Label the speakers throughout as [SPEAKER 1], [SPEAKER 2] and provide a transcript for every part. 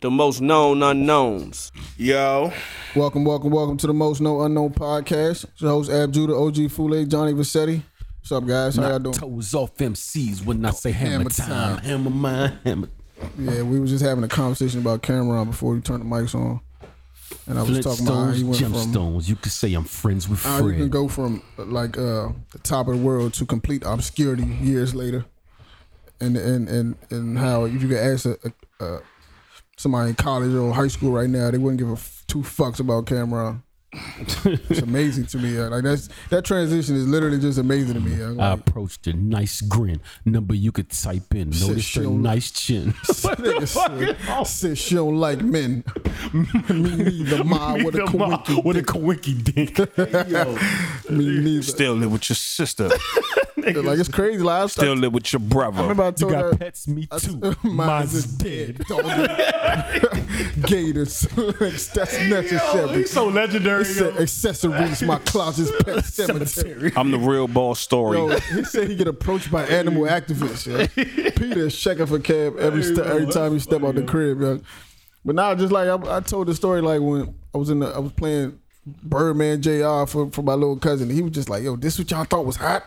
[SPEAKER 1] the most known unknowns.
[SPEAKER 2] Yo,
[SPEAKER 3] Welcome, welcome, welcome to the Most No Unknown podcast. It's your host Ab Judah, OG Fule, Johnny Vassetti. What's up, guys? How y'all doing?
[SPEAKER 4] Toes off MCs when I say hammer,
[SPEAKER 3] Hammer
[SPEAKER 4] time.
[SPEAKER 3] time.
[SPEAKER 4] Hammer mine. Hammer.
[SPEAKER 3] Yeah, we were just having a conversation about Cameron before you turned the mics on, and I was talking about how
[SPEAKER 4] Flintstones,
[SPEAKER 3] he went from
[SPEAKER 4] gemstones. you could say I'm friends with
[SPEAKER 3] how you can
[SPEAKER 4] Fred.
[SPEAKER 3] go from uh, like uh, the top of the world to complete obscurity years later, and and and and how if you could ask a, a, a somebody in college or high school right now, they wouldn't give a f- two fucks about Cameron. it's amazing to me. yeah. Like that's that transition is literally just amazing to me. yeah.
[SPEAKER 4] I
[SPEAKER 3] Like,
[SPEAKER 4] approached a nice grin. Number you could type in. Notice her
[SPEAKER 3] shoulder.
[SPEAKER 4] nice chin.
[SPEAKER 3] Nigga said, said she don't like men. me neither, ma. What a coinky.
[SPEAKER 4] With a coinky dick.
[SPEAKER 3] Me neither.
[SPEAKER 1] Still live with your sister.
[SPEAKER 3] Like it's crazy. Like, I
[SPEAKER 1] Still live with your brother.
[SPEAKER 3] remember I
[SPEAKER 4] You
[SPEAKER 3] told
[SPEAKER 4] got
[SPEAKER 3] her
[SPEAKER 4] pets, me too.
[SPEAKER 3] mine's, is dead. Dog. Gators. That's necessary.
[SPEAKER 5] He's so legendary.
[SPEAKER 3] he said accessories. My closet's pet cemetery.
[SPEAKER 1] I'm the real ball story.
[SPEAKER 3] Yo, he said he get approached by animal activists. Yo. Peter is checking for cab every st- every time he step out the crib. Yo. But now, just like I, I told the story, like when I was in, the, I was playing Birdman Jr. for for my little cousin. He was just like, "Yo, this what y'all thought was hot?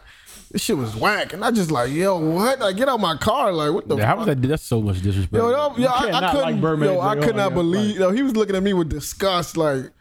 [SPEAKER 3] This shit was whack." And I just like, "Yo, what? Like, get out my car! Like, what the?
[SPEAKER 4] Yeah, How
[SPEAKER 3] fuck?
[SPEAKER 4] was that? That's so much disrespect.
[SPEAKER 3] Yo, yo, yo, I, I
[SPEAKER 5] cannot
[SPEAKER 3] couldn't.
[SPEAKER 5] like Birdman
[SPEAKER 3] yo, I
[SPEAKER 5] Jr.
[SPEAKER 3] could not
[SPEAKER 5] Yeah,
[SPEAKER 3] believe.
[SPEAKER 5] like-
[SPEAKER 3] yo, he was looking at me with disgust, like,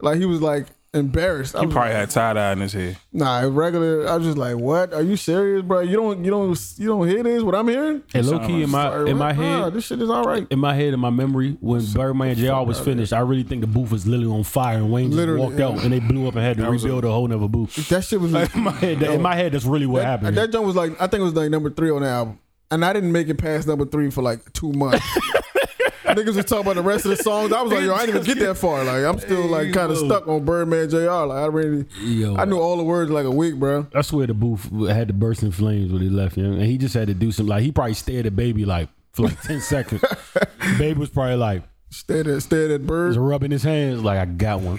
[SPEAKER 3] like he was like embarrassed. I
[SPEAKER 2] he
[SPEAKER 3] was
[SPEAKER 2] probably
[SPEAKER 3] like,
[SPEAKER 2] had tie dye in his hair.
[SPEAKER 3] Nah, regular. I was just like, "What? Are you serious, bro? You don't, you don't, you don't hear this? What I'm hearing?
[SPEAKER 4] Hey, low key in my
[SPEAKER 3] Like,
[SPEAKER 4] in my
[SPEAKER 3] what? Nah,
[SPEAKER 4] head,
[SPEAKER 3] this shit is all right.
[SPEAKER 4] in my head, in my memory, when Birdman JR was finished, I really think the booth was literally on fire and Wayne just
[SPEAKER 3] Literally,
[SPEAKER 4] walked
[SPEAKER 3] yeah.
[SPEAKER 4] out and they blew up and had to rebuild a, whole nother booth.
[SPEAKER 3] That shit was
[SPEAKER 4] in my head, that- in my head, that's really what
[SPEAKER 3] that,
[SPEAKER 4] happened.
[SPEAKER 3] that joint was like, I think it was like number three on the album, and I didn't make it past number three for like two months. Niggas was talking about the rest of the songs. I was like, yo, I didn't even get that far. Like, I'm still like kind of stuck on Birdman Jr. Like, I really,
[SPEAKER 4] Yo.
[SPEAKER 3] I knew all the words like a week, bro.
[SPEAKER 4] I swear the booth had to burst in flames when he left, you know? and he just had to do some like he probably stared at baby like for like ten seconds. Baby was probably like
[SPEAKER 3] Stared at, stared at
[SPEAKER 4] just
[SPEAKER 3] bird,
[SPEAKER 4] rubbing his hands like I got one,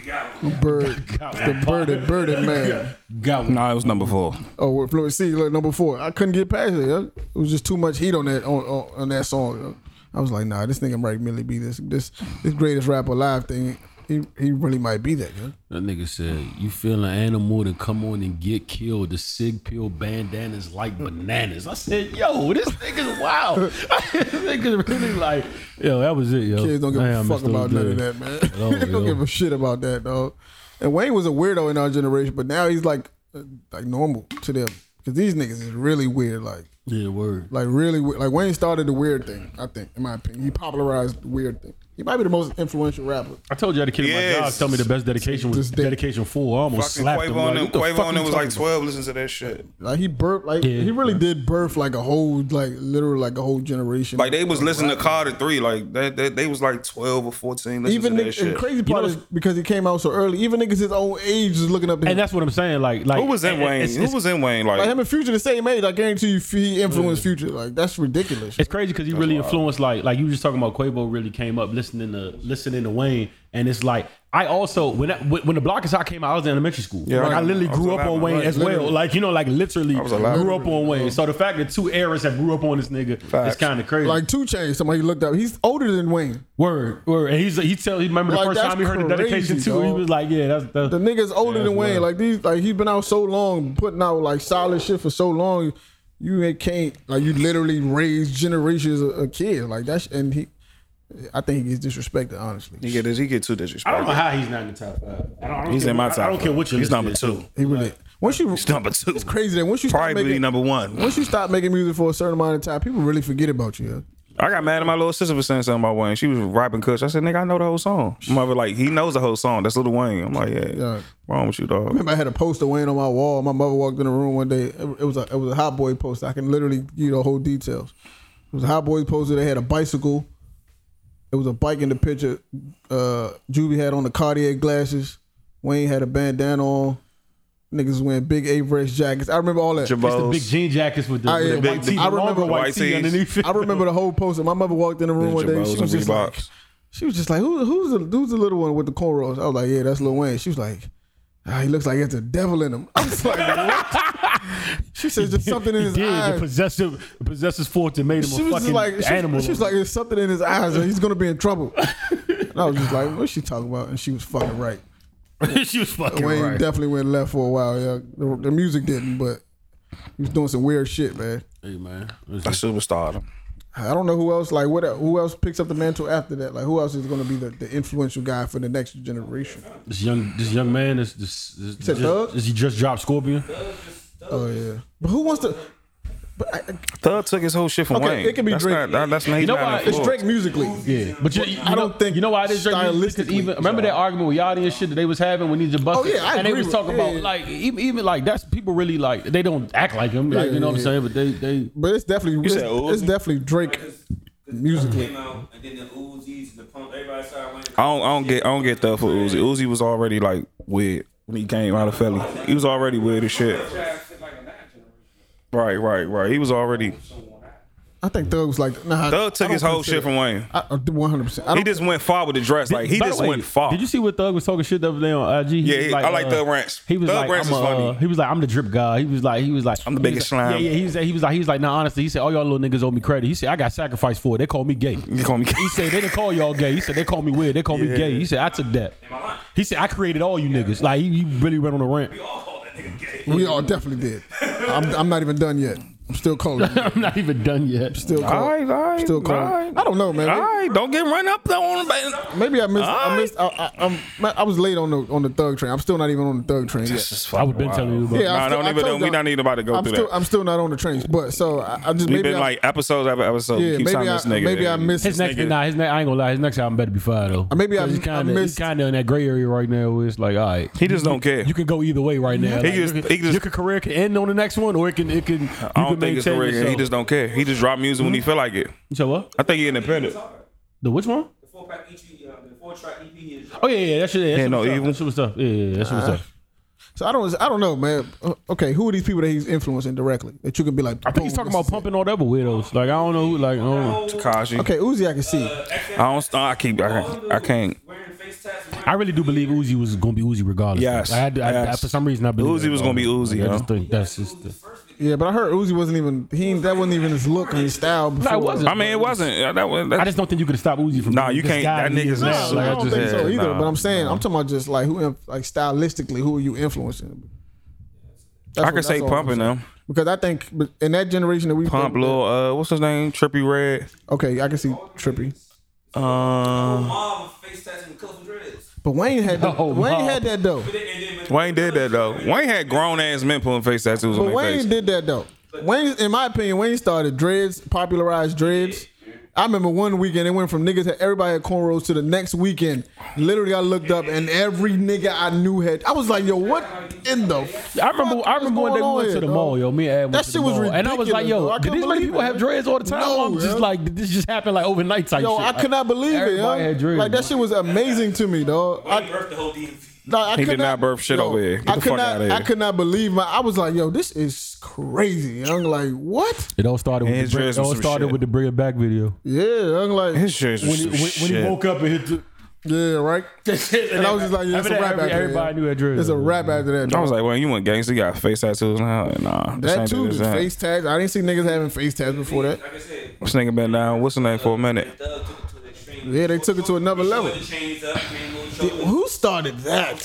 [SPEAKER 3] bird, the birded, birded man.
[SPEAKER 4] got one.
[SPEAKER 2] No, it was number four.
[SPEAKER 3] Oh, with Fluent C, like number four. I couldn't get past it. yo. It was just too much heat on that on, on, on that song. yo. I was like, nah, this nigga might really be this this this greatest rap alive thing. He he really might be that. Yo.
[SPEAKER 4] That nigga said, "You feel an animal? Then come on and get killed." The sig pill bandanas like bananas. I said, "Yo, this nigga's wild. this nigga's really like, yo, that was it, yo."
[SPEAKER 3] Kids don't give
[SPEAKER 4] Damn,
[SPEAKER 3] a fuck
[SPEAKER 4] Mr.
[SPEAKER 3] about none of
[SPEAKER 4] Good.
[SPEAKER 3] that, man.
[SPEAKER 4] all,
[SPEAKER 3] they don't
[SPEAKER 4] yo.
[SPEAKER 3] give a shit about that, dog. And Wayne was a weirdo in our generation, but now he's like uh, like normal to them because these niggas is really weird. Like
[SPEAKER 4] Yeah, word.
[SPEAKER 3] like really weird. like Wayne started the weird thing. I think, in my opinion, he popularized the weird thing. He might be the most influential rapper.
[SPEAKER 4] I told you I had a kid at my job.
[SPEAKER 2] Yes.
[SPEAKER 4] Tell me the best dedication was
[SPEAKER 3] This day-
[SPEAKER 4] dedication four. I almost
[SPEAKER 2] Fucking
[SPEAKER 4] slapped him.
[SPEAKER 2] Quavo on
[SPEAKER 4] Like,
[SPEAKER 2] them.
[SPEAKER 4] what the
[SPEAKER 2] Quavo
[SPEAKER 4] fuck
[SPEAKER 2] on
[SPEAKER 4] you
[SPEAKER 2] them was like
[SPEAKER 4] talking about?
[SPEAKER 2] twelve. Listen to that shit.
[SPEAKER 3] Like he burped, like
[SPEAKER 4] Yeah.
[SPEAKER 3] he really did birth like a whole, like literal, like a whole generation.
[SPEAKER 2] Like they was listening to Carter three. Like that, that they was like twelve or fourteen. Listening
[SPEAKER 3] even
[SPEAKER 2] to
[SPEAKER 3] niggas,
[SPEAKER 2] that
[SPEAKER 3] and
[SPEAKER 2] shit.
[SPEAKER 3] crazy part
[SPEAKER 4] know-
[SPEAKER 3] is because he came out so early. Even niggas his own age is looking up to him.
[SPEAKER 4] And that's what I'm saying. Like, like
[SPEAKER 2] Who was in
[SPEAKER 4] it-
[SPEAKER 2] Wayne?
[SPEAKER 4] it's-
[SPEAKER 2] Who
[SPEAKER 4] it's-
[SPEAKER 2] was in Wayne?
[SPEAKER 3] like
[SPEAKER 2] Like
[SPEAKER 3] him and Future the same age. I guarantee you, he influenced Future. Like that's ridiculous.
[SPEAKER 4] It's crazy because he really influenced like like you were just talking about Quavo really came up listening to listening to Wayne and it's like I also when I, when when the Block is Hot came out I was in elementary school yeah like, I literally
[SPEAKER 2] I was
[SPEAKER 4] grew up
[SPEAKER 2] alive,
[SPEAKER 4] on Wayne
[SPEAKER 2] right,
[SPEAKER 4] as well
[SPEAKER 3] literally.
[SPEAKER 4] like you know like literally
[SPEAKER 2] was alive.
[SPEAKER 4] grew up on Wayne so the fact that two eras have grew up on this nigga
[SPEAKER 2] Facts.
[SPEAKER 4] is kind of crazy
[SPEAKER 3] Like Two Chainz, somebody looked up. He's older than Wayne.
[SPEAKER 4] word word and he's he tell he remember the
[SPEAKER 3] Like,
[SPEAKER 4] first
[SPEAKER 3] that's
[SPEAKER 4] time he heard the
[SPEAKER 3] crazy,
[SPEAKER 4] dedication too he
[SPEAKER 3] dog.
[SPEAKER 4] was like yeah that's, that's
[SPEAKER 3] The nigga's older
[SPEAKER 4] Yeah,
[SPEAKER 3] than
[SPEAKER 4] that's
[SPEAKER 3] Wayne.
[SPEAKER 4] wild.
[SPEAKER 3] Like these, like he's been out so long, putting out like solid shit for so long. You ain't can't like you literally raised generations of, of kids like that's and he. I think he gets disrespected honestly.
[SPEAKER 2] he get he get too
[SPEAKER 4] I don't know
[SPEAKER 2] disrespectful.
[SPEAKER 4] how he's not in the top five I don't, I don't
[SPEAKER 2] He's
[SPEAKER 4] care
[SPEAKER 2] in my
[SPEAKER 4] what- I,
[SPEAKER 2] top.
[SPEAKER 4] I don't care what you
[SPEAKER 2] He's number two.
[SPEAKER 3] He really once you
[SPEAKER 2] He's number two.
[SPEAKER 3] It's crazy that once you start
[SPEAKER 2] Probably
[SPEAKER 3] making,
[SPEAKER 2] number one.
[SPEAKER 3] once you stop making music for a certain amount of time, people really forget about you. yo.
[SPEAKER 2] I got mad at my little sister for saying something about Wayne. She was rapping Kush. I said, nigga, I know the whole song. My Mother like, he knows the whole song. That's Little Wayne. I'm like, yeah.
[SPEAKER 3] Yeah.
[SPEAKER 2] Wrong with you,
[SPEAKER 3] I
[SPEAKER 2] dog.
[SPEAKER 3] remember I had a poster Wayne on my wall. My mother walked in the room one day. It it was a it was a hot boy poster. I can literally give you the whole details. It was a hot boy poster. They had a bicycle. It was a bike in the picture. Uh, Juvie had on the Cartier glasses. Wayne had a bandana on. Niggas wearing big Avex jackets. I remember all that.
[SPEAKER 4] it's the
[SPEAKER 2] Jabos.
[SPEAKER 4] big jean jackets with the,
[SPEAKER 3] I-
[SPEAKER 4] with the
[SPEAKER 3] big-
[SPEAKER 4] white tee
[SPEAKER 3] I
[SPEAKER 4] the longer
[SPEAKER 3] remember-
[SPEAKER 4] white
[SPEAKER 2] White
[SPEAKER 4] tee
[SPEAKER 2] tees.
[SPEAKER 4] underneath it.
[SPEAKER 3] I remember the whole poster. My mother walked in the room one day.
[SPEAKER 2] Jabos
[SPEAKER 3] She
[SPEAKER 2] and
[SPEAKER 3] was just like,
[SPEAKER 2] Reeboks.
[SPEAKER 3] she was just like, Who, who's the who's the little one with the cornrows? I was like, yeah, that's Lil Wayne. She was like, ah, he looks like he has a devil in him. I was like, what? She said there's something in
[SPEAKER 4] He
[SPEAKER 3] his
[SPEAKER 4] did. The
[SPEAKER 3] eyes.
[SPEAKER 4] possessive, the possessive force that made him
[SPEAKER 3] She
[SPEAKER 4] a
[SPEAKER 3] was
[SPEAKER 4] fucking
[SPEAKER 3] just like, she,
[SPEAKER 4] animal.
[SPEAKER 3] she was like, there's something in his eyes, or he's gonna be in trouble. And I was just like, what's she talking about? And she was fucking right.
[SPEAKER 4] she was fucking
[SPEAKER 3] Wayne
[SPEAKER 4] right.
[SPEAKER 3] definitely went left for a while. Yeah, the, the music didn't, but he was doing some weird shit, man.
[SPEAKER 4] Hey man,
[SPEAKER 2] I superstardom.
[SPEAKER 3] I don't know who else. Like, what? el- Who else picks up the mantle after that? Like, who else is going to be the, the influential guy for the next generation?
[SPEAKER 4] this young this young man is this. this
[SPEAKER 3] said Thug?
[SPEAKER 4] just, is he just dropped Scorpion?
[SPEAKER 3] Oh yeah, but who wants to? But I, I-
[SPEAKER 2] Thug took his whole shit from
[SPEAKER 3] Okay,
[SPEAKER 2] Wayne.
[SPEAKER 3] it can be
[SPEAKER 2] that's
[SPEAKER 3] Drake.
[SPEAKER 2] Not, that- that's not. he's
[SPEAKER 4] know
[SPEAKER 2] not
[SPEAKER 4] why?
[SPEAKER 2] an
[SPEAKER 3] it's
[SPEAKER 2] influence.
[SPEAKER 3] Drake musically.
[SPEAKER 4] Yeah, but you, you
[SPEAKER 3] I
[SPEAKER 4] know-
[SPEAKER 3] don't think
[SPEAKER 4] you know why this Drake music is
[SPEAKER 3] stylistically,
[SPEAKER 4] even. Remember that argument with Yachty and shit that they was having when he just busted.
[SPEAKER 3] Oh, yeah, I
[SPEAKER 4] and they
[SPEAKER 3] agree
[SPEAKER 4] was
[SPEAKER 3] with-
[SPEAKER 4] talking
[SPEAKER 3] yeah.
[SPEAKER 4] about like even, even like that's people really like they don't act like him. Like,
[SPEAKER 3] Yeah,
[SPEAKER 4] you know
[SPEAKER 3] yeah,
[SPEAKER 4] what I'm saying? But they they
[SPEAKER 3] But it's definitely it's,
[SPEAKER 2] said Uzi?
[SPEAKER 3] it's definitely Drake musically.
[SPEAKER 5] Came out and then the Uzis and the pump. Everybody started wearing.
[SPEAKER 2] I don't, I don't get I don't get Thug for Uzi. Uzi was already like weird when he came out of Philly. He was already weird as shit. Right, right, right. He was already
[SPEAKER 3] I think Thug was like, nah.
[SPEAKER 2] Thug took his whole shit from Wayne.
[SPEAKER 3] uh, One hundred percent.
[SPEAKER 2] He just went far with the dress. Like he
[SPEAKER 4] By the
[SPEAKER 2] just
[SPEAKER 4] way,
[SPEAKER 2] went far.
[SPEAKER 4] Did you see what Thug was talking shit the other day on IG? He
[SPEAKER 2] Yeah,
[SPEAKER 4] was uh,
[SPEAKER 2] he- I like Thug Rants.
[SPEAKER 4] He was
[SPEAKER 2] Thug
[SPEAKER 4] like,
[SPEAKER 2] Rants
[SPEAKER 4] I'm
[SPEAKER 2] is
[SPEAKER 4] a,
[SPEAKER 2] funny.
[SPEAKER 4] uh, he was like, I'm the drip guy. He was like, he was like,
[SPEAKER 2] I'm the
[SPEAKER 4] he was
[SPEAKER 2] biggest
[SPEAKER 4] like-
[SPEAKER 2] slime.
[SPEAKER 4] Yeah, yeah. He was, he was like, he was like, nah. Honestly, he said all y'all little niggas owe me credit. He said I got sacrificed for it. They call me gay.
[SPEAKER 2] You call me
[SPEAKER 4] He said they didn't call y'all gay. He said they call me weird. They call me gay. He said I took that. He said I created all you niggas. Like he, he really went on a rant.
[SPEAKER 3] We all definitely did. I'm, I'm not even done yet. I'm still calling. you.
[SPEAKER 4] I'm not even done yet.
[SPEAKER 3] Still calling.
[SPEAKER 2] All right, all right,
[SPEAKER 3] Still calling.
[SPEAKER 2] all right.
[SPEAKER 3] I don't know, man.
[SPEAKER 2] All right, don't get run up on him.
[SPEAKER 3] Maybe I missed. I
[SPEAKER 2] Alright.
[SPEAKER 3] missed. I, I, I'm, I was late on the on the thug train. I'm still not even on the thug train yet.
[SPEAKER 4] I would been telling you about.
[SPEAKER 3] Yeah,
[SPEAKER 2] Nah,
[SPEAKER 3] I'm still,
[SPEAKER 2] don't
[SPEAKER 3] I
[SPEAKER 2] even-
[SPEAKER 3] told
[SPEAKER 2] don't- we
[SPEAKER 3] y'all-
[SPEAKER 2] not need nobody to go
[SPEAKER 3] I'm
[SPEAKER 2] through
[SPEAKER 3] still,
[SPEAKER 2] that.
[SPEAKER 3] I'm still not on the trains, but so I, I just
[SPEAKER 2] We've
[SPEAKER 3] maybe
[SPEAKER 2] been
[SPEAKER 3] I,
[SPEAKER 2] like episodes after episode.
[SPEAKER 3] yeah,
[SPEAKER 2] Keep
[SPEAKER 3] maybe
[SPEAKER 2] signing
[SPEAKER 3] I
[SPEAKER 2] this nigga.
[SPEAKER 3] maybe I missed
[SPEAKER 4] His next,
[SPEAKER 2] nigga.
[SPEAKER 4] nah, his next, I ain't gonna lie, his next album better be fire though.
[SPEAKER 3] Maybe I-
[SPEAKER 4] 'Cause he's
[SPEAKER 3] I
[SPEAKER 4] kinda, he's
[SPEAKER 3] missed-
[SPEAKER 4] kinda in that gray area right now. Where it's like, all right,
[SPEAKER 2] He just don't care.
[SPEAKER 4] You can go either way right now.
[SPEAKER 2] He
[SPEAKER 4] Like,
[SPEAKER 2] just-
[SPEAKER 4] you can-
[SPEAKER 2] he just-
[SPEAKER 4] your career can end on the next one, or it can it can. You
[SPEAKER 2] I
[SPEAKER 4] can
[SPEAKER 2] don't think it's
[SPEAKER 4] maintain
[SPEAKER 2] correct. He
[SPEAKER 4] yourself.
[SPEAKER 2] just don't care. He just drop music when
[SPEAKER 3] Hmm?
[SPEAKER 2] he feel like it.
[SPEAKER 4] You said what?
[SPEAKER 2] I think he independent.
[SPEAKER 4] The which one?
[SPEAKER 5] The four pack EP, uh, the four track EP is.
[SPEAKER 4] Oh yeah, yeah, that shit. Yeah, Uh-huh. that shit
[SPEAKER 2] no
[SPEAKER 4] was tough. That shit was
[SPEAKER 2] evil.
[SPEAKER 4] tough. Yeah, yeah, yeah, that shit was tough.
[SPEAKER 3] So I don't I don't know, man. Uh, Okay, who are these people that he's influencing directly that you can be like?
[SPEAKER 4] I think he's talking about pumping all the other weirdos. Like I don't know, who, like I don't know.
[SPEAKER 2] Takashi.
[SPEAKER 3] Okay, Uzi, I can see.
[SPEAKER 2] I don't. I keep. I can't. I can't.
[SPEAKER 5] Wearing face tats. wearing-
[SPEAKER 4] I really do believe Uzi was gonna be Uzi regardless.
[SPEAKER 2] Yes,
[SPEAKER 4] Like, I, had- I, I,
[SPEAKER 2] yes.
[SPEAKER 4] for some reason I believe
[SPEAKER 2] Uzi
[SPEAKER 4] that,
[SPEAKER 2] was
[SPEAKER 4] bro.
[SPEAKER 2] gonna be Uzi,
[SPEAKER 4] Like, I
[SPEAKER 2] yo.
[SPEAKER 4] just think that's just. The,
[SPEAKER 3] yeah, but I heard Uzi wasn't even he that wasn't even his look and his style. Before.
[SPEAKER 4] it wasn't.
[SPEAKER 2] I mean, it wasn't. uh, That was.
[SPEAKER 4] I
[SPEAKER 2] That,
[SPEAKER 4] just don't think you can stop Uzi from.
[SPEAKER 2] Nah,
[SPEAKER 4] being
[SPEAKER 2] you
[SPEAKER 4] this
[SPEAKER 2] can't-
[SPEAKER 4] guy
[SPEAKER 2] that
[SPEAKER 4] he
[SPEAKER 2] nigga's
[SPEAKER 4] is
[SPEAKER 2] not.
[SPEAKER 4] now.
[SPEAKER 3] No,
[SPEAKER 4] Like,
[SPEAKER 3] I
[SPEAKER 4] I
[SPEAKER 3] don't
[SPEAKER 4] just-
[SPEAKER 3] think so
[SPEAKER 2] yeah,
[SPEAKER 3] either.
[SPEAKER 2] nah.
[SPEAKER 3] but I'm saying I'm talking about just like who inf- like stylistically who are you influencing? That's
[SPEAKER 2] I
[SPEAKER 3] what-
[SPEAKER 2] could
[SPEAKER 3] that's
[SPEAKER 2] say
[SPEAKER 3] all I'm
[SPEAKER 2] pumping
[SPEAKER 3] saying.
[SPEAKER 2] them.
[SPEAKER 3] because I think but in that generation that we
[SPEAKER 2] Pump little. Uh, what's his name? Trippy Red.
[SPEAKER 3] Okay, I can see Trippy.
[SPEAKER 2] Um,
[SPEAKER 5] Mom with face tats and colorful dreads.
[SPEAKER 3] But Wayne had that,
[SPEAKER 4] Oh,
[SPEAKER 3] Wayne
[SPEAKER 4] wow.
[SPEAKER 3] had that though.
[SPEAKER 5] And then when
[SPEAKER 2] Wayne did that though. Wayne had grown ass men pulling face tattoos on
[SPEAKER 3] But
[SPEAKER 2] their
[SPEAKER 3] Wayne
[SPEAKER 2] face.
[SPEAKER 3] did that though. Wayne, in my opinion, Wayne started dreads, popularized dreads. I remember one weekend it went from niggas had everybody had cornrows to the next weekend. Literally, I looked up and every nigga I knew had. I was like, yo, what in the?
[SPEAKER 4] I remember,
[SPEAKER 3] fuck
[SPEAKER 4] I
[SPEAKER 3] is
[SPEAKER 4] remember when
[SPEAKER 3] going
[SPEAKER 4] they
[SPEAKER 3] on
[SPEAKER 4] went
[SPEAKER 3] here,
[SPEAKER 4] to the
[SPEAKER 3] dog?
[SPEAKER 4] mall, yo. Me and Ad went
[SPEAKER 3] That
[SPEAKER 4] to
[SPEAKER 3] shit
[SPEAKER 4] the
[SPEAKER 3] was
[SPEAKER 4] mall. And I was like,
[SPEAKER 3] ridiculous, bro. I
[SPEAKER 4] yo, did
[SPEAKER 3] couldn't
[SPEAKER 4] these many
[SPEAKER 3] believe
[SPEAKER 4] people
[SPEAKER 3] it,
[SPEAKER 4] have
[SPEAKER 3] man.
[SPEAKER 4] dreads all the time?
[SPEAKER 3] No,
[SPEAKER 4] I'm just
[SPEAKER 3] yo.
[SPEAKER 4] like, did this just happen like overnight type
[SPEAKER 3] Yo,
[SPEAKER 4] shit?
[SPEAKER 3] I could not believe it.
[SPEAKER 4] everybody
[SPEAKER 3] yo.
[SPEAKER 4] had dreads,
[SPEAKER 3] Like that
[SPEAKER 4] bro.
[SPEAKER 3] shit was amazing to me, dog. I,
[SPEAKER 5] he birthed the whole DMV.
[SPEAKER 3] like, I
[SPEAKER 2] He
[SPEAKER 3] could
[SPEAKER 2] did not birth shit
[SPEAKER 3] yo,
[SPEAKER 2] over here. Get
[SPEAKER 3] I
[SPEAKER 2] the
[SPEAKER 3] could
[SPEAKER 2] fuck
[SPEAKER 3] not.
[SPEAKER 2] outta here.
[SPEAKER 3] I could not believe my. I was like, yo, this is crazy. I'm like, what?
[SPEAKER 4] It all started
[SPEAKER 2] And
[SPEAKER 4] with
[SPEAKER 2] his
[SPEAKER 4] the, bring-
[SPEAKER 2] dreads
[SPEAKER 4] it
[SPEAKER 2] was
[SPEAKER 4] all
[SPEAKER 2] some
[SPEAKER 4] started
[SPEAKER 2] shit.
[SPEAKER 4] with the bring it back video.
[SPEAKER 3] Yeah, I'm like,
[SPEAKER 2] His shirts was some shit.
[SPEAKER 4] up and hit the
[SPEAKER 3] yeah, right. And I was just like, yeah, it's a
[SPEAKER 4] Every-
[SPEAKER 3] rap after that.
[SPEAKER 4] everybody knew that drill.
[SPEAKER 3] It's a rap after that.
[SPEAKER 2] I
[SPEAKER 3] dog.
[SPEAKER 2] was like, well, you went gangster. You got face tattoos now? Nah, this
[SPEAKER 3] That
[SPEAKER 2] ain't
[SPEAKER 3] too,
[SPEAKER 2] this
[SPEAKER 3] just
[SPEAKER 2] ain't.
[SPEAKER 3] face tags. I didn't see niggas having face tags before that.
[SPEAKER 5] Like I said,
[SPEAKER 2] This nigga been down. What's his name for a minute?
[SPEAKER 5] Doug took it to the extreme.
[SPEAKER 3] Yeah, they took it to another level.
[SPEAKER 5] The chains up, man, little shoulders.
[SPEAKER 3] Who started that?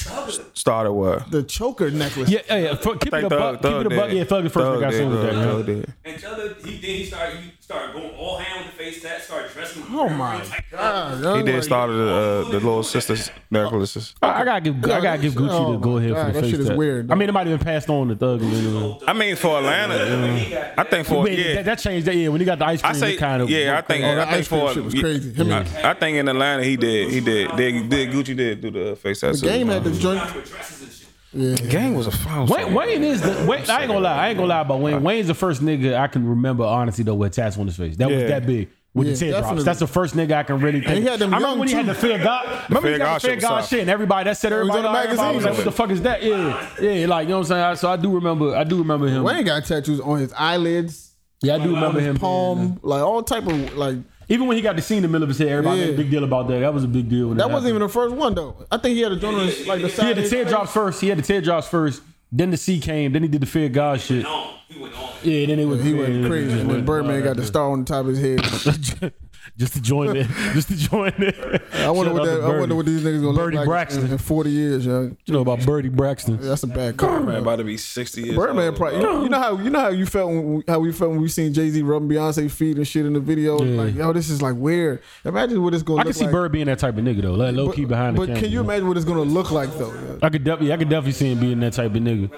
[SPEAKER 2] Started what?
[SPEAKER 3] The choker necklace.
[SPEAKER 4] Yeah, yeah, yeah. For, keep it a
[SPEAKER 2] Think
[SPEAKER 4] buck. Keep it a buck.
[SPEAKER 2] did.
[SPEAKER 4] Yeah, Thug the first
[SPEAKER 2] Thug
[SPEAKER 4] nigga I
[SPEAKER 2] did,
[SPEAKER 4] seen with that.
[SPEAKER 2] Thug-
[SPEAKER 4] yo.
[SPEAKER 2] Thug did.
[SPEAKER 5] And Doug, he then he started he started going all hand with the face tats, started dressing.
[SPEAKER 3] Oh my god.
[SPEAKER 2] He did start the uh, the little sisters necklaces.
[SPEAKER 4] I I gotta give I gotta
[SPEAKER 3] that
[SPEAKER 4] give
[SPEAKER 3] shit-
[SPEAKER 4] Gucci
[SPEAKER 3] oh
[SPEAKER 4] to go
[SPEAKER 3] my
[SPEAKER 4] ahead
[SPEAKER 3] God,
[SPEAKER 4] for the
[SPEAKER 3] that
[SPEAKER 4] face
[SPEAKER 3] shit is
[SPEAKER 4] tat.
[SPEAKER 3] weird,
[SPEAKER 4] I mean, it might have been passed on to Thug. And, you know.
[SPEAKER 2] I mean, for Atlanta, uh, I think for
[SPEAKER 4] But
[SPEAKER 2] yeah,
[SPEAKER 4] that, that changed. That, yeah, when he got the ice cream,
[SPEAKER 2] I say
[SPEAKER 4] it kind of
[SPEAKER 2] yeah. I think I
[SPEAKER 3] that
[SPEAKER 2] think
[SPEAKER 3] ice cream
[SPEAKER 2] for
[SPEAKER 3] shit was crazy. Him and-
[SPEAKER 2] I, I think in Atlanta he did he did did, did Gucci did do the face tattoos.
[SPEAKER 3] Game
[SPEAKER 2] man.
[SPEAKER 3] had this joint.
[SPEAKER 5] With dresses and shit.
[SPEAKER 2] Gang was a foul.
[SPEAKER 4] Wayne, Wayne is the Wayne, I ain't gonna lie, I ain't gonna lie about Wayne. Wayne's the first nigga I can remember honestly though with tats on his face. That
[SPEAKER 2] Yeah.
[SPEAKER 4] was that big. With
[SPEAKER 3] Yeah,
[SPEAKER 4] the teardrops.
[SPEAKER 3] definitely.
[SPEAKER 4] That's the first nigga I can really think.
[SPEAKER 3] he had them
[SPEAKER 4] I remember
[SPEAKER 3] young,
[SPEAKER 4] when he had
[SPEAKER 3] too.
[SPEAKER 4] the Fear God. Remember
[SPEAKER 2] Fear
[SPEAKER 4] he got
[SPEAKER 2] God
[SPEAKER 4] the
[SPEAKER 2] shit
[SPEAKER 4] Fear
[SPEAKER 2] was
[SPEAKER 4] God
[SPEAKER 2] tough.
[SPEAKER 4] shit and everybody that said
[SPEAKER 3] was
[SPEAKER 4] everybody
[SPEAKER 3] on the
[SPEAKER 4] like, everybody was like, what the fuck is that? Yeah. Yeah, like you know what I'm saying? I- So I do remember I do remember him.
[SPEAKER 3] Wayne got tattoos on his eyelids,
[SPEAKER 4] Yeah, I do remember him.
[SPEAKER 3] palm, like all type of like.
[SPEAKER 4] Even when he got the scene in the middle of his head, everybody
[SPEAKER 3] Yeah.
[SPEAKER 4] made a big deal about that. That was a big deal. When
[SPEAKER 3] That wasn't even the first one though. I think he had a joint on his, like the
[SPEAKER 4] He
[SPEAKER 3] side.
[SPEAKER 4] had
[SPEAKER 3] of
[SPEAKER 4] the
[SPEAKER 3] his face.
[SPEAKER 4] teardrops first. He had the teardrops first. Then the C came. Then he did the Fear God shit.
[SPEAKER 5] No, he went on.
[SPEAKER 4] Yeah, then it was
[SPEAKER 3] He went crazy when Birdman got the star on the top of his head.
[SPEAKER 4] just to join it. Just to join it.
[SPEAKER 3] I wonder what that, I wonder what these niggas gonna
[SPEAKER 4] Birdie
[SPEAKER 3] look like
[SPEAKER 4] Braxton.
[SPEAKER 3] In, in forty years, yo.
[SPEAKER 4] you know about Birdie Braxton.
[SPEAKER 3] That's a bad call.
[SPEAKER 2] Man,
[SPEAKER 3] man.
[SPEAKER 2] about to be sixty years.
[SPEAKER 3] Birdman
[SPEAKER 2] old,
[SPEAKER 3] probably you
[SPEAKER 2] bro.
[SPEAKER 3] know, you know how you know how you felt when, how we felt when we seen Jay Z rubbing Beyonce feet and shit in the video.
[SPEAKER 4] Yeah.
[SPEAKER 3] Like yo, this is like weird. Imagine what it's gonna.
[SPEAKER 4] I
[SPEAKER 3] look
[SPEAKER 4] can see
[SPEAKER 3] like.
[SPEAKER 4] Bird being that type of nigga though, like low
[SPEAKER 3] But-
[SPEAKER 4] key behind the
[SPEAKER 3] But
[SPEAKER 4] camera.
[SPEAKER 3] can you
[SPEAKER 4] know?
[SPEAKER 3] imagine what it's gonna look like though?
[SPEAKER 4] I could definitely, I could definitely see him being that type of nigga.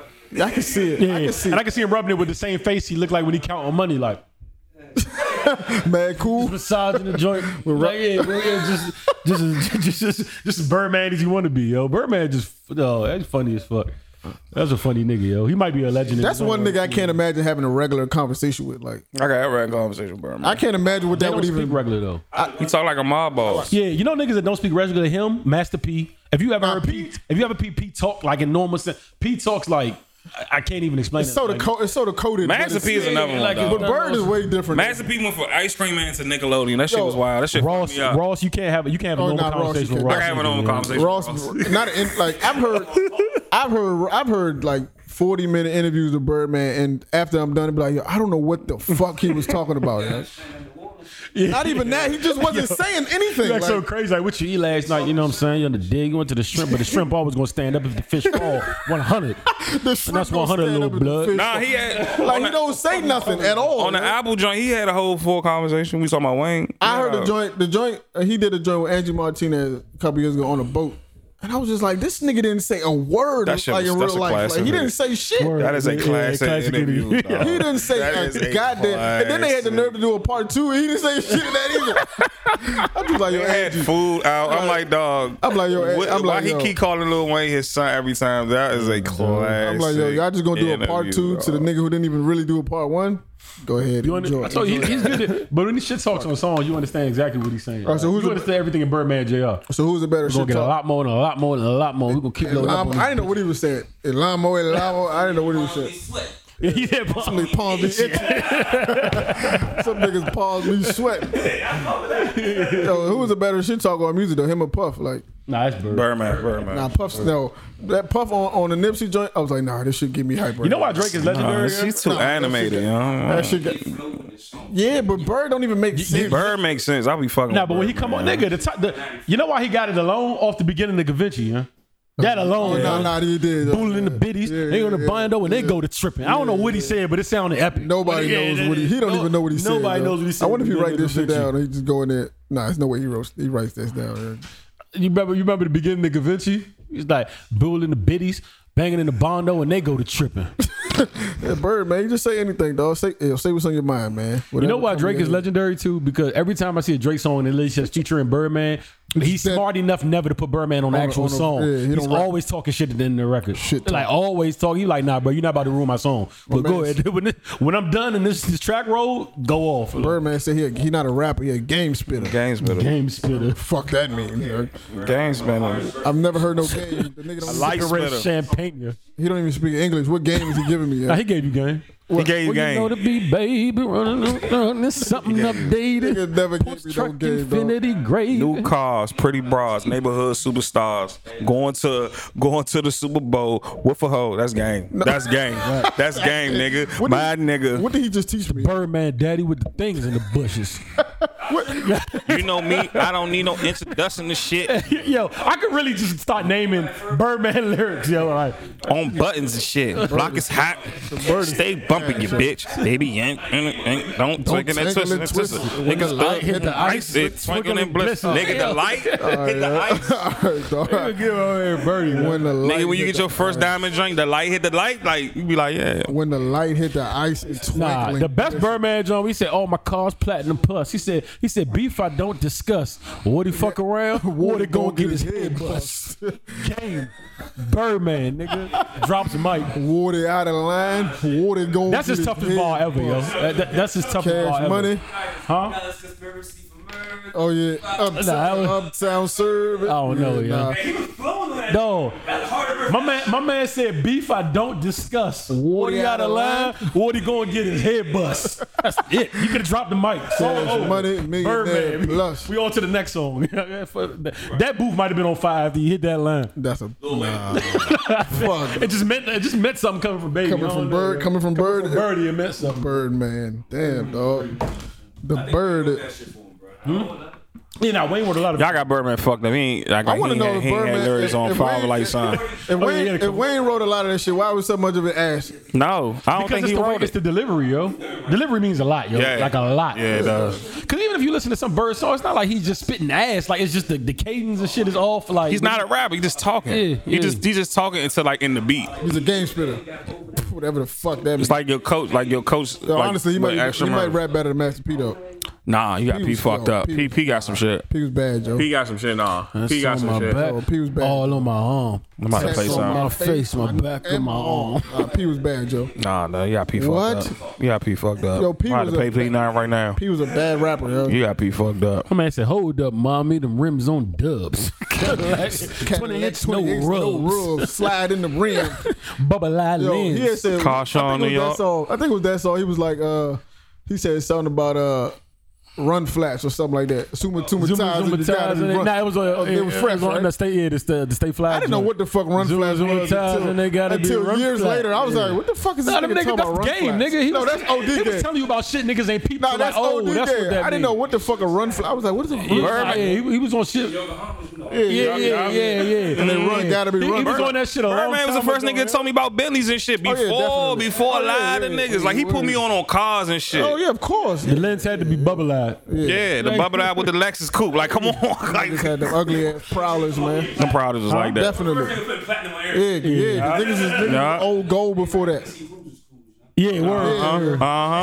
[SPEAKER 3] I can see it.
[SPEAKER 4] Yeah,
[SPEAKER 3] I can see
[SPEAKER 4] and I
[SPEAKER 3] it.
[SPEAKER 4] can see him rubbing it with the same face he looked like when he counting money, like
[SPEAKER 3] Mad cool.
[SPEAKER 4] massaging the joint. like, yeah, bro, yeah, just, just, just, just, just, just Birdman as you want to be, yo. Birdman just, yo, that's funny as fuck. That's a funny nigga, yo. He might be a legend. in
[SPEAKER 3] That's
[SPEAKER 4] his own
[SPEAKER 3] one
[SPEAKER 4] right.
[SPEAKER 3] nigga I can't imagine having a regular conversation with. Like
[SPEAKER 2] I got that conversation with Birdman.
[SPEAKER 3] I can't imagine what
[SPEAKER 4] They
[SPEAKER 3] that
[SPEAKER 4] don't
[SPEAKER 3] would
[SPEAKER 4] speak
[SPEAKER 3] even.
[SPEAKER 4] regular though.
[SPEAKER 2] he talk like a mob boss.
[SPEAKER 4] Yeah, you know niggas that don't speak regular him, Master P. If you ever
[SPEAKER 3] Nah,
[SPEAKER 4] heard P,
[SPEAKER 3] Pete-
[SPEAKER 4] if you ever Pete, Pete talk like enormous, P talks like I, I can't even explain.
[SPEAKER 3] It's
[SPEAKER 4] it.
[SPEAKER 3] so the
[SPEAKER 4] like,
[SPEAKER 3] co- it's so the coded. but
[SPEAKER 2] Master
[SPEAKER 3] it's-
[SPEAKER 2] P is another one.
[SPEAKER 4] like,
[SPEAKER 2] though.
[SPEAKER 3] But Bird is way different.
[SPEAKER 2] Master P went for Ice Cream Man to Nickelodeon. That shit
[SPEAKER 3] Yo,
[SPEAKER 2] was wild. That shit
[SPEAKER 4] Ross,
[SPEAKER 2] fucked me up.
[SPEAKER 4] Ross, you can't have a, you can't have a
[SPEAKER 3] Oh,
[SPEAKER 4] normal
[SPEAKER 3] nah, Ross,
[SPEAKER 4] conversation
[SPEAKER 3] you can't.
[SPEAKER 4] with Ross.
[SPEAKER 2] I can have a normal
[SPEAKER 4] nigga, man.
[SPEAKER 2] conversation.
[SPEAKER 3] Ross,
[SPEAKER 2] with
[SPEAKER 3] not in, like I've heard, I've heard, I've heard like forty minute interviews with Birdman, and after I'm done, it be like, yo, I don't know what the fuck he was talking about. yo. Not even that. He just wasn't saying anything.
[SPEAKER 4] You act so
[SPEAKER 3] like-
[SPEAKER 4] crazy. Like, what you eat last night? You know what I'm saying? You on the dig. You went to the shrimp, but the shrimp always gonna stand up if the fish fall 100.
[SPEAKER 3] the shrimp
[SPEAKER 4] that's
[SPEAKER 3] gonna
[SPEAKER 4] 100
[SPEAKER 3] stand up
[SPEAKER 4] little
[SPEAKER 3] in the
[SPEAKER 4] blood.
[SPEAKER 3] fish.
[SPEAKER 2] Nah, he had
[SPEAKER 3] like
[SPEAKER 2] on
[SPEAKER 3] he
[SPEAKER 2] the-
[SPEAKER 3] don't say nothing at all.
[SPEAKER 2] on the
[SPEAKER 3] yo.
[SPEAKER 2] Apple joint. He had a whole full conversation. We talking about Wayne.
[SPEAKER 3] I heard
[SPEAKER 2] Yeah.
[SPEAKER 3] the joint. The joint. uh, he did a joint with Angie Martinez a couple years ago on a boat, and I was just like, this nigga didn't say a word.
[SPEAKER 2] That shit
[SPEAKER 3] like
[SPEAKER 2] was-
[SPEAKER 3] in
[SPEAKER 2] that's
[SPEAKER 3] real
[SPEAKER 2] a
[SPEAKER 3] life, like,
[SPEAKER 2] classic
[SPEAKER 3] he didn't
[SPEAKER 2] nigga.
[SPEAKER 3] say shit.
[SPEAKER 2] That is a
[SPEAKER 4] Yeah,
[SPEAKER 2] classic
[SPEAKER 4] classic
[SPEAKER 2] interview.
[SPEAKER 4] interview.
[SPEAKER 2] dog.
[SPEAKER 3] He didn't say
[SPEAKER 2] That
[SPEAKER 3] a
[SPEAKER 2] is a
[SPEAKER 3] goddamn. And then they had the
[SPEAKER 2] classic.
[SPEAKER 3] nerve to do a part two. He didn't say shit in that either. I'm just like, yo,
[SPEAKER 2] They had
[SPEAKER 3] Angie.
[SPEAKER 2] food out. I'm like, dog.
[SPEAKER 3] I'm like, yo,
[SPEAKER 2] what-
[SPEAKER 3] I'm
[SPEAKER 2] why
[SPEAKER 3] like,
[SPEAKER 2] he
[SPEAKER 3] yo.
[SPEAKER 2] keep calling Lil Wayne his son every time? That is a classic.
[SPEAKER 3] I'm like, yo, y'all just gonna do a part two to the
[SPEAKER 2] interview,
[SPEAKER 3] nigga who didn't even really do a part one. Go ahead,
[SPEAKER 4] You under-
[SPEAKER 3] enjoy.
[SPEAKER 4] I told you, he's good. at- but when he shit talks on songs, you understand exactly what he's saying.
[SPEAKER 3] All right, so who's
[SPEAKER 4] you
[SPEAKER 3] the-
[SPEAKER 4] understand everything in Birdman Jr. We're
[SPEAKER 3] So who's a better
[SPEAKER 4] gonna
[SPEAKER 3] shit
[SPEAKER 4] get a
[SPEAKER 3] talker?
[SPEAKER 4] lot more and a lot more and a lot more. We're gonna keep loading up.
[SPEAKER 3] Elamo-
[SPEAKER 4] on
[SPEAKER 3] I didn't know what he was saying. Elamo, Elamo. I didn't know what he was saying.
[SPEAKER 5] Sweat.
[SPEAKER 4] this. He said,
[SPEAKER 3] They palm be itching. Some niggas palms be sweating. Yo, who was a better shit talker on music though? Him or Puff? Like,
[SPEAKER 4] Nah, that's Bird.
[SPEAKER 2] Birdman, Birdman.
[SPEAKER 3] nah, Puff's no. That Puff on, on the Nipsey joint, I was like, nah, this shit give me hyper.
[SPEAKER 4] You know why Drake is legendary?
[SPEAKER 2] She's too
[SPEAKER 3] Nah, that shit
[SPEAKER 2] animated.
[SPEAKER 3] got-
[SPEAKER 2] you know?
[SPEAKER 3] That shit got- Uh, yeah, but Bird don't even make sense.
[SPEAKER 2] Bird makes sense. I'll be fucking.
[SPEAKER 4] Nah,
[SPEAKER 2] with
[SPEAKER 4] but when he
[SPEAKER 2] Birdman.
[SPEAKER 4] come on, nigga, the, ti- the you know why he got it alone off the beginning of Da Vinci, huh? That alone,
[SPEAKER 3] Oh,
[SPEAKER 4] yeah.
[SPEAKER 3] nah, nah, he did.
[SPEAKER 4] Fooling in the biddies,
[SPEAKER 3] Yeah,
[SPEAKER 4] they on the
[SPEAKER 3] yeah,
[SPEAKER 4] bindo and they
[SPEAKER 3] yeah.
[SPEAKER 4] go to tripping. I don't know what he said, but it sounded epic.
[SPEAKER 3] Nobody
[SPEAKER 4] Yeah,
[SPEAKER 3] knows
[SPEAKER 4] that
[SPEAKER 3] what he. He don't
[SPEAKER 4] is-
[SPEAKER 3] even know what he said.
[SPEAKER 4] Nobody
[SPEAKER 3] though.
[SPEAKER 4] knows what he said.
[SPEAKER 3] I wonder if he
[SPEAKER 4] Yeah,
[SPEAKER 3] write this shit
[SPEAKER 4] Da Vinci.
[SPEAKER 3] down. Or he just go in there. Nah, there's no way he wrote. He writes this down.
[SPEAKER 4] You remember? You remember the beginning of Da Vinci? He's like booling the biddies, banging in the bondo, and they go to tripping.
[SPEAKER 3] Yeah, Bird, man, you just say anything, dog. Say, yo, say what's on your mind, man.
[SPEAKER 4] You know why Drake is legendary too? Because every time I see a Drake song and it's just featuring Birdman, he's
[SPEAKER 3] that-
[SPEAKER 4] smart enough never to put Birdman on the
[SPEAKER 3] On a-
[SPEAKER 4] actual
[SPEAKER 3] on a-
[SPEAKER 4] song.
[SPEAKER 3] yeah, he
[SPEAKER 4] he's
[SPEAKER 3] don't rap.
[SPEAKER 4] always talking shit in the record.
[SPEAKER 3] Shit
[SPEAKER 4] like always talking. You like, nah, bro, you're not about to ruin my song. But go
[SPEAKER 3] man's-
[SPEAKER 4] ahead. when, it- when I'm done and this, this track roll, go off.
[SPEAKER 3] Birdman said he a, he not a rapper, he a game spitter.
[SPEAKER 2] Game's better.
[SPEAKER 4] Game spitter.
[SPEAKER 3] Fuck that mean. yo.
[SPEAKER 2] Game's better.
[SPEAKER 3] I've never heard no game. The nigga don't,
[SPEAKER 2] like-
[SPEAKER 4] Cigarette
[SPEAKER 2] spitter.
[SPEAKER 4] champagne.
[SPEAKER 3] he don't even speak English. What game is he giving me? yo?
[SPEAKER 4] Now he gave you game.
[SPEAKER 2] He gave you
[SPEAKER 4] Well, you know to
[SPEAKER 2] game.
[SPEAKER 4] be baby running around. It's something
[SPEAKER 3] Nigga
[SPEAKER 4] updated.
[SPEAKER 3] never gave me no
[SPEAKER 4] Post-truck
[SPEAKER 3] game, dog.
[SPEAKER 4] infinity grade.
[SPEAKER 2] New cars, pretty bras, neighborhood superstars, going to going to the Super Bowl with a hoe. That's game. That's game. That's game, nigga.
[SPEAKER 3] What
[SPEAKER 2] My
[SPEAKER 3] did-
[SPEAKER 2] nigga.
[SPEAKER 3] What did he just teach me?
[SPEAKER 4] Birdman daddy with the things in the bushes.
[SPEAKER 2] You know me. I don't need no introduction to shit
[SPEAKER 4] yo, I could really just start naming Birdman lyrics, yo. Like,
[SPEAKER 2] on buttons and shit. Block is hot. Stay bumping you, bitch. Baby yank. yank, yank. Don't twinkle
[SPEAKER 3] twinkle
[SPEAKER 2] and twist and
[SPEAKER 3] and
[SPEAKER 2] twist.
[SPEAKER 3] twist. When the
[SPEAKER 2] Niggas
[SPEAKER 3] light hit
[SPEAKER 2] up, hit the ice. It twinkle and bliss.
[SPEAKER 4] glisten.
[SPEAKER 2] Nigga, the light. Hit the ice.
[SPEAKER 3] All right, dog.
[SPEAKER 4] Birdie.
[SPEAKER 3] When the light
[SPEAKER 2] Nigga, when you
[SPEAKER 3] hit
[SPEAKER 2] get your
[SPEAKER 3] the-
[SPEAKER 2] first diamond drink, the light hit the light. Like you be like, yeah.
[SPEAKER 3] when the light hit the ice, it's
[SPEAKER 4] Nah,
[SPEAKER 3] twinkling.
[SPEAKER 4] the best Birdman John. We said, "Oh, my car's platinum plus." He said, "He said beef I don't discuss. What he fuck around? What he gonna get his head bust?" Game, Birdman, nigga, drops the mic.
[SPEAKER 3] Water out of line. Water going.
[SPEAKER 4] That's his toughest ball ever, yo. That- that- that's his toughest ball
[SPEAKER 3] Cash
[SPEAKER 4] ever.
[SPEAKER 3] money.
[SPEAKER 4] Huh?
[SPEAKER 5] Now it's conspiracy for murder.
[SPEAKER 3] Oh yeah. Uptown,
[SPEAKER 4] that was-
[SPEAKER 3] uptown service.
[SPEAKER 4] I don't know,
[SPEAKER 3] Yeah,
[SPEAKER 4] yo.
[SPEAKER 5] Hey, he was blowing on that.
[SPEAKER 4] No,
[SPEAKER 5] That's harder remember.
[SPEAKER 4] My man, my man said, "Beef I don't discuss." Wardy out of line. Wardy going to get his head bust. That's it. You could have dropped the mic. It's all
[SPEAKER 3] Cash
[SPEAKER 4] over.
[SPEAKER 3] Money, Millionaire
[SPEAKER 4] Oh, Birdman.
[SPEAKER 3] Plus.
[SPEAKER 4] We on to the next song. that booth might have been on fire after you hit that line.
[SPEAKER 3] That's a nah. fuck.
[SPEAKER 4] It just meant it just meant something coming from baby. I
[SPEAKER 3] Coming
[SPEAKER 4] don't
[SPEAKER 3] from
[SPEAKER 4] know,
[SPEAKER 3] bird,
[SPEAKER 4] yo.
[SPEAKER 3] coming from bird,
[SPEAKER 4] Birdie, it meant something.
[SPEAKER 3] bird man. Damn dog. The
[SPEAKER 5] Wrote
[SPEAKER 3] bird. Hmm?
[SPEAKER 5] that shit for him, bro. I don't know.
[SPEAKER 4] You know, Wayne wrote a lot of.
[SPEAKER 2] Y'all got Birdman fucked up. He ain't like
[SPEAKER 3] I
[SPEAKER 2] he
[SPEAKER 3] wanna
[SPEAKER 2] ain't
[SPEAKER 3] know
[SPEAKER 2] had-
[SPEAKER 3] if
[SPEAKER 2] he ain't had
[SPEAKER 3] Birdman-
[SPEAKER 2] lyrics on
[SPEAKER 3] if- if
[SPEAKER 2] fire
[SPEAKER 3] Wayne-
[SPEAKER 2] like son.
[SPEAKER 3] If
[SPEAKER 4] Oh, yeah,
[SPEAKER 3] Wayne,
[SPEAKER 4] yeah,
[SPEAKER 3] if
[SPEAKER 4] come
[SPEAKER 3] Wayne wrote a lot of that shit, why was so much of it ass?
[SPEAKER 2] No, I don't
[SPEAKER 4] Because
[SPEAKER 2] think
[SPEAKER 4] it's
[SPEAKER 2] he
[SPEAKER 4] the way
[SPEAKER 2] wrote
[SPEAKER 4] it's
[SPEAKER 2] it.
[SPEAKER 4] the delivery, yo. Delivery means a lot, yo.
[SPEAKER 2] Yeah.
[SPEAKER 4] Like a lot.
[SPEAKER 2] Yeah, it does.
[SPEAKER 4] Because even if you listen to some bird song, it's not like he's just spitting ass. Like it's just the, the cadence and shit is off. Like
[SPEAKER 2] He's not a rapper. He's just talking.
[SPEAKER 4] Yeah,
[SPEAKER 2] He
[SPEAKER 4] yeah.
[SPEAKER 2] just he just talking until like in the beat.
[SPEAKER 3] He's a game spitter. Whatever the fuck that means.
[SPEAKER 2] It's like your coach, like your coach.
[SPEAKER 3] Yo,
[SPEAKER 2] like,
[SPEAKER 3] honestly, he
[SPEAKER 2] with
[SPEAKER 3] might, he
[SPEAKER 2] extra
[SPEAKER 3] might
[SPEAKER 2] murder.
[SPEAKER 3] rap better than Master P though.
[SPEAKER 2] Nah, you got
[SPEAKER 3] He
[SPEAKER 2] P
[SPEAKER 3] was-
[SPEAKER 2] fucked
[SPEAKER 3] yo,
[SPEAKER 2] up.
[SPEAKER 3] P
[SPEAKER 2] P P got some shit.
[SPEAKER 3] P was bad, Joe.
[SPEAKER 2] P got some shit. Nah,
[SPEAKER 4] That's
[SPEAKER 2] P got
[SPEAKER 4] on
[SPEAKER 2] some
[SPEAKER 4] my
[SPEAKER 2] shit.
[SPEAKER 4] back,
[SPEAKER 3] Oh, P was bad.
[SPEAKER 4] all on my arm,
[SPEAKER 2] I'm about to
[SPEAKER 3] That's
[SPEAKER 2] play
[SPEAKER 3] on
[SPEAKER 2] something.
[SPEAKER 4] my face, my back, and my arm.
[SPEAKER 3] Nah, Uh, P was bad, Joe.
[SPEAKER 2] Nah, nah, you got P fucked
[SPEAKER 3] What?
[SPEAKER 2] up. You got P fucked up.
[SPEAKER 3] Yo, P
[SPEAKER 2] I'm about
[SPEAKER 3] was
[SPEAKER 2] to
[SPEAKER 3] a-
[SPEAKER 2] pay P nine right now.
[SPEAKER 3] P was a bad rapper, yo.
[SPEAKER 2] You got P fucked up.
[SPEAKER 4] My man said, "Hold up, mommy, them rims on dubs. Twenty inch, no
[SPEAKER 3] 28
[SPEAKER 4] rubs.
[SPEAKER 3] rubs. Slide in the rim.
[SPEAKER 4] Bubba lie
[SPEAKER 3] Yo, he had
[SPEAKER 4] lens.
[SPEAKER 3] said,
[SPEAKER 2] Call
[SPEAKER 3] I think
[SPEAKER 2] Sean
[SPEAKER 3] it was
[SPEAKER 2] New
[SPEAKER 3] that
[SPEAKER 2] York.
[SPEAKER 3] song- I think it was that song. He was like, uh, he said something about uh, run flaps or something like that. Zuma, Zuma,
[SPEAKER 4] Zoom,
[SPEAKER 3] times.
[SPEAKER 4] zoom,
[SPEAKER 3] and you gotta
[SPEAKER 4] times, and
[SPEAKER 3] be
[SPEAKER 4] they-
[SPEAKER 3] run-
[SPEAKER 4] nah, it was on.
[SPEAKER 3] Oh, it was fresh,
[SPEAKER 4] on
[SPEAKER 3] right?
[SPEAKER 4] the stay, yeah, the stay, the stay fly.
[SPEAKER 3] I didn't know what the fuck run
[SPEAKER 4] Zoom,
[SPEAKER 3] flaps
[SPEAKER 4] zoom,
[SPEAKER 3] was
[SPEAKER 4] times,
[SPEAKER 3] until,
[SPEAKER 4] and they gotta be
[SPEAKER 3] until
[SPEAKER 4] run
[SPEAKER 3] years
[SPEAKER 4] flaps.
[SPEAKER 3] later. I was
[SPEAKER 4] Yeah.
[SPEAKER 3] like, what the fuck is this
[SPEAKER 4] Nah, them
[SPEAKER 3] nigga
[SPEAKER 4] nigga,
[SPEAKER 3] talking
[SPEAKER 4] that's
[SPEAKER 3] about run
[SPEAKER 4] game,
[SPEAKER 3] flaps?
[SPEAKER 4] nigga. He
[SPEAKER 3] no,
[SPEAKER 4] was,
[SPEAKER 3] that's OD
[SPEAKER 4] He
[SPEAKER 3] game.
[SPEAKER 4] was telling you about shit niggas ain't people.
[SPEAKER 3] No,
[SPEAKER 4] like,
[SPEAKER 3] that's
[SPEAKER 4] oh,
[SPEAKER 3] OD
[SPEAKER 4] that's
[SPEAKER 3] game.
[SPEAKER 4] what that
[SPEAKER 3] I didn't
[SPEAKER 4] mean.
[SPEAKER 3] know what the fuck a run flap. I was like, what is a run
[SPEAKER 4] Yeah,
[SPEAKER 3] flap?
[SPEAKER 4] yeah, he, he was on shit. Yeah, yeah, yeah, yeah. And
[SPEAKER 3] they run, gotta be
[SPEAKER 4] he,
[SPEAKER 3] run.
[SPEAKER 4] He was on that shit a long
[SPEAKER 2] Birdman was the
[SPEAKER 4] time
[SPEAKER 2] first
[SPEAKER 4] ago,
[SPEAKER 2] nigga
[SPEAKER 4] man.
[SPEAKER 2] that told me about Bentleys and shit
[SPEAKER 3] yeah,
[SPEAKER 2] before,
[SPEAKER 3] definitely.
[SPEAKER 2] before
[SPEAKER 3] Oh,
[SPEAKER 2] a
[SPEAKER 3] yeah,
[SPEAKER 2] lot of
[SPEAKER 3] yeah,
[SPEAKER 2] niggas. Like he put me on on cars and shit.
[SPEAKER 3] Oh yeah, of course.
[SPEAKER 4] The lens had to be bubble eyed.
[SPEAKER 2] Yeah, the bubble out with the Lexus coupe. Like, come on. like,
[SPEAKER 3] Niggas had them ugly ass prowlers, man.
[SPEAKER 2] them prouders was like that.
[SPEAKER 3] Definitely.
[SPEAKER 5] Nigga put platinum on
[SPEAKER 3] Yeah,
[SPEAKER 5] everything.
[SPEAKER 3] yeah. 'cause Niggas is niggas
[SPEAKER 2] Nah.
[SPEAKER 3] is old gold before that.
[SPEAKER 4] Yeah, word.
[SPEAKER 3] Yeah.
[SPEAKER 2] Uh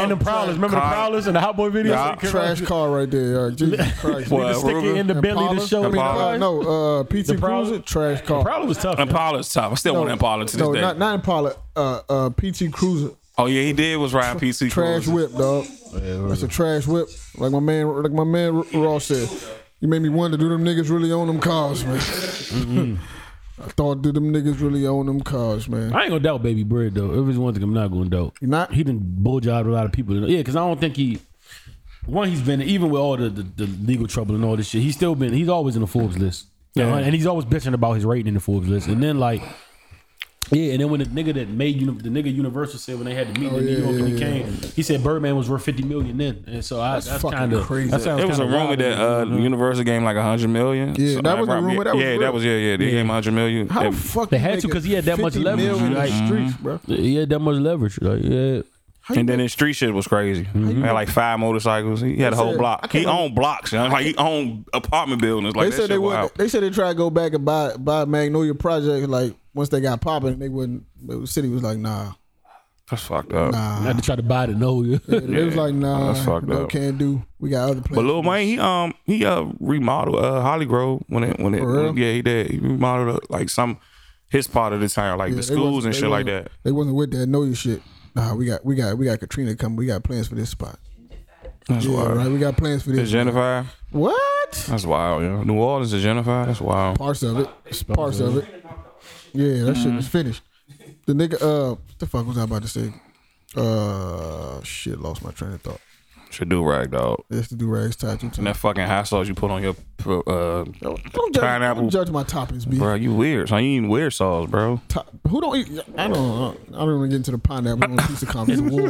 [SPEAKER 4] And the
[SPEAKER 2] huh.
[SPEAKER 4] Prowlers. Remember the
[SPEAKER 2] Car.
[SPEAKER 4] Prowlers and the Hot Boy video?
[SPEAKER 2] Yeah.
[SPEAKER 3] Trash car right there. Uh, Jesus Christ.
[SPEAKER 2] What?
[SPEAKER 4] The sticky
[SPEAKER 2] Ruger.
[SPEAKER 4] in the belly
[SPEAKER 3] Impala?
[SPEAKER 4] to show
[SPEAKER 3] I mean,
[SPEAKER 2] Impala.
[SPEAKER 3] uh, no, uh, PT
[SPEAKER 4] Impala?
[SPEAKER 3] Cruiser, trash car.
[SPEAKER 4] Prowler was tough. man.
[SPEAKER 2] Impala's top. I still want
[SPEAKER 3] No,
[SPEAKER 2] Impala to this
[SPEAKER 3] no,
[SPEAKER 2] day.
[SPEAKER 3] not not Impala. Uh, uh, PT Cruiser,
[SPEAKER 2] oh yeah, he did was riding PC
[SPEAKER 3] trash
[SPEAKER 2] Cruiser.
[SPEAKER 3] whip, dog. That's a trash whip. Like my man, like my man R- Ross said, you made me wonder, do them niggas really own them cars, man?
[SPEAKER 4] Mm-hmm.
[SPEAKER 3] I thought, do them niggas really own them cars, man?
[SPEAKER 4] I ain't gonna doubt Baby Bird though. If it's one thing I'm not gonna doubt,
[SPEAKER 3] You not?
[SPEAKER 4] he done bulljobbed a lot of people. Yeah, because I don't think he. One, he's been even with all the, the, the legal trouble and all this shit. He's still been. He's always in the Forbes list. Yeah, and he's always bitching about his rating in the Forbes list. And then like, yeah, and then when the nigga that made uni- the nigga Universal said when they had the meeting in
[SPEAKER 3] yeah,
[SPEAKER 4] New York and he
[SPEAKER 3] Oh, yeah,
[SPEAKER 4] came, he said Birdman was worth fifty million then. And so I, that's,
[SPEAKER 3] fucking
[SPEAKER 4] kind of
[SPEAKER 3] crazy.
[SPEAKER 4] That sounds
[SPEAKER 2] It was a
[SPEAKER 4] kinda
[SPEAKER 2] rumor
[SPEAKER 4] wild.
[SPEAKER 2] that uh, Universal game like hundred million.
[SPEAKER 3] Yeah, that
[SPEAKER 2] I
[SPEAKER 3] wasn't a
[SPEAKER 2] probably-
[SPEAKER 3] rumor, that was
[SPEAKER 2] yeah,
[SPEAKER 3] real.
[SPEAKER 2] that was yeah, yeah. They gave him hundred million.
[SPEAKER 3] How
[SPEAKER 2] They-
[SPEAKER 3] the fuck
[SPEAKER 4] They
[SPEAKER 3] you
[SPEAKER 4] had
[SPEAKER 3] make
[SPEAKER 4] to
[SPEAKER 3] it
[SPEAKER 4] 'cause he had that much
[SPEAKER 3] 50
[SPEAKER 4] leverage, mm-hmm.
[SPEAKER 3] million in
[SPEAKER 4] right?
[SPEAKER 3] the streets, bro.
[SPEAKER 4] he had that much leverage. Like, yeah,
[SPEAKER 2] and then his street shit was crazy. He had like five motorcycles. He had a whole
[SPEAKER 3] said- I
[SPEAKER 2] block.
[SPEAKER 3] can't
[SPEAKER 2] He owned blocks. You know? Like he owned apartment buildings. Like
[SPEAKER 3] They
[SPEAKER 2] that
[SPEAKER 3] said
[SPEAKER 2] shit
[SPEAKER 3] they
[SPEAKER 2] was
[SPEAKER 3] would.
[SPEAKER 2] out.
[SPEAKER 3] They said they tried to go back and buy buy Magnolia Project. Like once they got popping, they wouldn't. The city was like, nah.
[SPEAKER 2] That's fucked up.
[SPEAKER 4] not to try to buy to know you.
[SPEAKER 3] It was like, nah.
[SPEAKER 2] that's fucked
[SPEAKER 3] no,
[SPEAKER 2] up.
[SPEAKER 3] can't do. We got other plans.
[SPEAKER 2] But Lil Wayne, he um he uh remodeled uh Holly Grove when it when it
[SPEAKER 3] For real?
[SPEAKER 2] yeah he did he remodeled uh, like some his part of the town like the
[SPEAKER 3] They
[SPEAKER 2] schools
[SPEAKER 3] wasn't-
[SPEAKER 2] and
[SPEAKER 3] they
[SPEAKER 2] shit like
[SPEAKER 3] wasn't-
[SPEAKER 2] that.
[SPEAKER 3] They wasn't with that know you shit. Nah, we got we got we got Katrina coming. We got plans for this spot.
[SPEAKER 2] That's
[SPEAKER 3] Yeah,
[SPEAKER 2] wild.
[SPEAKER 3] right. We got plans for this.
[SPEAKER 2] It's gentrified.
[SPEAKER 3] What?
[SPEAKER 2] That's wild. Yeah, New Orleans is gentrified. That's wild.
[SPEAKER 3] Parts of it. It's Parts of it. Yeah, that shit is finished. The nigga, uh, what the fuck was I about to say? Uh, shit, lost my train of thought.
[SPEAKER 2] Should do rag dog.
[SPEAKER 3] It's the do rags tied to
[SPEAKER 2] And that fucking hot sauce you put on your uh,
[SPEAKER 3] Don't, don't judge,
[SPEAKER 2] Pineapple.
[SPEAKER 3] don't judge my toppings, B.
[SPEAKER 2] bro, you weird. So you eating weird sauce, bro.
[SPEAKER 3] Top, who don't eat? I don't. I don't even get into the pineapple on pizza comments. Y'all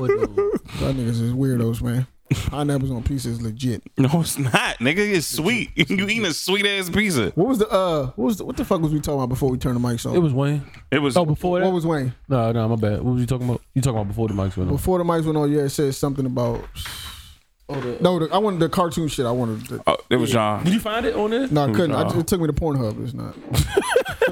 [SPEAKER 3] niggas is weirdos, man. Pineapples on pizza is legit.
[SPEAKER 2] No, it's not, nigga. It's sweet. you eating a sweet ass pizza.
[SPEAKER 3] What was the uh? What was the, what the fuck was we talking about before we turned the mics on?
[SPEAKER 4] It was Wayne.
[SPEAKER 2] It was.
[SPEAKER 4] Oh, before that,
[SPEAKER 3] what was Wayne
[SPEAKER 4] No, no, my bad. What was you talking about? You talking about before the mics went off?
[SPEAKER 3] before the mics went on? Yeah, it said something about. no, the, I wanted the cartoon shit. I wanted. The,
[SPEAKER 2] oh, it was John.
[SPEAKER 4] you find it on there?
[SPEAKER 3] no, I couldn't.
[SPEAKER 2] no.
[SPEAKER 3] I, it took me to Pornhub. It's not.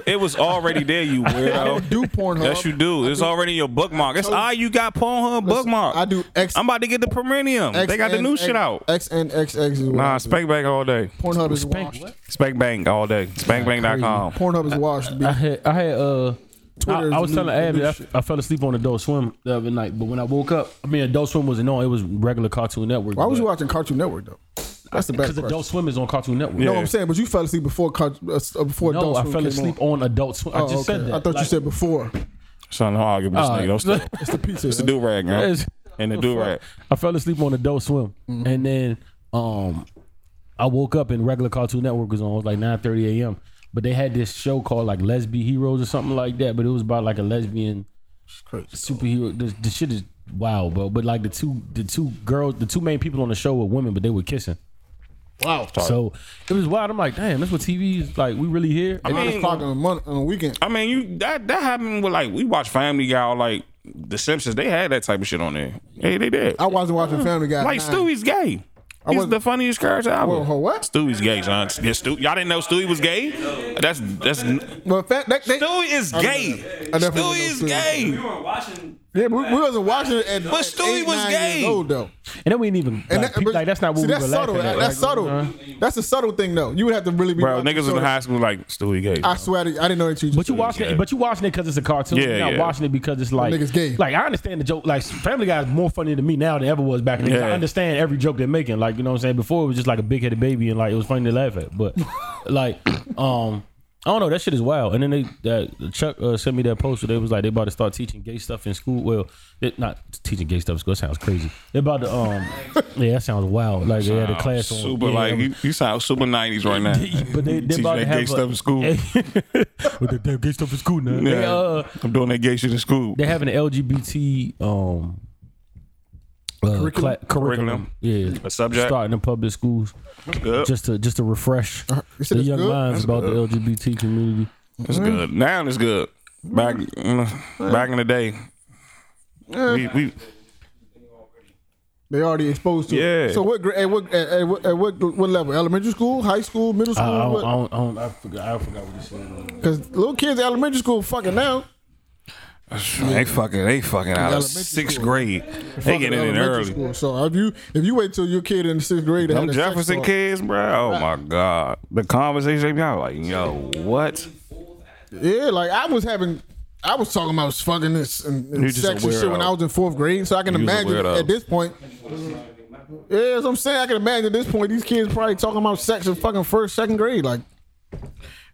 [SPEAKER 2] It was already there, you weirdo.
[SPEAKER 3] Do Pornhub?
[SPEAKER 2] Yes, you do. It's already in your bookmark. That's all you got Pornhub bookmark.
[SPEAKER 3] I do X-
[SPEAKER 2] I'm about to get the premium.
[SPEAKER 3] X
[SPEAKER 2] they got the
[SPEAKER 3] and
[SPEAKER 2] new
[SPEAKER 3] X-
[SPEAKER 2] shit out.
[SPEAKER 3] XNXX is what I
[SPEAKER 2] Nah,
[SPEAKER 3] do.
[SPEAKER 2] Spank Bank all day.
[SPEAKER 3] Pornhub is
[SPEAKER 4] Spank
[SPEAKER 3] washed.
[SPEAKER 4] what?
[SPEAKER 2] Spank Bank all day. SpankBank.com.
[SPEAKER 3] Pornhub is washed. B.
[SPEAKER 4] I had, I had, uh,
[SPEAKER 3] Twitter
[SPEAKER 4] I,
[SPEAKER 3] is
[SPEAKER 4] I was
[SPEAKER 3] the new-
[SPEAKER 4] telling
[SPEAKER 3] the new
[SPEAKER 4] Abby I,
[SPEAKER 3] shit.
[SPEAKER 4] I fell asleep on Adult Swim the other night, but when I woke up, I mean Adult Swim wasn't on. It was regular Cartoon Network.
[SPEAKER 3] Why was
[SPEAKER 4] but
[SPEAKER 3] you watching Cartoon Network though? That's the best
[SPEAKER 4] Because
[SPEAKER 3] question.
[SPEAKER 4] Adult Swim is on Cartoon Network.
[SPEAKER 3] No, I'm saying, but you fell asleep before Car- uh, uh, before
[SPEAKER 4] No,
[SPEAKER 3] Adult
[SPEAKER 4] I
[SPEAKER 3] Swim
[SPEAKER 4] fell
[SPEAKER 3] came
[SPEAKER 4] asleep
[SPEAKER 3] on.
[SPEAKER 4] on Adult Swim. I
[SPEAKER 3] Oh,
[SPEAKER 4] just
[SPEAKER 3] okay.
[SPEAKER 4] said that.
[SPEAKER 3] I thought you
[SPEAKER 4] Like,
[SPEAKER 3] said before.
[SPEAKER 2] Son, no argument with this nigga. Don't stop.
[SPEAKER 3] It's the pizza.
[SPEAKER 2] It's the do rag, man.
[SPEAKER 4] Yes.
[SPEAKER 2] And the do rag.
[SPEAKER 4] I fell asleep on Adult Swim,
[SPEAKER 3] Mm-hmm.
[SPEAKER 4] and then um, I woke up and regular Cartoon Network was on. It was like nine thirty a.m. But they had this show called like Lesbian Heroes or something like that. But it was about like a lesbian superhero. The, the shit is wild, bro. But like the two the two girls, the two main people on the show were women, but they were kissing.
[SPEAKER 3] Wow.
[SPEAKER 4] So it was wild. I'm like, damn, that's what TV is like. We really here.
[SPEAKER 2] I
[SPEAKER 3] Nine
[SPEAKER 2] mean,
[SPEAKER 3] o'clock on a, month, on a weekend.
[SPEAKER 2] I mean, you that that happened with like we watched Family Guy, or, like The Simpsons. They had that type of shit on there. Hey, they did.
[SPEAKER 3] I wasn't watching Family Guy. at
[SPEAKER 2] like
[SPEAKER 3] nine.
[SPEAKER 2] Stewie's gay. He's
[SPEAKER 3] wasn't-
[SPEAKER 2] the funniest character ever.
[SPEAKER 3] Whoa, whoa, what?
[SPEAKER 2] Stewie's gay, son. Yeah, Stew, y'all didn't know Stewie was gay? That's that's
[SPEAKER 3] Well, in fact, that, they,
[SPEAKER 2] Stewie is gay.
[SPEAKER 3] I definitely know
[SPEAKER 2] Stewie is
[SPEAKER 3] Stewie.
[SPEAKER 5] We
[SPEAKER 2] gay.
[SPEAKER 5] weren't watching.
[SPEAKER 3] yeah, we, we wasn't watching it at
[SPEAKER 2] But
[SPEAKER 3] at
[SPEAKER 2] Stewie
[SPEAKER 3] eight,
[SPEAKER 2] was
[SPEAKER 3] nine
[SPEAKER 2] gay.
[SPEAKER 3] years Old, though.
[SPEAKER 4] And then we didn't even like, pe-
[SPEAKER 3] but-
[SPEAKER 4] like, that's not what
[SPEAKER 3] see,
[SPEAKER 4] we
[SPEAKER 3] that's
[SPEAKER 4] were
[SPEAKER 3] subtle.
[SPEAKER 4] laughing at.
[SPEAKER 3] That's
[SPEAKER 4] Like, uh-huh.
[SPEAKER 3] subtle. That's a subtle thing, though. You would have to really be.
[SPEAKER 2] Bro,
[SPEAKER 3] watching
[SPEAKER 2] niggas was
[SPEAKER 3] shows.
[SPEAKER 2] in high school like Stewie gay.
[SPEAKER 3] I swear to you, I didn't know that you.
[SPEAKER 4] But you watching
[SPEAKER 2] Yeah.
[SPEAKER 4] it, but you watching it because it's a cartoon.
[SPEAKER 2] Yeah,
[SPEAKER 4] You're not
[SPEAKER 2] yeah.
[SPEAKER 4] watching it because it's like
[SPEAKER 3] niggas gay.
[SPEAKER 4] Like I understand the joke. Like Family Guy is more funny to me now than ever was back in the day. 'cause I
[SPEAKER 2] Yeah.
[SPEAKER 4] understand every joke they're making. Like you know what I'm saying. Before it was just like a big headed baby and like it was funny to laugh at. But like um. I don't know. That shit is wild. And then they that Chuck uh, sent me that poster. They was like they about to start teaching gay stuff in school. Well, it, not teaching gay stuff in school. That sounds crazy. They about to um. yeah, that sounds wild. Like they had a class on
[SPEAKER 2] super
[SPEAKER 4] yeah,
[SPEAKER 2] like you, you sound super nineties right now.
[SPEAKER 4] but they they
[SPEAKER 2] Teach
[SPEAKER 4] about to
[SPEAKER 2] that gay
[SPEAKER 4] have a-
[SPEAKER 2] stuff in school.
[SPEAKER 4] With the damn gay stuff in school now. They,
[SPEAKER 2] Yeah.
[SPEAKER 4] uh,
[SPEAKER 2] I'm doing that gay shit in school.
[SPEAKER 4] they having an LGBT um uh, curriculum. curriculum.
[SPEAKER 2] Curriculum.
[SPEAKER 4] Yeah,
[SPEAKER 2] A subject.
[SPEAKER 4] starting in public schools
[SPEAKER 2] Good.
[SPEAKER 4] just to just to refresh
[SPEAKER 3] said
[SPEAKER 4] the
[SPEAKER 3] it's
[SPEAKER 4] young
[SPEAKER 3] good?
[SPEAKER 4] minds about the LGBT community.
[SPEAKER 2] It's good. Now it's good. Back mm, back in the day. We, we
[SPEAKER 3] They already exposed to. It.
[SPEAKER 2] Yeah.
[SPEAKER 3] So what? gra- At what? At, at what? At what? What level? Elementary school, high school, middle
[SPEAKER 4] I, I,
[SPEAKER 3] school.
[SPEAKER 4] don't, I,
[SPEAKER 3] Uh, what?
[SPEAKER 4] don't, I, don't, I forgot. I forgot what you said.
[SPEAKER 3] Because little kids, at elementary school, fucking now.
[SPEAKER 2] they fucking they fucking out
[SPEAKER 3] Elementary
[SPEAKER 2] of sixth
[SPEAKER 3] school.
[SPEAKER 2] grade. They
[SPEAKER 3] fucking
[SPEAKER 2] getting in
[SPEAKER 3] elementary
[SPEAKER 2] early.
[SPEAKER 3] School. So if you if you wait till your kid in sixth grade, to have
[SPEAKER 2] Them
[SPEAKER 3] a sex
[SPEAKER 2] Jefferson
[SPEAKER 3] talk-
[SPEAKER 2] kids, bro. Oh my god. The conversation they be out like, yo, what?
[SPEAKER 3] Yeah, like I was having, I was talking about fucking this and, and
[SPEAKER 2] You just
[SPEAKER 3] sex
[SPEAKER 2] a
[SPEAKER 3] and shit when
[SPEAKER 2] weirdo.
[SPEAKER 3] I was in fourth grade. So I can
[SPEAKER 2] You was a
[SPEAKER 3] imagine
[SPEAKER 2] weirdo.
[SPEAKER 3] at this point. Yeah, that's what I'm saying. I can imagine at this point these kids probably talking about sex in fucking first, second grade. Like,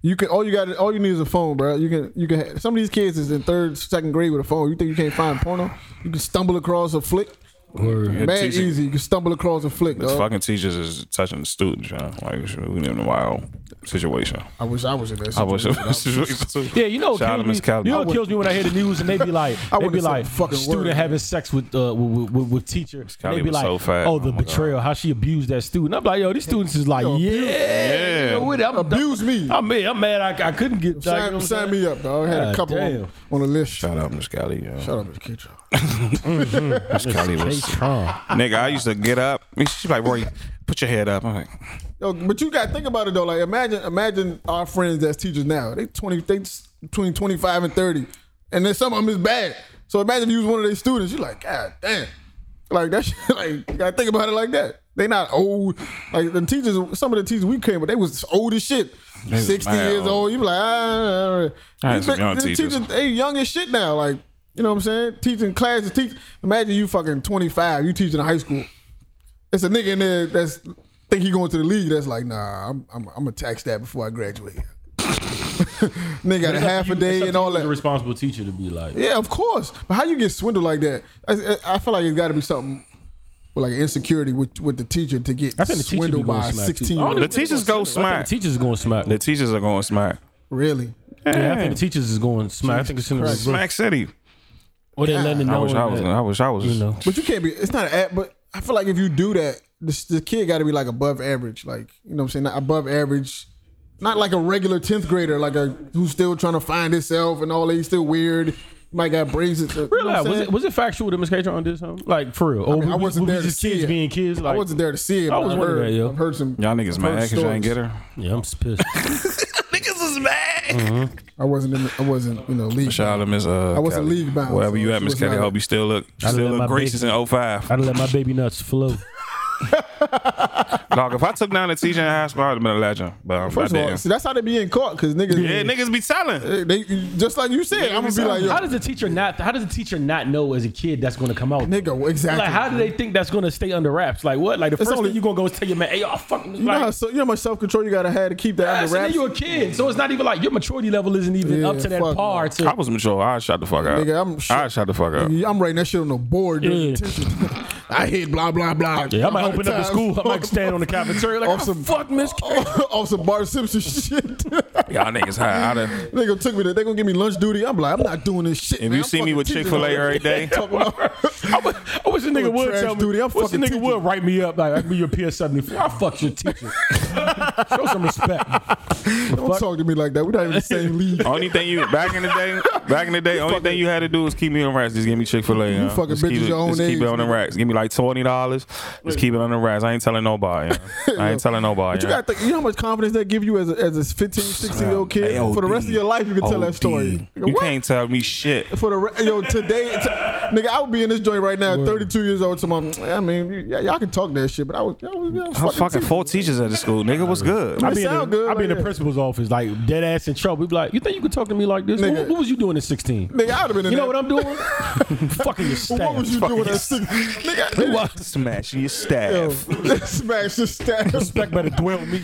[SPEAKER 3] you can all you got, all you need is a phone, bro. You can you can. Have, some of these kids is in third, second grade with a phone. You think you can't find porno? You can stumble across a flick.
[SPEAKER 2] Your
[SPEAKER 3] Mad
[SPEAKER 2] teacher-
[SPEAKER 3] easy. You can stumble across a flick.
[SPEAKER 2] These
[SPEAKER 3] dog.
[SPEAKER 2] fucking teachers is touching the students, you know? Like shit, we live in a wild situation.
[SPEAKER 3] I wish I was in that.
[SPEAKER 2] I wish
[SPEAKER 3] situation.
[SPEAKER 4] Yeah, you know, what
[SPEAKER 2] Shout out to
[SPEAKER 4] kills
[SPEAKER 2] Miss
[SPEAKER 4] me,
[SPEAKER 2] Calvin.
[SPEAKER 4] you know
[SPEAKER 2] I
[SPEAKER 4] what
[SPEAKER 2] would-
[SPEAKER 4] kills me when I hear the news and they be like,
[SPEAKER 3] I
[SPEAKER 4] they
[SPEAKER 3] wouldn't
[SPEAKER 4] be
[SPEAKER 3] have said
[SPEAKER 4] like,
[SPEAKER 3] a fucking
[SPEAKER 4] student
[SPEAKER 3] word.
[SPEAKER 4] having sex with uh with, with, with teacher. And
[SPEAKER 2] Calvin
[SPEAKER 4] they be
[SPEAKER 2] was
[SPEAKER 4] like,
[SPEAKER 2] so fat.
[SPEAKER 4] oh, the
[SPEAKER 2] Oh my God.
[SPEAKER 4] betrayal, how she abused that student. I'm like, yo, these students is like,
[SPEAKER 3] Yo,
[SPEAKER 4] yeah,
[SPEAKER 3] abuse-
[SPEAKER 2] Yeah.
[SPEAKER 4] You know what, I'm,
[SPEAKER 3] Abuse me.
[SPEAKER 4] I'm mad. I'm mad. I, I couldn't get. like, you know
[SPEAKER 3] Sign,
[SPEAKER 4] what I'm
[SPEAKER 3] sign
[SPEAKER 4] saying?
[SPEAKER 3] me up, dog. I had a
[SPEAKER 4] God
[SPEAKER 3] couple
[SPEAKER 4] damn.
[SPEAKER 3] on, on the list. Shut
[SPEAKER 2] Shout out Miss Callie, yo.
[SPEAKER 3] up, Miss Kitchen.
[SPEAKER 2] Miss Callie was- Nigga, I used to get up. She's like, Roy, put your head up. I'm like,
[SPEAKER 3] Yo, but you got to think about it though. Like, imagine, imagine our friends that's teachers now. They twenty, they s- between twenty five and thirty, and then some of them is bad. So imagine if you was one of their students. You're like, God damn, like that. Shit, like, you got to think about it like that. They not old. Like the teachers, some of the teachers we came, with, they was old as shit.
[SPEAKER 2] was
[SPEAKER 3] Sixty
[SPEAKER 2] mad
[SPEAKER 3] years
[SPEAKER 2] old.
[SPEAKER 3] old. You be like, ah, ah, ah.
[SPEAKER 2] I had some young
[SPEAKER 3] These
[SPEAKER 2] teachers.
[SPEAKER 3] they young as shit now. Like, you know what I'm saying? Teaching classes. Teach. Imagine you fucking twenty five. You teaching high school it's a nigga in there that's think he going to the league. That's like, nah, I'm I'm, I'm gonna tax that before I graduate. nigga got a half a day and all
[SPEAKER 4] A
[SPEAKER 3] that.
[SPEAKER 4] responsible teacher to be like,
[SPEAKER 3] Yeah, of course. But how you get swindled like that? I, I I feel like it's got to be something with like insecurity with with the teacher to get
[SPEAKER 4] I think the teacher be
[SPEAKER 3] swindled
[SPEAKER 4] going
[SPEAKER 3] by a
[SPEAKER 4] smack, too.
[SPEAKER 3] sixteen.
[SPEAKER 4] I don't
[SPEAKER 2] the
[SPEAKER 3] year
[SPEAKER 2] teachers go
[SPEAKER 4] the
[SPEAKER 2] smart.
[SPEAKER 4] teachers going smack.
[SPEAKER 2] The teachers are going smart.
[SPEAKER 3] Really?
[SPEAKER 4] Yeah, I think the teachers is going smack. I think it's in the reverse.
[SPEAKER 2] Smack City.
[SPEAKER 4] Or they letting it
[SPEAKER 2] I
[SPEAKER 4] know.
[SPEAKER 2] wish I was.
[SPEAKER 4] that,
[SPEAKER 2] I wish I was.
[SPEAKER 4] You know.
[SPEAKER 3] But you can't be. It's not an app. But I feel like if you do that, this, the kid got to be like above average. Like you know, what I'm saying Not above average, not like a regular tenth grader, like a who's still trying to find himself and all. that. He's still weird. Might got braces. You know what
[SPEAKER 4] Realize,
[SPEAKER 3] I'm
[SPEAKER 4] was
[SPEAKER 3] saying?
[SPEAKER 4] it was it factual that Miss Catron did something like for real? Or
[SPEAKER 3] mean,
[SPEAKER 4] we-
[SPEAKER 3] I
[SPEAKER 4] we-
[SPEAKER 3] wasn't
[SPEAKER 4] we
[SPEAKER 3] there
[SPEAKER 4] was
[SPEAKER 3] to
[SPEAKER 4] just
[SPEAKER 3] see
[SPEAKER 4] kids
[SPEAKER 3] it.
[SPEAKER 4] being kids. Like,
[SPEAKER 3] I wasn't there to see it. But I
[SPEAKER 4] was
[SPEAKER 3] have
[SPEAKER 4] wondering
[SPEAKER 3] heard,
[SPEAKER 4] that, yo.
[SPEAKER 3] I've heard some.
[SPEAKER 2] Y'all niggas
[SPEAKER 3] I've
[SPEAKER 2] mad
[SPEAKER 3] heard
[SPEAKER 2] because y'all ain't get
[SPEAKER 3] stories.
[SPEAKER 2] her.
[SPEAKER 4] Yeah, I'm just pissed.
[SPEAKER 2] Niggas is mad.
[SPEAKER 3] I wasn't. In the, I wasn't. You know, league.
[SPEAKER 2] Mm, Shout out to Miss. Uh, I
[SPEAKER 3] wasn't league bound,
[SPEAKER 2] Wherever
[SPEAKER 3] so
[SPEAKER 2] you
[SPEAKER 3] she
[SPEAKER 2] at, Miss
[SPEAKER 3] was
[SPEAKER 2] Kelly.
[SPEAKER 3] not-
[SPEAKER 2] Hope you still look. oh
[SPEAKER 4] let
[SPEAKER 2] Still
[SPEAKER 4] my
[SPEAKER 2] look gracious in 05.
[SPEAKER 4] I'd let my baby nuts flow.
[SPEAKER 2] Dog, if I took down the TJ Haskell, I would have been a legend. But I'm
[SPEAKER 3] First
[SPEAKER 2] I
[SPEAKER 3] of all,
[SPEAKER 2] didn't.
[SPEAKER 3] see, that's how they be in court because niggas.
[SPEAKER 2] yeah, niggas be selling.
[SPEAKER 3] They, they- just like you said, I'm gonna be like,
[SPEAKER 4] How
[SPEAKER 3] yo,
[SPEAKER 4] does the teacher not? How does the teacher not know as a kid that's going to come out?
[SPEAKER 3] nigga, exactly.
[SPEAKER 4] Like, how do they think that's going to stay under wraps? Like, what? Like, the first
[SPEAKER 3] only-
[SPEAKER 4] thing you going to go is tell your man, "Hey, y'all fucking."
[SPEAKER 3] you know
[SPEAKER 4] like,
[SPEAKER 3] how so, you know how much self control you gotta have to keep that
[SPEAKER 4] Yes,
[SPEAKER 3] under
[SPEAKER 4] and then
[SPEAKER 3] wraps.
[SPEAKER 4] you're a kid, so it's not even like your maturity level isn't even
[SPEAKER 3] Yeah,
[SPEAKER 4] up to that
[SPEAKER 3] fuck
[SPEAKER 4] par.
[SPEAKER 3] no.
[SPEAKER 4] To
[SPEAKER 2] I was mature. I shut the fuck up.
[SPEAKER 3] Nigga, I'm
[SPEAKER 2] I
[SPEAKER 3] shut-
[SPEAKER 2] shut the fuck up.
[SPEAKER 3] I'm writing that shit on the board. during
[SPEAKER 4] Yeah.
[SPEAKER 3] detention. I hit blah blah blah.
[SPEAKER 4] yeah, I might
[SPEAKER 3] 100
[SPEAKER 4] open up the
[SPEAKER 3] times.
[SPEAKER 4] school. I might stand on the cafeteria like,
[SPEAKER 3] Off
[SPEAKER 4] oh,
[SPEAKER 3] some-
[SPEAKER 4] fuck, Miss. K."
[SPEAKER 3] off Oh, some Bart Simpson shit.
[SPEAKER 2] Y'all niggas high. I done,
[SPEAKER 3] They gonna took me. To, they gonna give me lunch duty. I'm like, I'm not doing this shit.
[SPEAKER 2] if you see me with Chick Fil A every day,
[SPEAKER 4] I wish, I wish a nigga
[SPEAKER 3] I'm a
[SPEAKER 4] would
[SPEAKER 3] trash
[SPEAKER 4] tell me.
[SPEAKER 3] dude. I'm
[SPEAKER 4] wish a
[SPEAKER 3] fucking
[SPEAKER 4] nigga
[SPEAKER 3] teacher.
[SPEAKER 4] would write me up like I'd be your PS seventy four. I fuck your teacher. Show some respect.
[SPEAKER 3] don't talk to me like that. We're not even the same league. You
[SPEAKER 2] only thing you back in the day, back in the day, only thing you had to do was keep me on racks. Just give me Chick Fil A. You
[SPEAKER 3] fucking
[SPEAKER 2] just
[SPEAKER 3] bitches
[SPEAKER 2] keep it,
[SPEAKER 3] your own
[SPEAKER 2] just keep
[SPEAKER 3] age,
[SPEAKER 2] it on the
[SPEAKER 3] nigga.
[SPEAKER 2] racks. Give me like twenty dollars. Just keep it on the racks. I ain't telling nobody. you know. I ain't telling nobody. you know.
[SPEAKER 3] gotta think. You know how much confidence that give you as a, as a 15, 16 year old kid for the rest of your life. You can tell that story.
[SPEAKER 2] You
[SPEAKER 3] What?
[SPEAKER 2] can't tell me shit.
[SPEAKER 3] For the re- yo today, t- nigga, I would be in this joint right now, 32 years old. Tomorrow, I mean, y- y'all can talk that shit, but I was, I was, I was
[SPEAKER 2] I was
[SPEAKER 3] fucking,
[SPEAKER 2] fucking
[SPEAKER 3] teaching.
[SPEAKER 2] four teachers at the school, nigga. What's good?
[SPEAKER 3] I
[SPEAKER 4] I be in the,
[SPEAKER 3] sound good,
[SPEAKER 4] I be
[SPEAKER 3] like
[SPEAKER 4] in the
[SPEAKER 3] that.
[SPEAKER 4] principal's office, like dead ass in trouble. We be like, you think you could talk to me like this?
[SPEAKER 3] Nigga.
[SPEAKER 4] What, what was you doing at sixteen?
[SPEAKER 3] Nigga, I'd have been. In
[SPEAKER 4] You know
[SPEAKER 3] that.
[SPEAKER 4] what I'm doing? Fucking your staff.
[SPEAKER 3] What was you doing at six? Nigga,
[SPEAKER 2] Smashing your
[SPEAKER 3] yo,
[SPEAKER 2] staff.
[SPEAKER 3] smash the staff.
[SPEAKER 4] Respect better dwell me.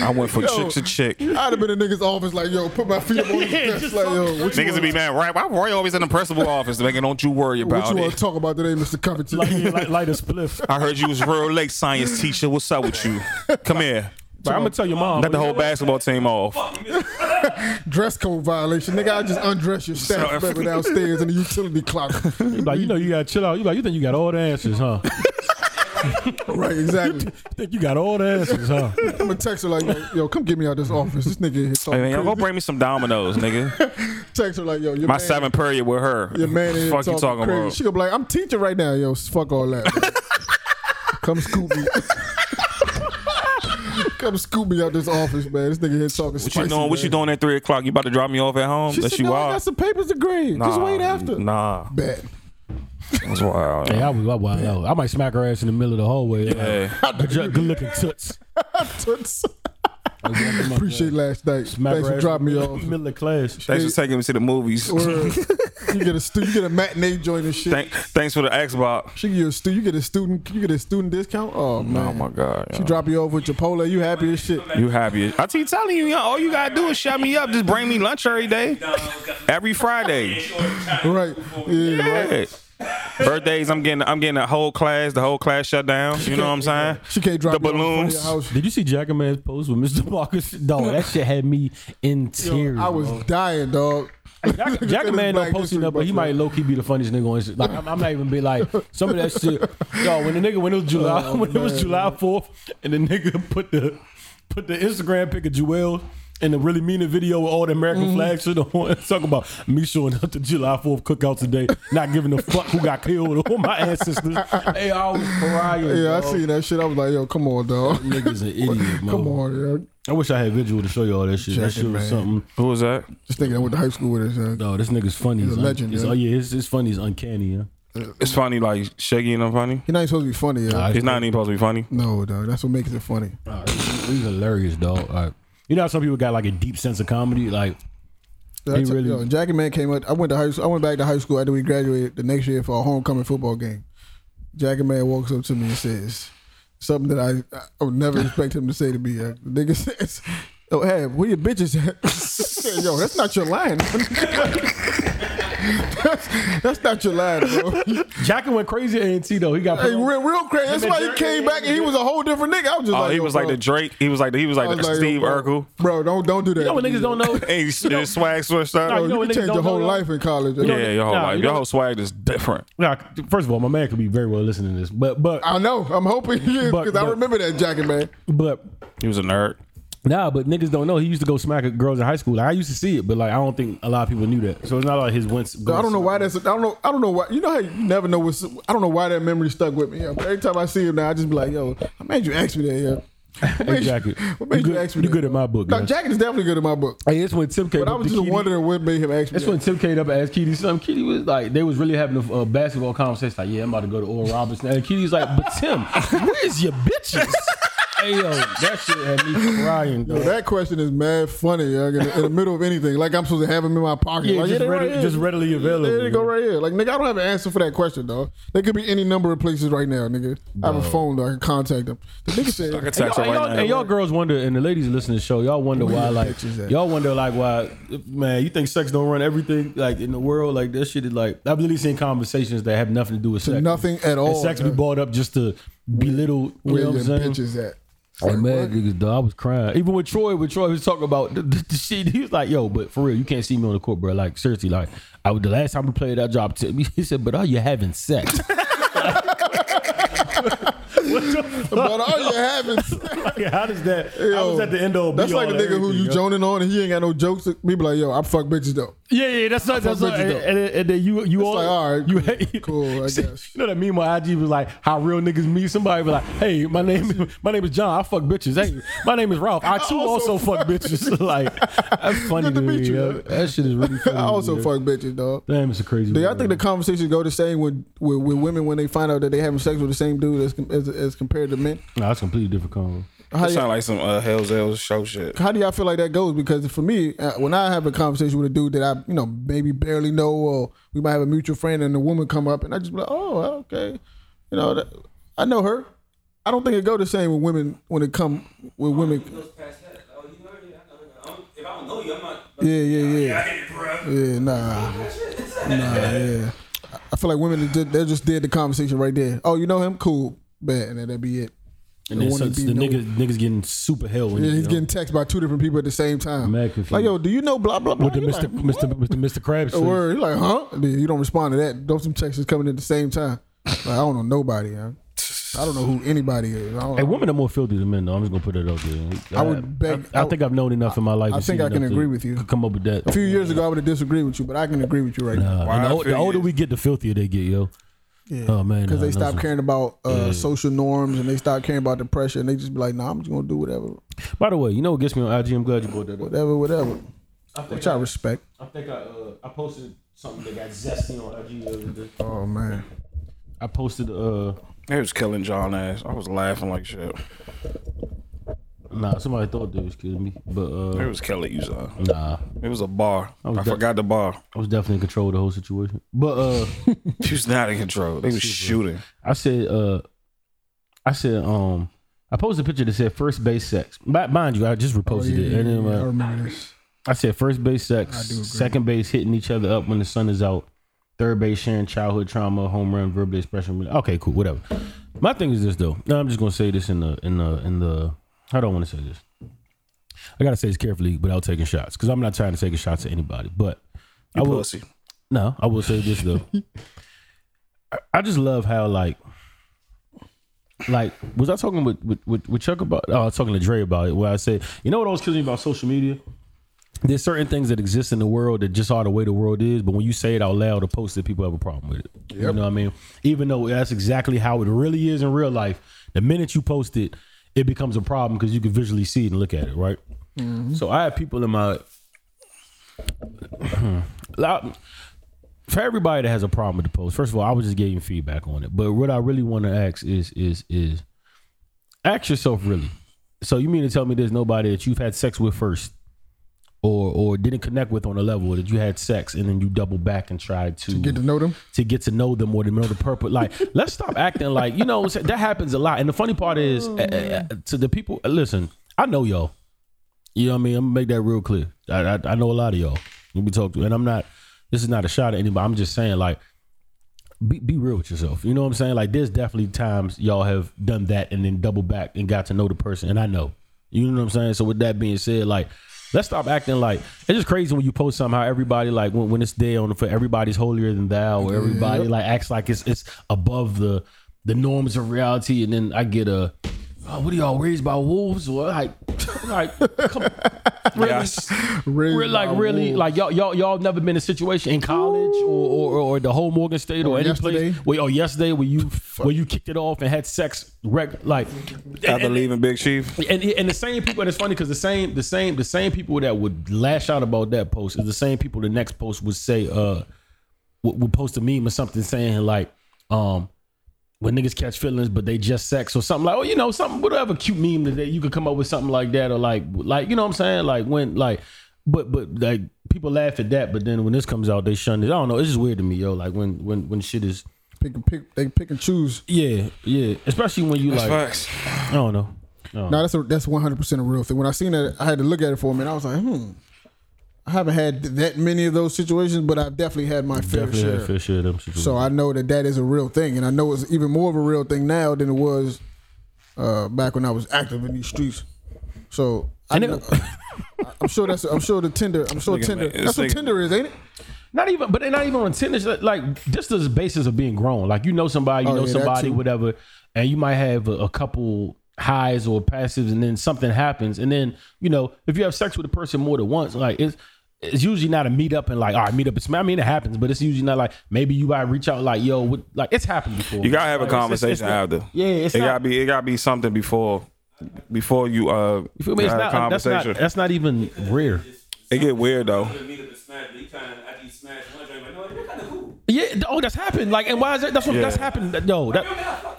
[SPEAKER 2] I went from
[SPEAKER 3] Yo.
[SPEAKER 2] chick to chick.
[SPEAKER 3] I'd have been in niggas' office like, yo, put my feet up on the
[SPEAKER 4] Yeah,
[SPEAKER 3] desk,
[SPEAKER 4] just
[SPEAKER 3] like,
[SPEAKER 4] so
[SPEAKER 3] yo, what you
[SPEAKER 2] Niggas would be mad. Right? Why Roy always in the principal office? Nigga, don't you worry
[SPEAKER 3] What
[SPEAKER 2] about
[SPEAKER 3] you
[SPEAKER 2] it.
[SPEAKER 3] want to talk about today, Mr. Covington?
[SPEAKER 4] Like, yeah, like, like a spliff.
[SPEAKER 2] I heard you was real late science teacher. What's up with you? Come here.
[SPEAKER 4] But I'm gonna tell your mom.
[SPEAKER 2] Got the whole basketball team off.
[SPEAKER 3] Dress code violation. Nigga, I just undress your staff member downstairs in the utility closet.
[SPEAKER 4] Like you know, you gotta chill out. You like you think you got all the answers, huh?
[SPEAKER 3] right, exactly.
[SPEAKER 4] think you got all the answers, huh?
[SPEAKER 3] I'm going to text her like, yo, yo, come get me out of this office. This nigga here
[SPEAKER 2] Hey
[SPEAKER 3] talking
[SPEAKER 2] man, y'all go
[SPEAKER 3] crazy.
[SPEAKER 2] bring me some dominoes, nigga.
[SPEAKER 3] Text her like, yo, your
[SPEAKER 2] My
[SPEAKER 3] man,
[SPEAKER 2] seventh period with her.
[SPEAKER 3] Your man in here
[SPEAKER 2] Fuck
[SPEAKER 3] talking,
[SPEAKER 2] you talking
[SPEAKER 3] crazy.
[SPEAKER 2] about?
[SPEAKER 3] She gonna be like, I'm teaching right now, yo. Fuck all that. Come scoop me. Come scoop me out this office, man. This nigga here talking
[SPEAKER 2] What you
[SPEAKER 3] spicy,
[SPEAKER 2] doing? What
[SPEAKER 3] man.
[SPEAKER 2] you doing at three o'clock? You about to drop me off at home?
[SPEAKER 3] She
[SPEAKER 2] That's
[SPEAKER 3] said,
[SPEAKER 2] you
[SPEAKER 3] no, I
[SPEAKER 2] wild.
[SPEAKER 3] got some papers to grade. Just wait after.
[SPEAKER 2] Nah,
[SPEAKER 3] Bet.
[SPEAKER 2] that's wild.
[SPEAKER 4] Hey, I was, I, was- I, was- I might smack her ass in the middle of the hallway. Yeah.
[SPEAKER 2] Hey,
[SPEAKER 4] Good, jo- good looking toots.
[SPEAKER 3] Appreciate last night.
[SPEAKER 4] Smack
[SPEAKER 3] Thanks
[SPEAKER 4] her
[SPEAKER 3] for
[SPEAKER 4] ass
[SPEAKER 3] dropping
[SPEAKER 4] in
[SPEAKER 3] me
[SPEAKER 4] the
[SPEAKER 3] off.
[SPEAKER 4] Middle of class.
[SPEAKER 2] thanks for taking me to the movies.
[SPEAKER 3] Word. you get a stu- you get a matinee joint and shit.
[SPEAKER 2] Thank, thanks for the Xbox.
[SPEAKER 3] She give you a stu- you get a student you get a student discount. Oh man,
[SPEAKER 2] Oh my god.
[SPEAKER 3] she
[SPEAKER 2] yo.
[SPEAKER 3] drop you off with Chipotle. You happy as shit.
[SPEAKER 2] You happy? I keep telling you, yo, all you gotta do is shut me up. Just bring me lunch every day, every Friday.
[SPEAKER 3] Right? Yeah.
[SPEAKER 2] Yeah. Birthdays, I'm getting, I'm getting a whole class, the whole class shut down. You know what I'm saying?
[SPEAKER 3] She can't drop
[SPEAKER 2] The
[SPEAKER 3] you off in front of
[SPEAKER 2] balloons.
[SPEAKER 3] your house.
[SPEAKER 4] Did you see Jackerman's post with Mr. Marcus? Dog, that shit had me in tears.
[SPEAKER 3] I was dying, dog.
[SPEAKER 4] Jack- Jackerman don't post enough, but he might low key be the funniest nigga on. Insta- Like I'm, I'm not even be like some of that shit. Yo, when the nigga when it was July
[SPEAKER 3] Oh,
[SPEAKER 4] when it was July Fourth, and the nigga put the put the Instagram pic of Jewel and the really meaning video with all the American
[SPEAKER 3] Mm-hmm.
[SPEAKER 4] flag shit on. Talk about me showing up to July Fourth cookout today, not giving a fuck who got killed or my ancestors. hey, I was crying.
[SPEAKER 3] Yeah, I
[SPEAKER 4] dog.
[SPEAKER 3] seen that shit. I was like, yo, come on, dog.
[SPEAKER 4] Niggas an idiot, man.
[SPEAKER 3] Come on, yo.
[SPEAKER 4] I wish I had visual to show you all that shit. that shit was
[SPEAKER 3] Jackerman.
[SPEAKER 4] something.
[SPEAKER 2] Who was that?
[SPEAKER 3] This nigga that went to high school with us. Yo.
[SPEAKER 4] No, this nigga's funny. He's
[SPEAKER 3] a legend,
[SPEAKER 4] He's,
[SPEAKER 3] yeah.
[SPEAKER 4] oh yeah, his, his funny. He's uncanny. Yeah.
[SPEAKER 2] It's funny, like Shaggy and I'm funny.
[SPEAKER 3] He not even supposed to be funny, yo.
[SPEAKER 4] Nah,
[SPEAKER 2] He's not even supposed to be funny.
[SPEAKER 3] no, dog. That's what makes it funny.
[SPEAKER 4] Nah, he's he's hilarious, dog. All right. You know how some people got like a deep sense of comedy, like
[SPEAKER 3] That's
[SPEAKER 4] He really-
[SPEAKER 3] yo, Jackie Man came up. I went to high school. I went back to high school after we graduated the next year for a homecoming football game. Jackie Man walks up to me and says something that I, I would never expect him to say to me. Uh, the nigga says, "Oh, hey, where your bitches at?" I said, yo, that's not your line. that's, that's not your line, bro.
[SPEAKER 4] Jackie went crazy at A&T though. He got
[SPEAKER 3] Hey, real, real crazy. That's why he came back and he was a whole different nigga. I was just
[SPEAKER 2] Oh,
[SPEAKER 3] like,
[SPEAKER 2] he
[SPEAKER 3] yo,
[SPEAKER 2] was
[SPEAKER 3] bro.
[SPEAKER 2] like the Drake. He was like the, he was
[SPEAKER 3] I
[SPEAKER 2] like,
[SPEAKER 3] was
[SPEAKER 2] the
[SPEAKER 3] like, yo,
[SPEAKER 2] Steve
[SPEAKER 3] bro.
[SPEAKER 2] Urkel.
[SPEAKER 3] Bro, don't don't do that.
[SPEAKER 4] You know what niggas don't know?
[SPEAKER 2] Hey, his his swag switched up.
[SPEAKER 4] Nah,
[SPEAKER 3] Bro,
[SPEAKER 4] You know
[SPEAKER 3] you
[SPEAKER 4] what
[SPEAKER 3] can
[SPEAKER 4] niggas
[SPEAKER 3] change your
[SPEAKER 4] don't
[SPEAKER 3] whole
[SPEAKER 4] know?
[SPEAKER 3] life in college.
[SPEAKER 4] know-
[SPEAKER 2] yeah, your whole
[SPEAKER 4] nah,
[SPEAKER 2] life,
[SPEAKER 4] you
[SPEAKER 2] your
[SPEAKER 4] know-
[SPEAKER 2] whole swag is different.
[SPEAKER 4] Nah, first of all, my man could be very well listening to this, but but
[SPEAKER 3] I know. I'm hoping he is
[SPEAKER 4] But-
[SPEAKER 3] because I
[SPEAKER 4] but-
[SPEAKER 3] remember that jacket, man.
[SPEAKER 4] but
[SPEAKER 2] He was a nerd.
[SPEAKER 4] nah, but niggas don't know. He used to go smack at girls in high school. Like I used to see it, but like I don't think a lot of people knew that. So it's not like his once.
[SPEAKER 3] I don't know why that's. I don't know. I don't know why. You know how you never know what's. I don't know why that memory stuck with me. Yeah. Every time I see him now, I just be like, "Yo, I made you ask me that." Yeah.
[SPEAKER 4] Hey, Jacket.
[SPEAKER 3] what made
[SPEAKER 4] you
[SPEAKER 3] you
[SPEAKER 4] good,
[SPEAKER 3] ask me
[SPEAKER 4] you
[SPEAKER 3] that,
[SPEAKER 4] good in
[SPEAKER 3] though?
[SPEAKER 4] my book.
[SPEAKER 3] Now,
[SPEAKER 4] man.
[SPEAKER 3] Jacket is definitely good in my book.
[SPEAKER 4] Hey, it's when Tim came
[SPEAKER 3] But I
[SPEAKER 4] up
[SPEAKER 3] was
[SPEAKER 4] to
[SPEAKER 3] just
[SPEAKER 4] Kitty.
[SPEAKER 3] wondering what made him ask me.
[SPEAKER 4] That's when Tim came up and asked Kitty something. Kitty was like, they was really having a uh, basketball conversation. Like, yeah, I'm about to go to Oral Robinson. And Kitty's like, but Tim, where's your bitches? hey, yo, that shit had me crying,
[SPEAKER 3] Yo,
[SPEAKER 4] dog.
[SPEAKER 3] that question is mad funny, yo, in, the, in the middle of anything. Like I'm supposed to have them in my pocket.
[SPEAKER 4] Yeah,
[SPEAKER 3] like,
[SPEAKER 4] just
[SPEAKER 3] they
[SPEAKER 4] readi-
[SPEAKER 3] here.
[SPEAKER 4] just readily available,
[SPEAKER 3] There they go
[SPEAKER 4] yeah.
[SPEAKER 3] right here. Like nigga, I don't have an answer for that question, dog. There could be any number of places right now, nigga. I have a phone though. I can contact them. The nigga
[SPEAKER 2] I can
[SPEAKER 3] said,
[SPEAKER 2] text her
[SPEAKER 4] and y'all,
[SPEAKER 2] right now.
[SPEAKER 4] and y'all girls wonder, and the ladies listening to the show, y'all wonder why,
[SPEAKER 3] your
[SPEAKER 4] like,
[SPEAKER 3] pictures at?
[SPEAKER 4] y'all wonder, like, why, man, you think sex don't run everything, like, in the world, like, that shit is like, I've literally seen conversations that have nothing to do with sex,
[SPEAKER 3] nothing at
[SPEAKER 4] and
[SPEAKER 3] all.
[SPEAKER 4] sex
[SPEAKER 3] yeah.
[SPEAKER 4] be brought up just to belittle, you
[SPEAKER 3] Where
[SPEAKER 4] know
[SPEAKER 3] your
[SPEAKER 4] what I'm saying?
[SPEAKER 3] bitches at?
[SPEAKER 4] Like,
[SPEAKER 3] Like,
[SPEAKER 4] mad
[SPEAKER 3] what?
[SPEAKER 4] niggas, dog. I was crying. Even with Troy, with Troy, he was talking about the, the, the shit. He was like, "Yo, but for real, you can't see me on the court, bro. Like, seriously, like, I was the last time we played, I dropped tip. He said, "But are you having sex?"
[SPEAKER 3] But all you have is
[SPEAKER 4] like, how does that? I
[SPEAKER 3] Yo,
[SPEAKER 4] was at the end of.
[SPEAKER 3] That's like the nigga who you joning on and he ain't got no jokes. Me be like, yo, I fuck bitches though.
[SPEAKER 4] Yeah, yeah, that's not. That's
[SPEAKER 3] fuck
[SPEAKER 4] not.
[SPEAKER 3] with
[SPEAKER 4] And,
[SPEAKER 3] you, though.
[SPEAKER 4] and, and then you, you all,
[SPEAKER 3] like, all right,
[SPEAKER 4] you,
[SPEAKER 3] cool, I guess.
[SPEAKER 4] You know that meme on IG was like how real niggas meet somebody be like, hey, my name, is- my name is John. I fuck bitches. Hey, my name is Ralph. I too also, fuck bitches. like that's funny
[SPEAKER 3] Good to
[SPEAKER 4] to
[SPEAKER 3] meet
[SPEAKER 4] me.
[SPEAKER 3] you,
[SPEAKER 4] yo.
[SPEAKER 3] though.
[SPEAKER 4] That shit is really funny.
[SPEAKER 3] I also
[SPEAKER 4] yo.
[SPEAKER 3] fuck bitches, dog.
[SPEAKER 4] Damn, it's a crazy.
[SPEAKER 3] Do y'all
[SPEAKER 4] world.
[SPEAKER 3] think the conversations go the same with, with, with women when they find out that they having sex with the same dude as com- as, as compared to men?
[SPEAKER 4] No, that's a completely different combo.
[SPEAKER 3] How
[SPEAKER 2] That
[SPEAKER 3] y'all,
[SPEAKER 2] sound like some uh, Hell's Ells show shit.
[SPEAKER 3] how do y'all feel like that goes? Because for me, uh, when I have a conversation with a dude that I you know maybe barely know, or we might have a mutual friend, and the woman come up, and I just be like, oh okay, you know, that, I know her. I don't think it go the same with women when it come with women.
[SPEAKER 5] goes past that. Oh, you know, yeah, I know, I know. I'm- If I don't know you, I'm not.
[SPEAKER 3] Yeah, yeah, yeah.
[SPEAKER 5] Hey, bruh.
[SPEAKER 3] Yeah, nah, nah, yeah. I feel like women they just, they just did the conversation right there. Oh, you know him? Cool, bad, and that'd be it.
[SPEAKER 4] And
[SPEAKER 3] There
[SPEAKER 4] then so
[SPEAKER 3] wouldn't
[SPEAKER 4] it's
[SPEAKER 3] be
[SPEAKER 4] the
[SPEAKER 3] no-
[SPEAKER 4] niggas, niggas getting super hell.
[SPEAKER 3] Yeah, he's getting texted by two different people at the same time.
[SPEAKER 4] Mad confused.
[SPEAKER 3] Like, yo, do you know blah blah blah?
[SPEAKER 4] with the
[SPEAKER 3] You
[SPEAKER 4] Mr.
[SPEAKER 3] like,
[SPEAKER 4] Mr. Mr. Mr. Krabs.
[SPEAKER 3] a word. You're like, huh? And then You don't respond to that. Those some texts coming at the same time. Like, I don't know nobody. Huh? I don't know who anybody is. I, don't,
[SPEAKER 4] Hey, women are more filthy than men, though. I'm just gonna put it out there.
[SPEAKER 3] I would beg-
[SPEAKER 4] I, I think I've known enough in my life.
[SPEAKER 3] I
[SPEAKER 4] to
[SPEAKER 3] think
[SPEAKER 4] see
[SPEAKER 3] I can
[SPEAKER 4] enough to-
[SPEAKER 3] agree with you.
[SPEAKER 4] to Come up with that.
[SPEAKER 3] a few years ago, I would have disagreed with you, but I can agree with you right now.
[SPEAKER 4] Uh,
[SPEAKER 2] Why
[SPEAKER 4] and
[SPEAKER 2] I
[SPEAKER 4] the, ol-
[SPEAKER 2] feel
[SPEAKER 4] the older
[SPEAKER 2] you.
[SPEAKER 4] we get, the filthier they get, yo.
[SPEAKER 3] Yeah.
[SPEAKER 4] Oh, man,
[SPEAKER 3] because
[SPEAKER 4] nah,
[SPEAKER 3] they
[SPEAKER 4] no,
[SPEAKER 3] stop
[SPEAKER 4] sir.
[SPEAKER 3] caring about uh, social norms and they stop caring about the pressure, and they just be like, nah, I'm just gonna do whatever,
[SPEAKER 4] By the way, you know what gets me on IG? I'm glad you brought that up.
[SPEAKER 3] whatever, whatever,
[SPEAKER 4] think
[SPEAKER 3] which I respect.
[SPEAKER 4] I think I uh, I posted something that got zesty on IG the other day.
[SPEAKER 3] Oh man.
[SPEAKER 4] I posted uh
[SPEAKER 2] It was killing John ass. I was laughing like shit.
[SPEAKER 4] nah somebody thought they was kidding me, but
[SPEAKER 2] It
[SPEAKER 4] uh
[SPEAKER 2] was killing you, son.
[SPEAKER 4] nah
[SPEAKER 2] It was a bar. I,
[SPEAKER 4] was done.
[SPEAKER 2] forgot the bar.
[SPEAKER 4] I was definitely in control of the whole situation. But uh
[SPEAKER 2] She was not in control. They was shooting.
[SPEAKER 4] I said, uh, I said, um, I posted a picture that said first base sex. Mi- Mind you, I just reposted
[SPEAKER 3] Oh, yeah,
[SPEAKER 4] it. And then,
[SPEAKER 3] yeah, I
[SPEAKER 4] uh,
[SPEAKER 3] remember this.
[SPEAKER 4] I said first base sex, second base hitting each other up when the sun is out, third base sharing childhood trauma, home run, verbal expression. Okay, cool, whatever. My thing is this though. Now I'm just gonna say this in the in the in the. How do I want to say this? I gotta say this carefully without taking shots because I'm not trying to take a shot to anybody. But I
[SPEAKER 2] You
[SPEAKER 4] will.
[SPEAKER 2] pussy.
[SPEAKER 4] No, I will say this though. I- I just love how like like was I talking with with, with, with Chuck about oh, I was talking to Dre about it where I said, you know what always kills me about social media? There's certain things that exist in the world that just are the way the world is, but when you say it out loud or post it, people have a problem with it. You know what I mean? Even though that's exactly how it really is in real life, the minute you post it, it becomes a problem because you can visually see it and look at it, right? So I have people in my Loud- for everybody that has a problem with the post, first of all, I was just giving feedback on it. But what I really want to ask is is is ask yourself really. So you mean to tell me there's nobody that you've had sex with first or or didn't connect with on a level that you had sex and then you double back and tried to,
[SPEAKER 3] Get to know them.
[SPEAKER 4] to get to know them or to know the purpose. Like, let's stop acting like you know that happens a lot. And the funny part is, eh, eh, eh, to the people, listen, I know y'all. You know what I mean? I'm gonna make that real clear. I I, I know a lot of y'all. You be talk to, and I'm not. This is not a shot at anybody. I'm just saying, like, be be real with yourself. You know what I'm saying? Like, there's definitely times y'all have done that and then double back and got to know the person. And I know. You know what I'm saying? So with that being said, like, let's stop acting like it's just crazy when you post somehow everybody like when, when it's day on for everybody's holier than thou or everybody like acts like it's it's above the the norms of reality. And then I get a. Oh, what are y'all raised by wolves? Or like, like come,
[SPEAKER 2] Yes.
[SPEAKER 3] Raised
[SPEAKER 4] Real, like
[SPEAKER 3] by
[SPEAKER 4] really,
[SPEAKER 3] wolves.
[SPEAKER 4] like y'all, y'all, y'all never been in a situation in college or, or, or the whole Morgan State or,
[SPEAKER 3] Or
[SPEAKER 4] any
[SPEAKER 3] yesterday.
[SPEAKER 4] place where oh yesterday where you where you kicked it off and had sex rec like and,
[SPEAKER 2] After
[SPEAKER 4] and,
[SPEAKER 2] leaving Big Chief,
[SPEAKER 4] and, and the same people and it's funny because the same the same the same people that would lash out about that post is the same people the next post would say uh would, would post a meme or something saying like um when niggas catch feelings but they just sex or something like oh you know something whatever cute meme that you could come up with something like that or like like you know what I'm saying like when like but but like people laugh at that but then when this comes out they shun it I don't know it's just weird to me yo like when when when shit is
[SPEAKER 3] Pick and pick. They pick and choose.
[SPEAKER 4] yeah yeah especially when you like
[SPEAKER 2] facts.
[SPEAKER 4] I don't know
[SPEAKER 3] No, that's a, that's one hundred percent a real thing. When I seen that, I had to look at it for a minute. I was like, hmm. I haven't had that many of those situations, but I've definitely had my fair
[SPEAKER 4] definitely
[SPEAKER 3] share.
[SPEAKER 4] had fair share of them situations.
[SPEAKER 3] So I know that that is a real thing, and I know it's even more of a real thing now than it was uh, back when I was active in these streets. So I
[SPEAKER 4] And it-
[SPEAKER 3] know, I'm sure that's I'm sure the Tinder I'm sure
[SPEAKER 2] Nigga,
[SPEAKER 3] Tinder
[SPEAKER 2] man, it's
[SPEAKER 3] that's what
[SPEAKER 2] like-
[SPEAKER 3] Tinder is, ain't it?
[SPEAKER 4] Not even, but they're not even on tennis. Like, like just the basis of being grown. Like you know somebody, you
[SPEAKER 3] Oh,
[SPEAKER 4] know
[SPEAKER 3] yeah, that
[SPEAKER 4] somebody,
[SPEAKER 3] too.
[SPEAKER 4] whatever, and you might have a, a couple highs or passives, and then something happens, and then you know if you have sex with a person more than once, like it's. It's usually not a meet up and like, all right, meet up. It's, I mean, it happens, but it's usually not like maybe you might reach out like, yo, what, like it's happened before.
[SPEAKER 2] you gotta have a
[SPEAKER 4] Like, it's- it's- it's
[SPEAKER 2] conversation
[SPEAKER 4] not-
[SPEAKER 2] after.
[SPEAKER 4] Yeah, it's
[SPEAKER 2] it
[SPEAKER 4] not-
[SPEAKER 2] gotta be it gotta be something before before you uh
[SPEAKER 4] You feel me? It's
[SPEAKER 2] have
[SPEAKER 4] not,
[SPEAKER 2] a
[SPEAKER 4] that's not
[SPEAKER 2] conversation.
[SPEAKER 4] that's not even rare.
[SPEAKER 2] it get weird though.
[SPEAKER 5] Gonna meet up and smash, but you kinda- after you smash one joint, like, no, you're kinda cool.
[SPEAKER 4] Yeah, th- oh, that's happened. Like, and why is that? That's what
[SPEAKER 2] Yeah.
[SPEAKER 4] that's happened. That- No, that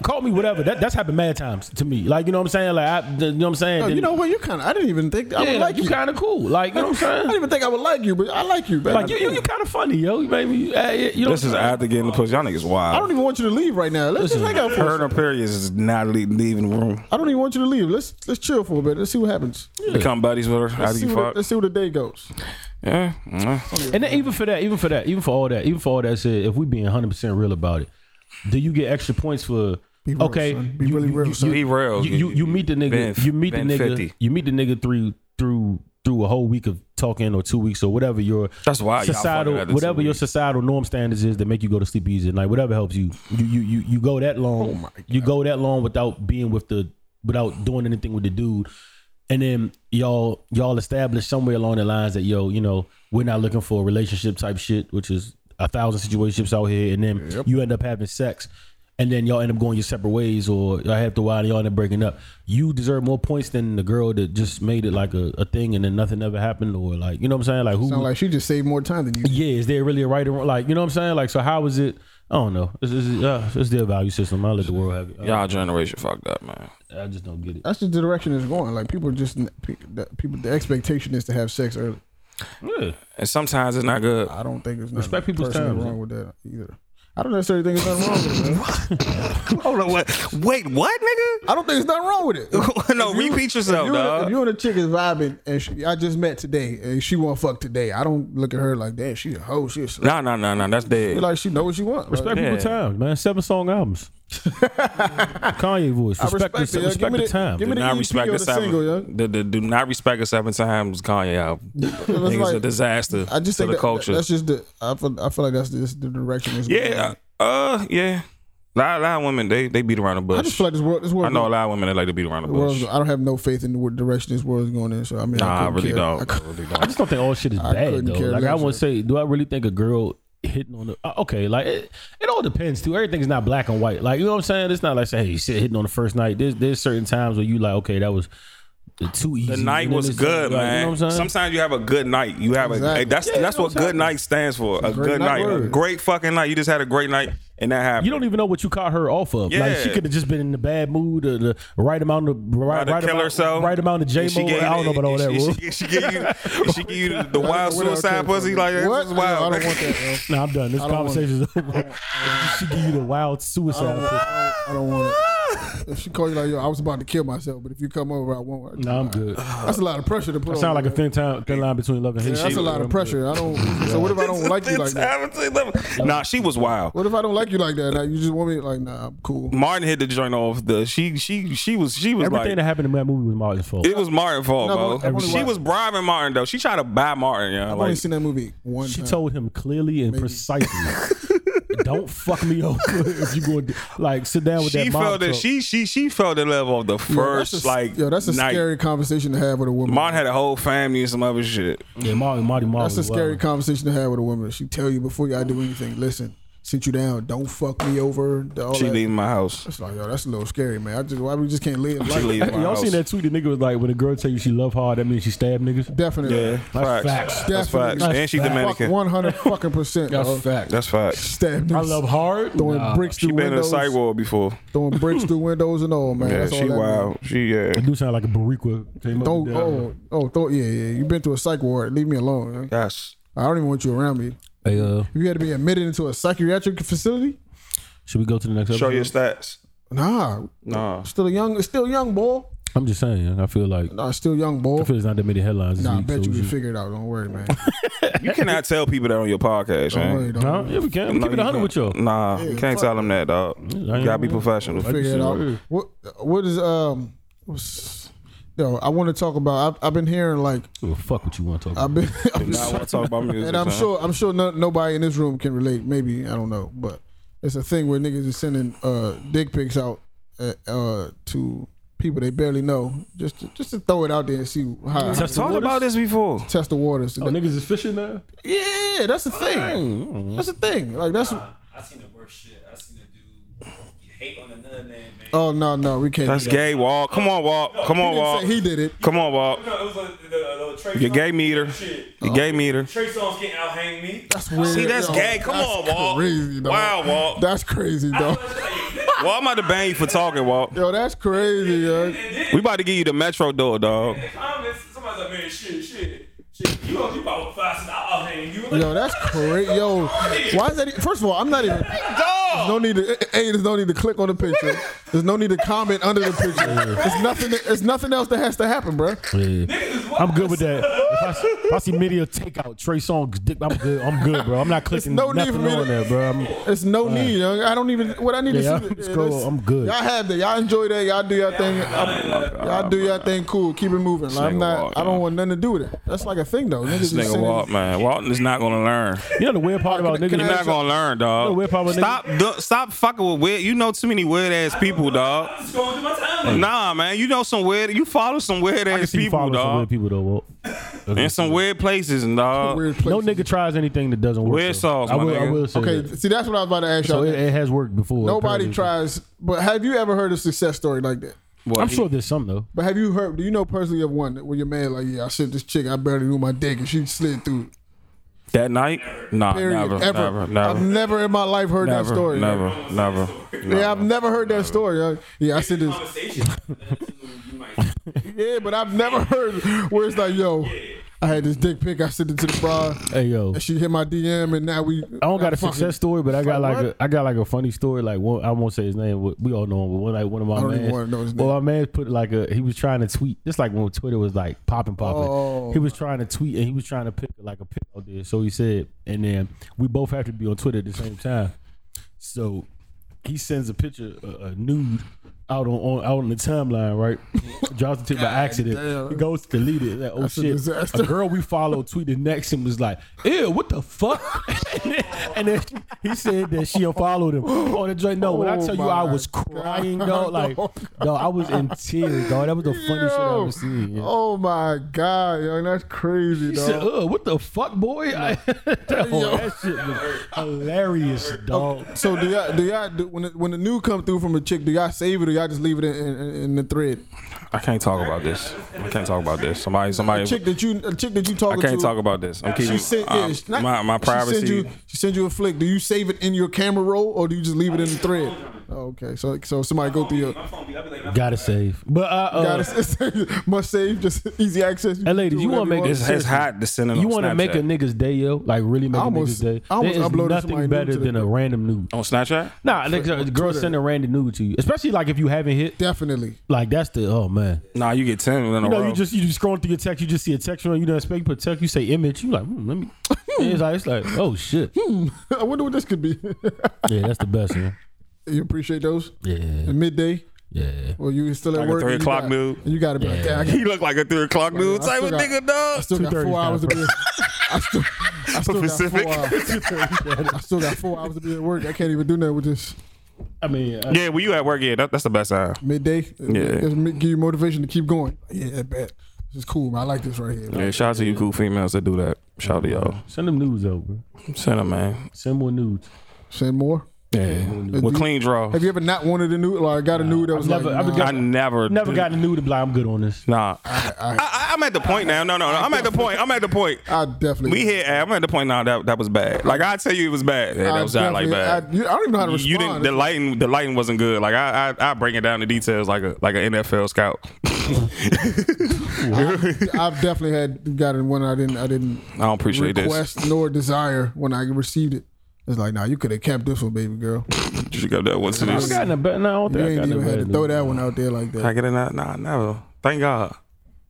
[SPEAKER 4] call me whatever. That that's happened mad times to me. Like, you know what I'm saying? Like, I, you know what I'm saying?
[SPEAKER 3] Oh, you know what? You kind of I didn't even think I
[SPEAKER 4] yeah,
[SPEAKER 3] would
[SPEAKER 4] like
[SPEAKER 3] like
[SPEAKER 4] you
[SPEAKER 3] you.
[SPEAKER 4] kind of cool. Like, you know what
[SPEAKER 3] I
[SPEAKER 4] I'm
[SPEAKER 3] didn't
[SPEAKER 4] saying?
[SPEAKER 3] even think I would like you, but I like you. But
[SPEAKER 4] Like, you you, you kind of funny, yo. You made me. Uh, you you know
[SPEAKER 2] This is after getting the pussy. Y'all niggas wild.
[SPEAKER 3] I don't even want you to leave right now. Let's just hang out for. a
[SPEAKER 2] Her
[SPEAKER 3] second.
[SPEAKER 2] and her periods is not le- leaving the room.
[SPEAKER 3] I don't even want you to leave. Let's let's chill for a bit. Let's see what happens.
[SPEAKER 2] Become buddies with her. How do
[SPEAKER 3] Let's see,
[SPEAKER 2] you
[SPEAKER 3] what
[SPEAKER 2] fuck?
[SPEAKER 3] let's see where the day goes.
[SPEAKER 2] Yeah. yeah.
[SPEAKER 4] And then even for that, even for that, even for all that, even for all that said, if we being 100 percent real about it, do you get extra points for?
[SPEAKER 3] real,
[SPEAKER 4] okay,
[SPEAKER 3] son. Be
[SPEAKER 4] you-
[SPEAKER 3] really
[SPEAKER 4] you-
[SPEAKER 3] real,
[SPEAKER 4] you-
[SPEAKER 3] son.
[SPEAKER 2] Be real.
[SPEAKER 4] You, you you meet the nigga.
[SPEAKER 2] Been-
[SPEAKER 4] you meet the
[SPEAKER 2] been
[SPEAKER 4] nigga.
[SPEAKER 2] 50.
[SPEAKER 4] You meet the nigga through through through a whole week of talking or two weeks or whatever your
[SPEAKER 2] That's why y'all fucking
[SPEAKER 4] societal
[SPEAKER 2] had this
[SPEAKER 4] whatever your
[SPEAKER 2] week.
[SPEAKER 4] societal norm standards is that make you go to sleep easy at night. Whatever helps you. You you you, you go that long. You go that long without being with the without doing anything with the dude. And then y'all y'all establish somewhere along the lines that yo you know we're not looking for a relationship type shit, which is a thousand situationships out here. And then you end up having sex and then y'all end up going your separate ways, or y'all have to while y'all end up breaking up. You deserve more points than the girl that just made it like a, a thing and then nothing ever happened, or like you know what I'm saying? Like who?
[SPEAKER 3] Sound like she just saved more time than you.
[SPEAKER 4] yeah, is there really a right or wrong? Like you know what I'm saying? Like so, how is it? I don't know. It's, it's, uh, it's their value system. I let the world have it.
[SPEAKER 2] Y'all generation fucked up, man.
[SPEAKER 4] I, I just don't get it.
[SPEAKER 3] That's just the direction it's going. Like people just pe- that- people. The expectation is to have sex early.
[SPEAKER 4] Yeah.
[SPEAKER 2] And sometimes it's not good.
[SPEAKER 3] I don't think there's nothing
[SPEAKER 4] Respect people's
[SPEAKER 3] personally
[SPEAKER 4] terms.
[SPEAKER 3] wrong with that either. I don't necessarily think there's nothing wrong with it. man.
[SPEAKER 2] Hold on, what? Wait, what, nigga?
[SPEAKER 3] I don't think there's nothing wrong with it.
[SPEAKER 2] no, repeat yourself,
[SPEAKER 3] you and- if
[SPEAKER 2] dog.
[SPEAKER 3] you and a chick is vibing and she, I just met today and she want to fuck today, I don't look at her like that. She a hoe. She a slut.
[SPEAKER 2] No, no, no, no. That's
[SPEAKER 3] Feel
[SPEAKER 2] dead.
[SPEAKER 3] like she know what she wants.
[SPEAKER 4] Respect
[SPEAKER 2] Yeah.
[SPEAKER 4] people times, man. Seven song albums. Kanye voice. Respect,
[SPEAKER 3] respect
[SPEAKER 4] the,
[SPEAKER 3] it, yo.
[SPEAKER 4] respect
[SPEAKER 3] Give me
[SPEAKER 4] the
[SPEAKER 3] the-
[SPEAKER 4] time.
[SPEAKER 3] give
[SPEAKER 2] Do
[SPEAKER 3] me the
[SPEAKER 2] not
[SPEAKER 3] EP
[SPEAKER 2] respect
[SPEAKER 3] E or
[SPEAKER 2] the
[SPEAKER 3] the single, yo.
[SPEAKER 2] seven. The, the, do not respect the seven times Kanye album.
[SPEAKER 3] It's
[SPEAKER 2] Niggas a
[SPEAKER 3] like-
[SPEAKER 2] disaster
[SPEAKER 3] I just
[SPEAKER 2] to
[SPEAKER 3] think
[SPEAKER 2] the
[SPEAKER 3] that,
[SPEAKER 2] culture.
[SPEAKER 3] that's just the. I feel, I feel like that's just the direction. It's going.
[SPEAKER 2] yeah, uh, yeah. A lot, a lot of women they they beat around the bush.
[SPEAKER 3] I just feel like this world. This world.
[SPEAKER 2] I know a lot of women that like to beat around the
[SPEAKER 3] the world's-
[SPEAKER 2] bush.
[SPEAKER 3] I don't have no faith in the direction this world's going in. So I mean,
[SPEAKER 2] Nah, I
[SPEAKER 3] couldn't
[SPEAKER 2] really
[SPEAKER 3] care. I
[SPEAKER 2] don't.
[SPEAKER 3] cou-
[SPEAKER 2] I really
[SPEAKER 4] I
[SPEAKER 2] don't.
[SPEAKER 4] just don't think all shit is
[SPEAKER 3] I
[SPEAKER 4] bad
[SPEAKER 3] couldn't
[SPEAKER 4] though.
[SPEAKER 3] care
[SPEAKER 4] Like I
[SPEAKER 3] less,
[SPEAKER 4] wouldn't
[SPEAKER 3] yo.
[SPEAKER 4] say, do I really think a girl hitting on the uh, okay? Like it, it all depends too. Everything's not black and white. Like you know what I'm saying? It's not like say, hey, shit hitting on the first night. There's there's certain times where you like, okay, that was too easy.
[SPEAKER 2] The night
[SPEAKER 4] And then
[SPEAKER 2] was
[SPEAKER 4] it's-
[SPEAKER 2] good,
[SPEAKER 4] like,
[SPEAKER 2] man.
[SPEAKER 4] You know what I'm saying?
[SPEAKER 2] Sometimes you have a good night. You have
[SPEAKER 3] Exactly.
[SPEAKER 2] a
[SPEAKER 4] Yeah,
[SPEAKER 2] that's that's
[SPEAKER 4] you know
[SPEAKER 2] what
[SPEAKER 4] what I'm
[SPEAKER 2] good
[SPEAKER 4] saying.
[SPEAKER 2] night stands for. A
[SPEAKER 3] great
[SPEAKER 2] good
[SPEAKER 3] night
[SPEAKER 2] night, a
[SPEAKER 3] word.
[SPEAKER 2] great fucking night. You just had a great night, and that happened.
[SPEAKER 4] You don't even know what you caught her off of. Like she
[SPEAKER 2] Yeah.
[SPEAKER 4] could have just been in the bad mood or the right amount of
[SPEAKER 2] Try
[SPEAKER 4] right,
[SPEAKER 2] to
[SPEAKER 4] right
[SPEAKER 2] kill
[SPEAKER 4] amount,
[SPEAKER 2] herself.
[SPEAKER 4] right amount of J
[SPEAKER 2] And she
[SPEAKER 4] Mo.
[SPEAKER 2] gave-
[SPEAKER 4] I don't know about all
[SPEAKER 2] and
[SPEAKER 4] that.
[SPEAKER 2] she-
[SPEAKER 4] Rule.
[SPEAKER 2] She, she give you, and she give you the, the wild
[SPEAKER 3] What I care
[SPEAKER 2] suicide pussy.
[SPEAKER 3] about.
[SPEAKER 2] Like that
[SPEAKER 3] what?
[SPEAKER 2] was wild.
[SPEAKER 3] No, I don't want that. Yo.
[SPEAKER 4] Nah, I'm done. This
[SPEAKER 3] I don't want
[SPEAKER 4] conversation's over. she give you
[SPEAKER 3] I
[SPEAKER 4] the wild
[SPEAKER 3] don't, want,
[SPEAKER 4] suicide.
[SPEAKER 3] I don't- I don't want it. If she call you like, yo, I was about to kill myself, but if you come over, I won't.
[SPEAKER 4] No, nah, I'm good.
[SPEAKER 3] That's a lot of pressure to put.
[SPEAKER 4] I
[SPEAKER 3] on
[SPEAKER 4] sound
[SPEAKER 3] her,
[SPEAKER 4] like a
[SPEAKER 3] yo.
[SPEAKER 4] thin time, thin line between love and hate.
[SPEAKER 3] Yeah, that's a lot of pressure. I don't. So what if I don't like you like that?
[SPEAKER 2] Nah, she was wild.
[SPEAKER 3] What if I don't like you like that? Now you just want me like, nah, I'm cool.
[SPEAKER 2] Martin hit the joint off the. She she she was she was
[SPEAKER 4] Everything
[SPEAKER 2] like
[SPEAKER 4] that happened in that movie was Martin's fault.
[SPEAKER 2] it was Martin fault,
[SPEAKER 3] No, but I've
[SPEAKER 2] bro.
[SPEAKER 3] only
[SPEAKER 2] She
[SPEAKER 3] watched-
[SPEAKER 2] was bribing Martin though. She tried to buy Martin. Yeah,
[SPEAKER 3] I've only
[SPEAKER 2] like
[SPEAKER 3] seen that movie one
[SPEAKER 4] she
[SPEAKER 3] time.
[SPEAKER 4] told him clearly and precisely don't fuck me over if you going to like sit down with
[SPEAKER 2] She
[SPEAKER 4] that mom
[SPEAKER 2] felt that
[SPEAKER 4] truck.
[SPEAKER 2] she she she felt the level of the first
[SPEAKER 3] that's a,
[SPEAKER 2] like
[SPEAKER 3] yo, that's a
[SPEAKER 2] night.
[SPEAKER 3] scary conversation to have with a woman.
[SPEAKER 2] Mom had a whole family and some other shit.
[SPEAKER 4] yeah, Marty, Marty, Marty.
[SPEAKER 3] That's a scary conversation to have with a woman. She tell you before y'all do anything. Listen, sit you down. Don't fuck me over. All
[SPEAKER 2] She
[SPEAKER 3] that.
[SPEAKER 2] leaving my house.
[SPEAKER 3] It's like yo, that's a little scary, man. I just why we just can't live
[SPEAKER 2] She
[SPEAKER 3] like that.
[SPEAKER 2] leaving my
[SPEAKER 4] Y'all
[SPEAKER 2] house.
[SPEAKER 4] seen that tweet? The nigga was like, when a girl tell you she love hard, that means she stab niggas.
[SPEAKER 3] Definitely,
[SPEAKER 2] Yeah,
[SPEAKER 4] That's
[SPEAKER 2] facts.
[SPEAKER 4] facts.
[SPEAKER 2] That's
[SPEAKER 3] Definitely.
[SPEAKER 2] facts. And she
[SPEAKER 4] That's
[SPEAKER 2] Dominican.
[SPEAKER 3] one hundred fucking percent. dog.
[SPEAKER 4] fact.
[SPEAKER 2] That's facts.
[SPEAKER 3] Stabbed.
[SPEAKER 4] I love hard.
[SPEAKER 3] throwing
[SPEAKER 4] Nah.
[SPEAKER 3] bricks
[SPEAKER 2] She
[SPEAKER 3] through
[SPEAKER 2] been in a
[SPEAKER 3] windows,
[SPEAKER 2] sidewalk before.
[SPEAKER 3] throwing bricks through windows and all, man.
[SPEAKER 2] Yeah,
[SPEAKER 3] That's all
[SPEAKER 2] she
[SPEAKER 3] that
[SPEAKER 2] wild. She yeah.
[SPEAKER 4] You do sound like a Barriqua. Came up
[SPEAKER 3] Don't
[SPEAKER 4] and down.
[SPEAKER 3] oh oh throw, yeah yeah. You've been through a psych ward. Leave me alone. man.
[SPEAKER 2] Yes.
[SPEAKER 3] I don't even want you around me.
[SPEAKER 4] Hey, uh,
[SPEAKER 3] If you had to be admitted into a psychiatric facility,
[SPEAKER 4] should we go to the next episode?
[SPEAKER 2] Show your stats.
[SPEAKER 3] nah,
[SPEAKER 2] Nah.
[SPEAKER 3] still a young, still young boy.
[SPEAKER 4] I'm just saying. I feel like
[SPEAKER 3] Nah, still young boy.
[SPEAKER 4] I feel there's not that many headlines. This
[SPEAKER 3] Nah, I
[SPEAKER 4] week,
[SPEAKER 3] bet
[SPEAKER 4] so
[SPEAKER 3] you
[SPEAKER 4] we
[SPEAKER 3] can
[SPEAKER 4] should-
[SPEAKER 3] figure it out. Don't worry, man.
[SPEAKER 2] You cannot tell people that on your podcast,
[SPEAKER 3] Don't worry,
[SPEAKER 2] man.
[SPEAKER 3] don't
[SPEAKER 4] Huh?
[SPEAKER 3] worry.
[SPEAKER 4] Yeah, we can. We
[SPEAKER 2] No,
[SPEAKER 4] keep it 100 with y'all.
[SPEAKER 2] Nah, you can't tell them that, dog. You gotta be professional.
[SPEAKER 3] Figure it
[SPEAKER 4] Yeah.
[SPEAKER 3] out. What what is um? What's, yo, I want to talk about. I've, I've been hearing like
[SPEAKER 4] Well, fuck what you want to talk
[SPEAKER 3] I've
[SPEAKER 4] about.
[SPEAKER 3] been. I'm
[SPEAKER 2] Nah, I want to talk about music.
[SPEAKER 3] And I'm
[SPEAKER 2] son.
[SPEAKER 3] sure I'm sure no, nobody in this room can relate. Maybe I don't know, but it's a thing where niggas is sending uh, dick pics out uh, uh, to people they barely know, just to, just to throw it out there and see how
[SPEAKER 2] I've talked about this before.
[SPEAKER 3] test the waters.
[SPEAKER 4] Oh, niggas is fishing now.
[SPEAKER 3] yeah, that's the thing. That's the thing. Like that's
[SPEAKER 5] I seen the worst shit. I seen a dude hate on another man, man.
[SPEAKER 3] oh no no we can't.
[SPEAKER 2] That's
[SPEAKER 3] do that.
[SPEAKER 2] gay, Walk. Come on, Walk. Come on,
[SPEAKER 3] He didn't say he
[SPEAKER 2] Walk.
[SPEAKER 3] did it.
[SPEAKER 2] Come on, Walk.
[SPEAKER 5] No, it was like the, the, the Trey
[SPEAKER 2] Your
[SPEAKER 5] Songz
[SPEAKER 2] gay meter.
[SPEAKER 5] Shit.
[SPEAKER 3] Oh.
[SPEAKER 2] Your gay meter.
[SPEAKER 5] Trey Songz getting out hang me.
[SPEAKER 3] That's weird.
[SPEAKER 2] See, that's
[SPEAKER 3] yo.
[SPEAKER 2] gay. Come on, Walk.
[SPEAKER 3] Crazy, dog.
[SPEAKER 2] Wow, Walk.
[SPEAKER 3] That's crazy, dog.
[SPEAKER 2] Well, I'm about to bang you for talking, Walk.
[SPEAKER 3] Yo, that's crazy, yo.
[SPEAKER 2] We about to give you the Metro door, dog.
[SPEAKER 5] Comments. Somebody's like, man, shit, shit, shit. You gonna keep out five? cents, I'll hang you. Like,
[SPEAKER 3] Yo, that's crazy. Yo, why is that? e, First of all, I'm not even. There's no need to. A, there's no need to click on the picture. There's no need to comment under the picture. There's nothing. There's nothing else that has to happen, bro.
[SPEAKER 4] Yeah. I'm good with that. If I, see- if I see media takeout Trey Songz dick, I'm good. I'm good, bro. I'm not clicking
[SPEAKER 3] no need
[SPEAKER 4] nothing
[SPEAKER 3] for me to-
[SPEAKER 4] on that, bro. I'm,
[SPEAKER 3] There's no need. Yo. I don't even. What I need to
[SPEAKER 4] Yeah,
[SPEAKER 3] see.
[SPEAKER 4] I'm
[SPEAKER 3] yeah,
[SPEAKER 4] scroll-
[SPEAKER 3] this-
[SPEAKER 4] I'm good.
[SPEAKER 3] Y'all have that. Y'all enjoy that. Y'all do your thing. I'm- y'all do your thing. Cool. Keep it moving. Like, I'm
[SPEAKER 2] Nigga
[SPEAKER 3] not.
[SPEAKER 2] walk,
[SPEAKER 3] I don't
[SPEAKER 2] man.
[SPEAKER 3] want nothing to do with it. That's like a thing though. Niggas
[SPEAKER 2] This
[SPEAKER 3] just
[SPEAKER 2] nigga
[SPEAKER 3] sending-
[SPEAKER 2] Walt, man. Walton is not gonna learn.
[SPEAKER 4] you know the weird part about
[SPEAKER 3] can
[SPEAKER 4] niggas.
[SPEAKER 2] You're not gonna learn,
[SPEAKER 4] No,
[SPEAKER 2] dog.
[SPEAKER 4] weird part with niggas-
[SPEAKER 2] Stop, du- stop fucking with weird. You know too many weird ass people, dog.
[SPEAKER 5] I'm just going through my time.
[SPEAKER 2] Nah, man. You know some weird. You follow some weird
[SPEAKER 4] I can
[SPEAKER 2] ass
[SPEAKER 4] see you
[SPEAKER 2] people,
[SPEAKER 4] following some weird
[SPEAKER 2] dog.
[SPEAKER 4] people though. Walt. Okay.
[SPEAKER 2] In some weird places, dog.
[SPEAKER 3] Weird
[SPEAKER 4] No
[SPEAKER 3] places.
[SPEAKER 4] nigga tries anything that doesn't work.
[SPEAKER 2] Weird
[SPEAKER 4] so.
[SPEAKER 2] sauce,
[SPEAKER 4] I
[SPEAKER 2] my
[SPEAKER 4] will. I
[SPEAKER 2] nigga.
[SPEAKER 4] will say
[SPEAKER 3] Okay,
[SPEAKER 4] that.
[SPEAKER 3] see that's what I was about to ask
[SPEAKER 4] So
[SPEAKER 3] y'all.
[SPEAKER 4] it, it has worked before.
[SPEAKER 3] Nobody
[SPEAKER 4] apparently.
[SPEAKER 3] tries, but have you ever heard a success story like that?
[SPEAKER 2] What,
[SPEAKER 4] I'm
[SPEAKER 2] he-
[SPEAKER 4] sure there's some though.
[SPEAKER 3] But have you heard? Do you know personally of one where your man like, yeah, I sent this chick, I barely knew my dick, and she slid through.
[SPEAKER 2] that night. Nah,
[SPEAKER 3] Period.
[SPEAKER 2] never,
[SPEAKER 3] ever.
[SPEAKER 2] never,
[SPEAKER 3] I've
[SPEAKER 2] never,
[SPEAKER 3] never in my life heard
[SPEAKER 2] never,
[SPEAKER 3] that story.
[SPEAKER 2] never, never.
[SPEAKER 3] Yeah, I've never heard that story. yo. Yeah, I said this.
[SPEAKER 5] Conversation. you might.
[SPEAKER 3] Yeah, but I've never heard where it's like, yo, I had this dick pic, I sent it to the broad,
[SPEAKER 4] Hey yo,
[SPEAKER 3] and she hit my DM, and now we.
[SPEAKER 4] I don't got a
[SPEAKER 3] fucking-
[SPEAKER 4] success story, but I got like
[SPEAKER 3] what?
[SPEAKER 4] a, I got like a funny story. Like one, I won't say his name. But we all know him. But one, like one of my
[SPEAKER 3] I don't even
[SPEAKER 4] mans,
[SPEAKER 3] wanna know his
[SPEAKER 4] well, my man put like a he was trying to tweet. Just like when Twitter was like popping, popping.
[SPEAKER 3] Oh.
[SPEAKER 4] he was trying to tweet and he was trying to pick like a pick out there. So he said, and then we both have to be on Twitter at the same time. So he sends a picture, a, a nude, out on, on out on the timeline, right? Drops the tip by accident.
[SPEAKER 3] damn.
[SPEAKER 4] He goes to delete it. Like, oh
[SPEAKER 3] a
[SPEAKER 4] shit!
[SPEAKER 3] disaster.
[SPEAKER 4] A girl we follow tweeted next and was like, "Ew, what the fuck?" and then, and then she- he said that she unfollowed him on the joint. No, when I
[SPEAKER 3] Oh
[SPEAKER 4] tell you I
[SPEAKER 3] my
[SPEAKER 4] was crying,
[SPEAKER 3] God.
[SPEAKER 4] dog, like,
[SPEAKER 3] Oh
[SPEAKER 4] no, I was in tears, dog. That was the funniest shit I
[SPEAKER 3] Yo.
[SPEAKER 4] ever seen. yeah.
[SPEAKER 3] Oh my god, yo, that's crazy,
[SPEAKER 4] He
[SPEAKER 3] dog.
[SPEAKER 4] said, "Uh, what the fuck, boy?" I- Yo, that shit was hilarious, dog.
[SPEAKER 3] So do y'all do y'all do, when the, when the new come through from a chick? Do y'all save it or y'all just leave it in, in, in the thread?
[SPEAKER 2] I can't talk about this. I can't talk about this. Somebody, somebody.
[SPEAKER 3] A chick that you a chick that you
[SPEAKER 2] I
[SPEAKER 3] talking
[SPEAKER 2] can't
[SPEAKER 3] to?
[SPEAKER 2] talk about this. I'm keeping
[SPEAKER 3] She sent
[SPEAKER 2] um,
[SPEAKER 3] yeah, she- not-
[SPEAKER 2] my my
[SPEAKER 3] She send,
[SPEAKER 2] privacy.
[SPEAKER 3] you, she send you a flick. Do you save it in your camera roll or do you just leave it in the thread? Oh, okay, so so somebody go through your.
[SPEAKER 5] My phone be. I be like, my
[SPEAKER 4] Gotta save, but uh, uh,
[SPEAKER 3] Got it. Must save, just easy access.
[SPEAKER 4] Hey, ladies,
[SPEAKER 3] do
[SPEAKER 4] you wanna
[SPEAKER 3] whatever
[SPEAKER 4] make
[SPEAKER 2] It's, it's
[SPEAKER 4] Seriously.
[SPEAKER 2] hot to send it
[SPEAKER 4] You
[SPEAKER 2] want to
[SPEAKER 4] make a nigga's day, yo? Like really make
[SPEAKER 3] I almost-
[SPEAKER 4] a nigga's day?
[SPEAKER 3] I almost
[SPEAKER 4] There is
[SPEAKER 3] uploaded somebody
[SPEAKER 4] nothing
[SPEAKER 3] new
[SPEAKER 4] better
[SPEAKER 3] to the
[SPEAKER 4] than a
[SPEAKER 3] thing.
[SPEAKER 4] random nude.
[SPEAKER 2] on Snapchat?
[SPEAKER 4] Nah, like, a girl send a random nude to you, especially like if you haven't hit.
[SPEAKER 3] Definitely.
[SPEAKER 4] Like that's the oh man.
[SPEAKER 2] Nah, you get ten in a
[SPEAKER 4] You know,
[SPEAKER 2] row.
[SPEAKER 4] you just you just scrolling through your text, you just see a text from you don't expect you put text, you say image, you like hmm, let me. it's like it's like oh shit.
[SPEAKER 3] I wonder what this could be.
[SPEAKER 4] Yeah, that's the best one.
[SPEAKER 3] you appreciate those?
[SPEAKER 4] Yeah,
[SPEAKER 3] At midday,
[SPEAKER 4] yeah.
[SPEAKER 3] or you still at
[SPEAKER 2] Like a
[SPEAKER 3] work?
[SPEAKER 2] three
[SPEAKER 3] and you
[SPEAKER 2] o'clock
[SPEAKER 3] got-
[SPEAKER 2] dude.
[SPEAKER 3] and You got to be like,
[SPEAKER 4] Yeah.
[SPEAKER 3] yeah, I got-
[SPEAKER 2] he look like a three o'clock dude
[SPEAKER 3] I
[SPEAKER 2] type
[SPEAKER 3] still
[SPEAKER 2] of
[SPEAKER 3] got-
[SPEAKER 2] nigga, dog.
[SPEAKER 3] still got
[SPEAKER 4] 2:30
[SPEAKER 3] four
[SPEAKER 4] is
[SPEAKER 3] hours to
[SPEAKER 4] kinda
[SPEAKER 3] be. I still, I still
[SPEAKER 2] Pacific.
[SPEAKER 3] got four hours. I still got four hours to be at work. I can't even do nothing with this
[SPEAKER 4] I mean, uh, I,
[SPEAKER 2] Yeah, when you at work, yeah, that, that's the best time.
[SPEAKER 3] midday. Yeah, give you motivation to keep going. Yeah, bet. This is cool. Man. I like this right here.
[SPEAKER 2] Yeah, shout out to you cool females that do that. Shout out to y'all.
[SPEAKER 4] send them nudes over.
[SPEAKER 2] Send them, man.
[SPEAKER 4] Send more nudes.
[SPEAKER 3] Send more.
[SPEAKER 2] Yeah. With clean draw.
[SPEAKER 3] Have you ever not wanted a nude? Like, got a nude that was
[SPEAKER 4] never-
[SPEAKER 3] like,
[SPEAKER 4] I've
[SPEAKER 3] nah,
[SPEAKER 4] got-
[SPEAKER 2] I never
[SPEAKER 4] Never
[SPEAKER 2] did-
[SPEAKER 4] got a nude to be like, I'm good on this.
[SPEAKER 2] Nah. I, I, I'm at the point now. No, no, no. I'm at the point. I'm at the point.
[SPEAKER 3] I definitely.
[SPEAKER 2] We hit. I'm at the point now. That that was bad. Like I tell you, it was bad. Yeah,
[SPEAKER 3] I
[SPEAKER 2] that was not like
[SPEAKER 3] definitely-
[SPEAKER 2] bad.
[SPEAKER 3] I, you- I don't even know how to
[SPEAKER 2] You-
[SPEAKER 3] respond.
[SPEAKER 2] You didn't. The lighting, the lighting wasn't good. Like I, I, I bring it down to details like a like an NFL scout.
[SPEAKER 3] I've definitely had gotten one I didn't I didn't
[SPEAKER 2] I don't appreciate
[SPEAKER 3] request nor desire when I received it. It's like, nah, you could have kept this one, baby girl.
[SPEAKER 2] this. You got that one to
[SPEAKER 4] I've
[SPEAKER 2] this.
[SPEAKER 4] gotten a bad. No, I don't
[SPEAKER 3] You
[SPEAKER 4] think I
[SPEAKER 3] ain't
[SPEAKER 4] got a
[SPEAKER 3] even
[SPEAKER 4] bad
[SPEAKER 3] had to
[SPEAKER 4] nude.
[SPEAKER 3] throw that one out there like
[SPEAKER 2] I
[SPEAKER 3] that.
[SPEAKER 2] get it. Nah, nah, never. Thank God.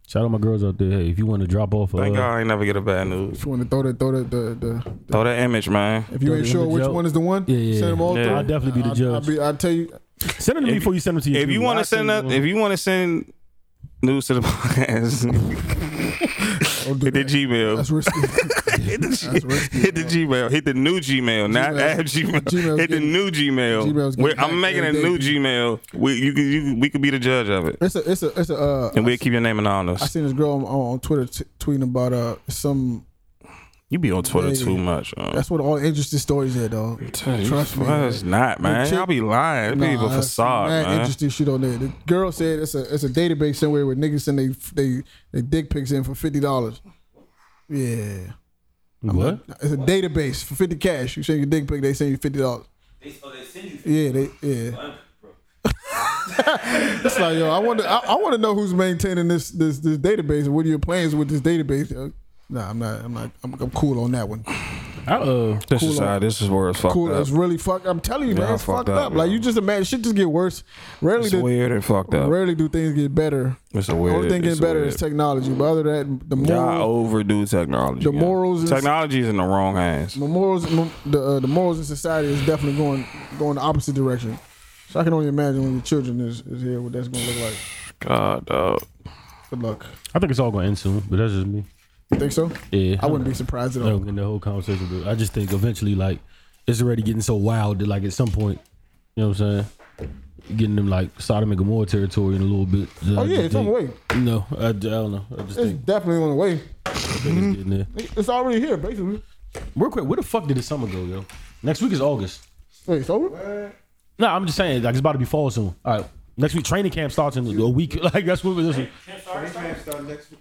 [SPEAKER 4] Shout out my girls out there. Hey, if you want to drop off, uh,
[SPEAKER 2] Thank God. I ain't never get a bad news.
[SPEAKER 3] If you want to throw that, throw that, the, the,
[SPEAKER 2] Throw that image, man.
[SPEAKER 3] if you
[SPEAKER 4] Throw
[SPEAKER 3] ain't
[SPEAKER 4] the
[SPEAKER 3] sure
[SPEAKER 4] image
[SPEAKER 3] which
[SPEAKER 4] out.
[SPEAKER 3] one is the one,
[SPEAKER 4] Yeah, yeah,
[SPEAKER 3] send them all
[SPEAKER 2] yeah.
[SPEAKER 3] through.
[SPEAKER 2] I'll
[SPEAKER 4] definitely be the
[SPEAKER 3] I'll,
[SPEAKER 4] judge.
[SPEAKER 3] be, I'll tell you,
[SPEAKER 4] send them to me before you send them to your
[SPEAKER 2] If you
[SPEAKER 4] dude.
[SPEAKER 2] want
[SPEAKER 4] I
[SPEAKER 2] to send
[SPEAKER 4] send
[SPEAKER 2] up,
[SPEAKER 4] them-
[SPEAKER 2] if you want to send news to the podcast,
[SPEAKER 3] don't do
[SPEAKER 2] hit the
[SPEAKER 3] that.
[SPEAKER 2] Gmail.
[SPEAKER 3] That's risky.
[SPEAKER 2] Hit the,
[SPEAKER 3] That's risky,
[SPEAKER 2] hit the Gmail. Hit the new Gmail, not
[SPEAKER 3] Gmail.
[SPEAKER 2] at Gmail.
[SPEAKER 3] Gmail's
[SPEAKER 2] hit the
[SPEAKER 3] getting-
[SPEAKER 2] new
[SPEAKER 3] Gmail's
[SPEAKER 2] Gmail. We're-
[SPEAKER 3] getting
[SPEAKER 2] I'm
[SPEAKER 3] hacked
[SPEAKER 2] making a
[SPEAKER 3] every
[SPEAKER 2] new
[SPEAKER 3] day.
[SPEAKER 2] Gmail. We you, could- you we could be the judge of it,
[SPEAKER 3] It's a, it's a, it's a. Uh,
[SPEAKER 2] and we'll
[SPEAKER 3] I,
[SPEAKER 2] keep your name
[SPEAKER 3] I
[SPEAKER 2] anonymous.
[SPEAKER 3] seen this girl on, on Twitter t- tweeting about uh some.
[SPEAKER 2] You be on Twitter
[SPEAKER 3] Yeah.
[SPEAKER 2] too much. uh.
[SPEAKER 3] That's what all interesting stories at, dog. Trust me.
[SPEAKER 2] Well,
[SPEAKER 3] man.
[SPEAKER 2] it's not, man.
[SPEAKER 3] chick-
[SPEAKER 2] Y'all be lying. It be
[SPEAKER 3] Nah,
[SPEAKER 2] a
[SPEAKER 3] that's
[SPEAKER 2] facade,
[SPEAKER 3] mad
[SPEAKER 2] man.
[SPEAKER 3] Interesting shit on there. The girl said it's a it's a database somewhere where niggas send they they they dick pics in for fifty dollars. Yeah,
[SPEAKER 4] what?
[SPEAKER 3] it's a database for fifty cash. You send your dick pic, they send you fifty dollars.
[SPEAKER 5] They, oh, they send you.
[SPEAKER 3] Yeah, they yeah.
[SPEAKER 5] I'm- bro.
[SPEAKER 3] It's like yo, I want to I, I want to know who's maintaining this this this database and what are your plans with this database. yo? Nah, I'm not. I'm not. I'm, I'm cool on that one.
[SPEAKER 4] I, uh,
[SPEAKER 2] This is how this is where it's fucked
[SPEAKER 3] Cool.
[SPEAKER 2] up.
[SPEAKER 3] It's really fucked. I'm telling you,
[SPEAKER 2] Yeah,
[SPEAKER 3] man, it's
[SPEAKER 2] fucked
[SPEAKER 3] fucked up.
[SPEAKER 2] up,
[SPEAKER 3] Like
[SPEAKER 2] yo.
[SPEAKER 3] you just imagine shit just get worse. Rarely
[SPEAKER 2] It's
[SPEAKER 3] do-
[SPEAKER 2] weird and fucked up.
[SPEAKER 3] Rarely do things get better.
[SPEAKER 2] It's a weird.
[SPEAKER 3] Only thing
[SPEAKER 2] it's
[SPEAKER 3] getting better
[SPEAKER 2] weird.
[SPEAKER 3] is technology, but other than that, the
[SPEAKER 2] Y'all
[SPEAKER 3] moral,
[SPEAKER 2] overdo technology.
[SPEAKER 3] The
[SPEAKER 2] man.
[SPEAKER 3] morals is-
[SPEAKER 2] Technology is in the wrong hands.
[SPEAKER 3] the morals, mo- the uh, the morals in society is definitely going going the opposite direction. So I can only imagine when your children is, is here, what that's gonna look like.
[SPEAKER 2] God, dog.
[SPEAKER 3] Good luck.
[SPEAKER 4] I think it's all going to end soon, but that's just me.
[SPEAKER 3] You think so?
[SPEAKER 4] Yeah.
[SPEAKER 3] I wouldn't be surprised at
[SPEAKER 4] I
[SPEAKER 3] all.
[SPEAKER 4] don't get the whole conversation, but I just think eventually, like, it's already getting so wild that, like, at some point, you know what I'm saying? Getting them like Sodom and Gomorrah territory in a little bit.
[SPEAKER 3] Oh yeah, it's on the way.
[SPEAKER 4] No, I, I don't know. I just
[SPEAKER 3] It's mm.
[SPEAKER 4] think,
[SPEAKER 3] definitely on the way.
[SPEAKER 4] I think it's getting there.
[SPEAKER 3] It's already here, basically.
[SPEAKER 4] Real quick, where the fuck did the summer go, yo? Next week is August.
[SPEAKER 3] Wait, it's over.
[SPEAKER 4] No, I'm just saying, like, it's about to be fall soon. All right. Next week, training camp starts in a week. Like, that's what we're this week.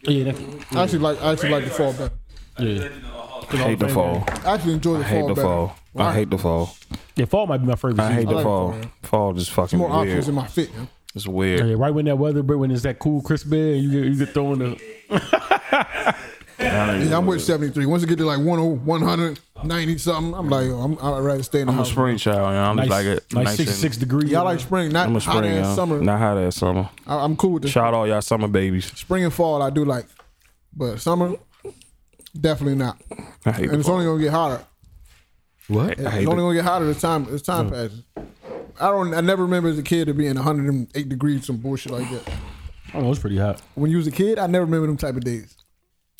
[SPEAKER 4] Yeah, next week.
[SPEAKER 3] I actually like I actually like the fall back.
[SPEAKER 4] Yeah.
[SPEAKER 5] oh,
[SPEAKER 2] I hate the fall.
[SPEAKER 3] I actually enjoy the
[SPEAKER 2] I
[SPEAKER 3] fall
[SPEAKER 2] hate the
[SPEAKER 3] back.
[SPEAKER 2] fall. I
[SPEAKER 3] Why?
[SPEAKER 2] hate the fall.
[SPEAKER 4] yeah, fall might be my favorite
[SPEAKER 2] I
[SPEAKER 4] season.
[SPEAKER 2] hate the
[SPEAKER 3] like
[SPEAKER 2] fall.
[SPEAKER 3] fall.
[SPEAKER 2] Fall just fucking
[SPEAKER 3] More
[SPEAKER 2] weird.
[SPEAKER 3] options in my fit. man.
[SPEAKER 2] It's weird.
[SPEAKER 4] Yeah, right when that weather, but when it's that cool, crisp air, you get, you get thrown the.
[SPEAKER 3] Yeah, I'm with 73. Once it get to like oh, 100, 190 something, I'm like, yo, I'm, I'd rather stay in the
[SPEAKER 2] I'm a
[SPEAKER 3] house.
[SPEAKER 2] spring child. You know? I'm
[SPEAKER 4] Nice,
[SPEAKER 2] just like a
[SPEAKER 4] nice,
[SPEAKER 2] nice and-
[SPEAKER 4] 66 degrees.
[SPEAKER 3] Y'all like spring, not
[SPEAKER 2] I'm a
[SPEAKER 3] hot
[SPEAKER 2] spring.
[SPEAKER 3] ass
[SPEAKER 2] y'all.
[SPEAKER 3] summer.
[SPEAKER 2] Not hot ass summer.
[SPEAKER 3] I, I'm cool with this.
[SPEAKER 2] Shout out all y'all summer babies.
[SPEAKER 3] Spring and fall, I do like, but summer, definitely not.
[SPEAKER 2] I hate
[SPEAKER 3] And
[SPEAKER 2] the
[SPEAKER 3] it's
[SPEAKER 2] fall.
[SPEAKER 3] only gonna get hotter.
[SPEAKER 4] what?
[SPEAKER 2] I
[SPEAKER 3] It's
[SPEAKER 2] hate
[SPEAKER 3] only
[SPEAKER 2] the-
[SPEAKER 3] gonna get hotter as time as time passes. I don't. I never remember as a kid it being 108 degrees, some bullshit like that.
[SPEAKER 4] I don't know, it's pretty hot.
[SPEAKER 3] When you was a kid, I never remember them type of days.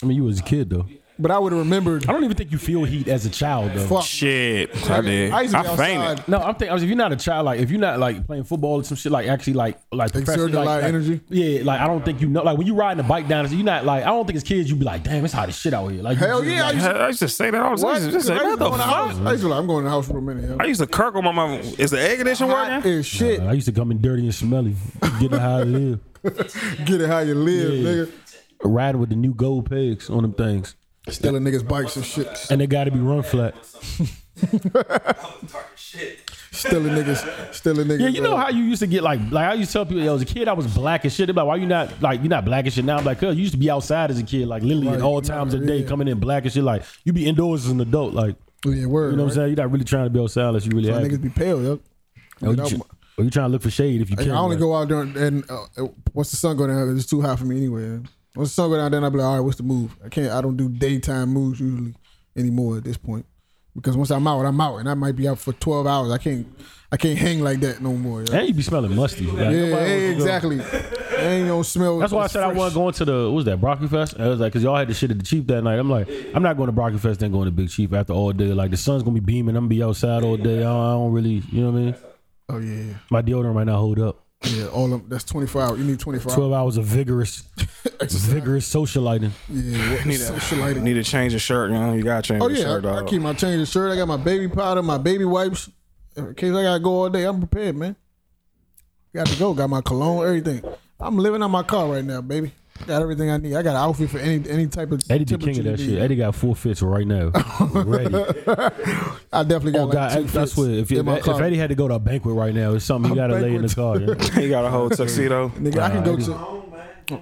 [SPEAKER 4] I mean, you was a kid though.
[SPEAKER 3] But I would have remembered.
[SPEAKER 4] I don't even think you feel heat as a child though.
[SPEAKER 3] Fuck.
[SPEAKER 2] Shit, I did.
[SPEAKER 3] I used to be
[SPEAKER 2] I fainted.
[SPEAKER 3] outside.
[SPEAKER 4] No, I'm thinking if you're not a child, like if you're not like playing football or some shit, like actually like like professionally,
[SPEAKER 3] a
[SPEAKER 4] like,
[SPEAKER 3] lot of
[SPEAKER 4] like-
[SPEAKER 3] energy?
[SPEAKER 4] Yeah, like I don't think you know. Like when you riding a bike down, you're not like I don't think as kids you'd be like, damn, it's hot as shit out here. Like you
[SPEAKER 3] Hell
[SPEAKER 4] just,
[SPEAKER 3] yeah, I
[SPEAKER 4] like,
[SPEAKER 3] used to.
[SPEAKER 2] I used to say that all the time.
[SPEAKER 3] What?
[SPEAKER 2] I used to say,
[SPEAKER 3] I used
[SPEAKER 2] what
[SPEAKER 3] to
[SPEAKER 2] the
[SPEAKER 3] go in the
[SPEAKER 2] fuck?
[SPEAKER 3] house. I used to like, I'm going in the house for a minute. yo.
[SPEAKER 2] I used to kirk on my mom. Is the air conditioning
[SPEAKER 3] Hot
[SPEAKER 2] working?
[SPEAKER 3] as shit.
[SPEAKER 4] I used to come in dirty and smelly, getting how it live,
[SPEAKER 3] Get it how you live,
[SPEAKER 4] Yeah.
[SPEAKER 3] nigga.
[SPEAKER 4] riding with the new gold pegs on them things,
[SPEAKER 3] Stealing niggas' bikes and shit.
[SPEAKER 4] and they got to be run flat.
[SPEAKER 5] Dark as shit.
[SPEAKER 3] Stealing niggas. Stealing niggas.
[SPEAKER 4] Yeah, you know
[SPEAKER 3] uh,
[SPEAKER 4] how you used to get like like I used to tell people yo, as a kid I was black as shit. They're like, why you not like you not black as shit now? I'm like, cause you used to be outside as a kid, like literally
[SPEAKER 3] Right,
[SPEAKER 4] at all times of
[SPEAKER 3] right,
[SPEAKER 4] day,
[SPEAKER 3] yeah.
[SPEAKER 4] coming in black and shit. Like you be indoors as an adult, like
[SPEAKER 3] Oh, Yeah, word.
[SPEAKER 4] you know what I'm
[SPEAKER 3] right?
[SPEAKER 4] saying? You're not really trying to be outside unless you really
[SPEAKER 3] My
[SPEAKER 4] have.
[SPEAKER 3] niggas be pale, yo.
[SPEAKER 4] Or
[SPEAKER 3] I
[SPEAKER 4] you,
[SPEAKER 3] mean,
[SPEAKER 4] tr- or you trying to look for shade if you
[SPEAKER 3] I
[SPEAKER 4] can.
[SPEAKER 3] only
[SPEAKER 4] like,
[SPEAKER 3] go out during and uh, once the sun go down, it's too hot for me anyway. Once the sun go down, then I be like, all right, what's the move? I can't. I don't do daytime moves usually anymore at this point because once I'm out, I'm out, and I might be out for 12 hours. I can't. I can't hang like that no more. Yo.
[SPEAKER 4] And you be smelling musty. Like,
[SPEAKER 3] Yeah,
[SPEAKER 4] nobody wants
[SPEAKER 3] yeah,
[SPEAKER 4] to go-
[SPEAKER 3] exactly. And you don't smell.
[SPEAKER 4] That's why I said I
[SPEAKER 3] fresh.
[SPEAKER 4] wasn't going to the what was that Brocky Fest. I was like, because y'all had the shit at the Chief that night. I'm like, I'm not going to Brocky Fest, then going to Big Chief after all day. Like the sun's gonna be beaming. I'm gonna be outside all day. I don't, I don't really, you know what I mean.
[SPEAKER 3] Oh yeah,
[SPEAKER 4] My deodorant might not hold up.
[SPEAKER 3] yeah. All of that's twenty four hours. You need twenty four hours.
[SPEAKER 4] Twelve hours of vigorous, vigorous socialiting.
[SPEAKER 3] Yeah, what,
[SPEAKER 2] Need
[SPEAKER 3] socialiting.
[SPEAKER 2] a, need to change a shirt, you know. You gotta change
[SPEAKER 3] Oh
[SPEAKER 2] the
[SPEAKER 3] yeah,
[SPEAKER 2] shirt,
[SPEAKER 3] I, I
[SPEAKER 2] dog.
[SPEAKER 3] keep my change of shirt. I got my baby powder, my baby wipes. In case I gotta go all day, I'm prepared, man. Got to go. Got my cologne, everything. I'm living on my car right now, baby. Got everything I need. I got an outfit for any any type of.
[SPEAKER 4] Eddie the
[SPEAKER 3] temperature
[SPEAKER 4] king of
[SPEAKER 3] you
[SPEAKER 4] that
[SPEAKER 3] need.
[SPEAKER 4] shit. Eddie got four fits right now. Ready.
[SPEAKER 3] I definitely got
[SPEAKER 4] Oh
[SPEAKER 3] like
[SPEAKER 4] God,
[SPEAKER 3] two
[SPEAKER 4] that's
[SPEAKER 3] fits
[SPEAKER 4] what. If, you,
[SPEAKER 3] in my
[SPEAKER 4] if
[SPEAKER 3] car.
[SPEAKER 4] Eddie had to go to a banquet right now, it's something you
[SPEAKER 3] A
[SPEAKER 4] gotta lay in the car.
[SPEAKER 3] banquet.
[SPEAKER 4] yeah.
[SPEAKER 2] He got a whole tuxedo.
[SPEAKER 3] nigga, I can go to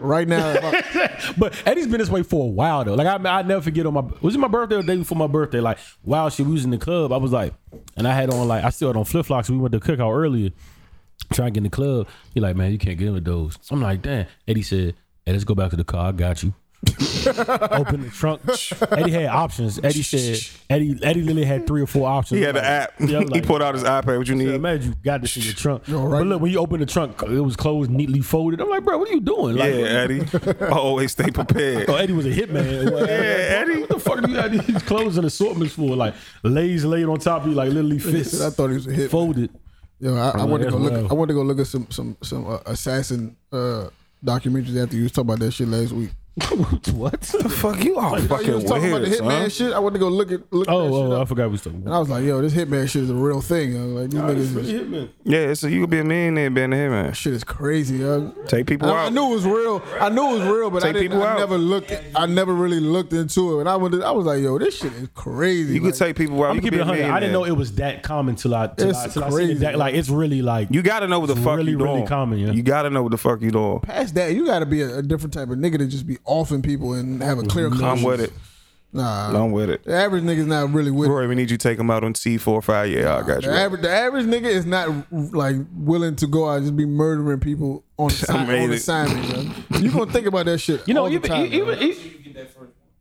[SPEAKER 3] right now. if I-
[SPEAKER 4] But Eddie's been this way for a while though. Like I, I never forget on my was it my birthday or the day before my birthday? Like wow, shit, we was in the club. I was like, and I had on like I still had on flip flops. We went to cookout earlier, trying to get in the club. He like, man, you can't get in with those. I'm like, damn. Eddie said, hey, let's go back to the car. I got you. Open the trunk. Eddie had options. Eddie said Eddie Eddie literally had three or four options.
[SPEAKER 2] He had
[SPEAKER 4] Like,
[SPEAKER 2] an app.
[SPEAKER 4] yeah, I'm
[SPEAKER 2] he
[SPEAKER 4] like,
[SPEAKER 2] pulled out his iPad. What you
[SPEAKER 4] yeah,
[SPEAKER 2] need?
[SPEAKER 4] imagine you got this in your trunk.
[SPEAKER 3] right.
[SPEAKER 4] But look, when you open the trunk, it was closed, neatly folded. I'm like, bro, what are you doing?
[SPEAKER 2] Yeah,
[SPEAKER 4] Like,
[SPEAKER 2] Eddie. I always stay prepared.
[SPEAKER 4] Oh, Eddie was a hitman. Like,
[SPEAKER 2] Eddie.
[SPEAKER 4] What the fuck do you have these clothes and assortments for? Like lays laid on top of you, like literally fists
[SPEAKER 3] I thought he was a hit.
[SPEAKER 4] folded.
[SPEAKER 3] Yo, I, I
[SPEAKER 4] Oh,
[SPEAKER 3] wanted to
[SPEAKER 4] that's
[SPEAKER 3] go look.
[SPEAKER 4] wild.
[SPEAKER 3] I wanted to go look at some some some uh, assassin uh, documentaries after you was talking about that shit last week.
[SPEAKER 4] what?
[SPEAKER 2] Fuck you all
[SPEAKER 3] you was
[SPEAKER 2] fucking
[SPEAKER 3] talking about
[SPEAKER 2] weird,
[SPEAKER 3] the hitman
[SPEAKER 2] son.
[SPEAKER 3] shit. I wanted to go look at look at that shit
[SPEAKER 4] Oh, oh, I
[SPEAKER 3] up.
[SPEAKER 4] forgot we was talking.
[SPEAKER 3] and I was like, yo, this hitman shit is a real thing. yo. Like these niggas, is-
[SPEAKER 2] Yeah, so you could be a millionaire being a hitman.
[SPEAKER 3] shit is crazy. Yo.
[SPEAKER 2] Take people
[SPEAKER 3] I,
[SPEAKER 2] out.
[SPEAKER 3] I knew it was real. I knew it was real, but I
[SPEAKER 2] Take
[SPEAKER 3] didn't.
[SPEAKER 2] people
[SPEAKER 3] I
[SPEAKER 2] out.
[SPEAKER 3] never looked. I never really looked into it. And I wanted, I was like, yo, this shit is crazy.
[SPEAKER 2] You could
[SPEAKER 3] Like,
[SPEAKER 2] take people out.
[SPEAKER 4] I'm
[SPEAKER 2] You could
[SPEAKER 4] keeping
[SPEAKER 2] be
[SPEAKER 4] it 100.
[SPEAKER 2] a millionaire.
[SPEAKER 4] I didn't know it was that common till I till, I,
[SPEAKER 3] It's
[SPEAKER 4] till I seen it
[SPEAKER 3] crazy,
[SPEAKER 4] that. Like it's really like
[SPEAKER 2] You gotta know what the
[SPEAKER 4] It's
[SPEAKER 2] fuck
[SPEAKER 4] really,
[SPEAKER 2] you
[SPEAKER 4] really
[SPEAKER 2] doing.
[SPEAKER 4] common, yeah.
[SPEAKER 2] You gotta know what the fuck you doing.
[SPEAKER 3] past that. You got to be a, a different type of nigga to just be offing people and have a clear.
[SPEAKER 2] I'm
[SPEAKER 3] conscience.
[SPEAKER 2] with it.
[SPEAKER 3] Nah,
[SPEAKER 2] I'm with it.
[SPEAKER 3] the average nigga's not really with. it.
[SPEAKER 2] Rory, we need you to take him out on T four or five. Yeah, I got you.
[SPEAKER 3] The average, the average nigga is not like willing to go out and just be murdering people on, assi- on
[SPEAKER 2] Amazing.
[SPEAKER 3] assignment. Bro. You gonna think about that shit.
[SPEAKER 4] you know
[SPEAKER 3] all the
[SPEAKER 4] even e,
[SPEAKER 3] time, bro.
[SPEAKER 4] even even-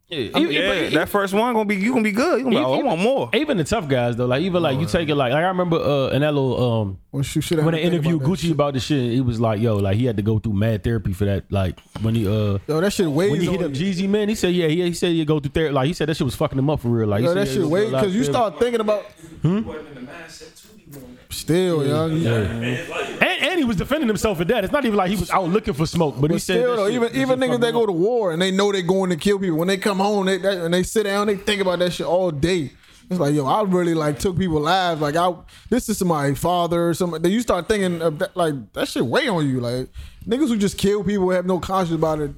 [SPEAKER 4] yeah, even-
[SPEAKER 2] Yeah,
[SPEAKER 4] even-
[SPEAKER 2] that first one gonna be you gonna be good. You gonna be like, oh, I want more.
[SPEAKER 4] Even the tough guys though, like even like you take it like, like I remember uh in that little um
[SPEAKER 3] Well, shoot, shit, I
[SPEAKER 4] when
[SPEAKER 3] had
[SPEAKER 4] they
[SPEAKER 3] to think
[SPEAKER 4] interviewed
[SPEAKER 3] about that
[SPEAKER 4] Gucci
[SPEAKER 3] shit.
[SPEAKER 4] about this shit, he was like, yo, like he had to go through mad therapy for that. Like when he uh
[SPEAKER 3] Yo, that shit weighs.
[SPEAKER 4] when he
[SPEAKER 3] on
[SPEAKER 4] hit up
[SPEAKER 3] you.
[SPEAKER 4] Jeezy, man, he said, yeah, he, he said he go through therapy. Like he said that shit was fucking him up for real. Like he
[SPEAKER 3] Yo,
[SPEAKER 4] said,
[SPEAKER 3] that
[SPEAKER 4] yeah,
[SPEAKER 3] shit
[SPEAKER 4] he was
[SPEAKER 3] weighs
[SPEAKER 4] doing a lot Hmm?
[SPEAKER 3] because you
[SPEAKER 4] of
[SPEAKER 3] start thinking about
[SPEAKER 5] wasn't in the mindset to be doing that.
[SPEAKER 3] still, yo.
[SPEAKER 4] therapy. And, and he was defending himself at that. It's not even like he was out looking for smoke, but, he
[SPEAKER 3] But
[SPEAKER 4] said
[SPEAKER 3] still,
[SPEAKER 4] that
[SPEAKER 3] though,
[SPEAKER 4] shit-
[SPEAKER 3] even
[SPEAKER 4] that shit
[SPEAKER 3] even niggas
[SPEAKER 4] fucked
[SPEAKER 3] that
[SPEAKER 4] him
[SPEAKER 3] go
[SPEAKER 4] up.
[SPEAKER 3] to war and they know they're going to kill people. When they come home, they that, and they sit down, they think about that shit all day. It's like, yo, I really like took people lives. Like, I this is my father. or something. Then you start thinking of that, like that shit weigh on you. Like niggas who just kill people have no conscience about it.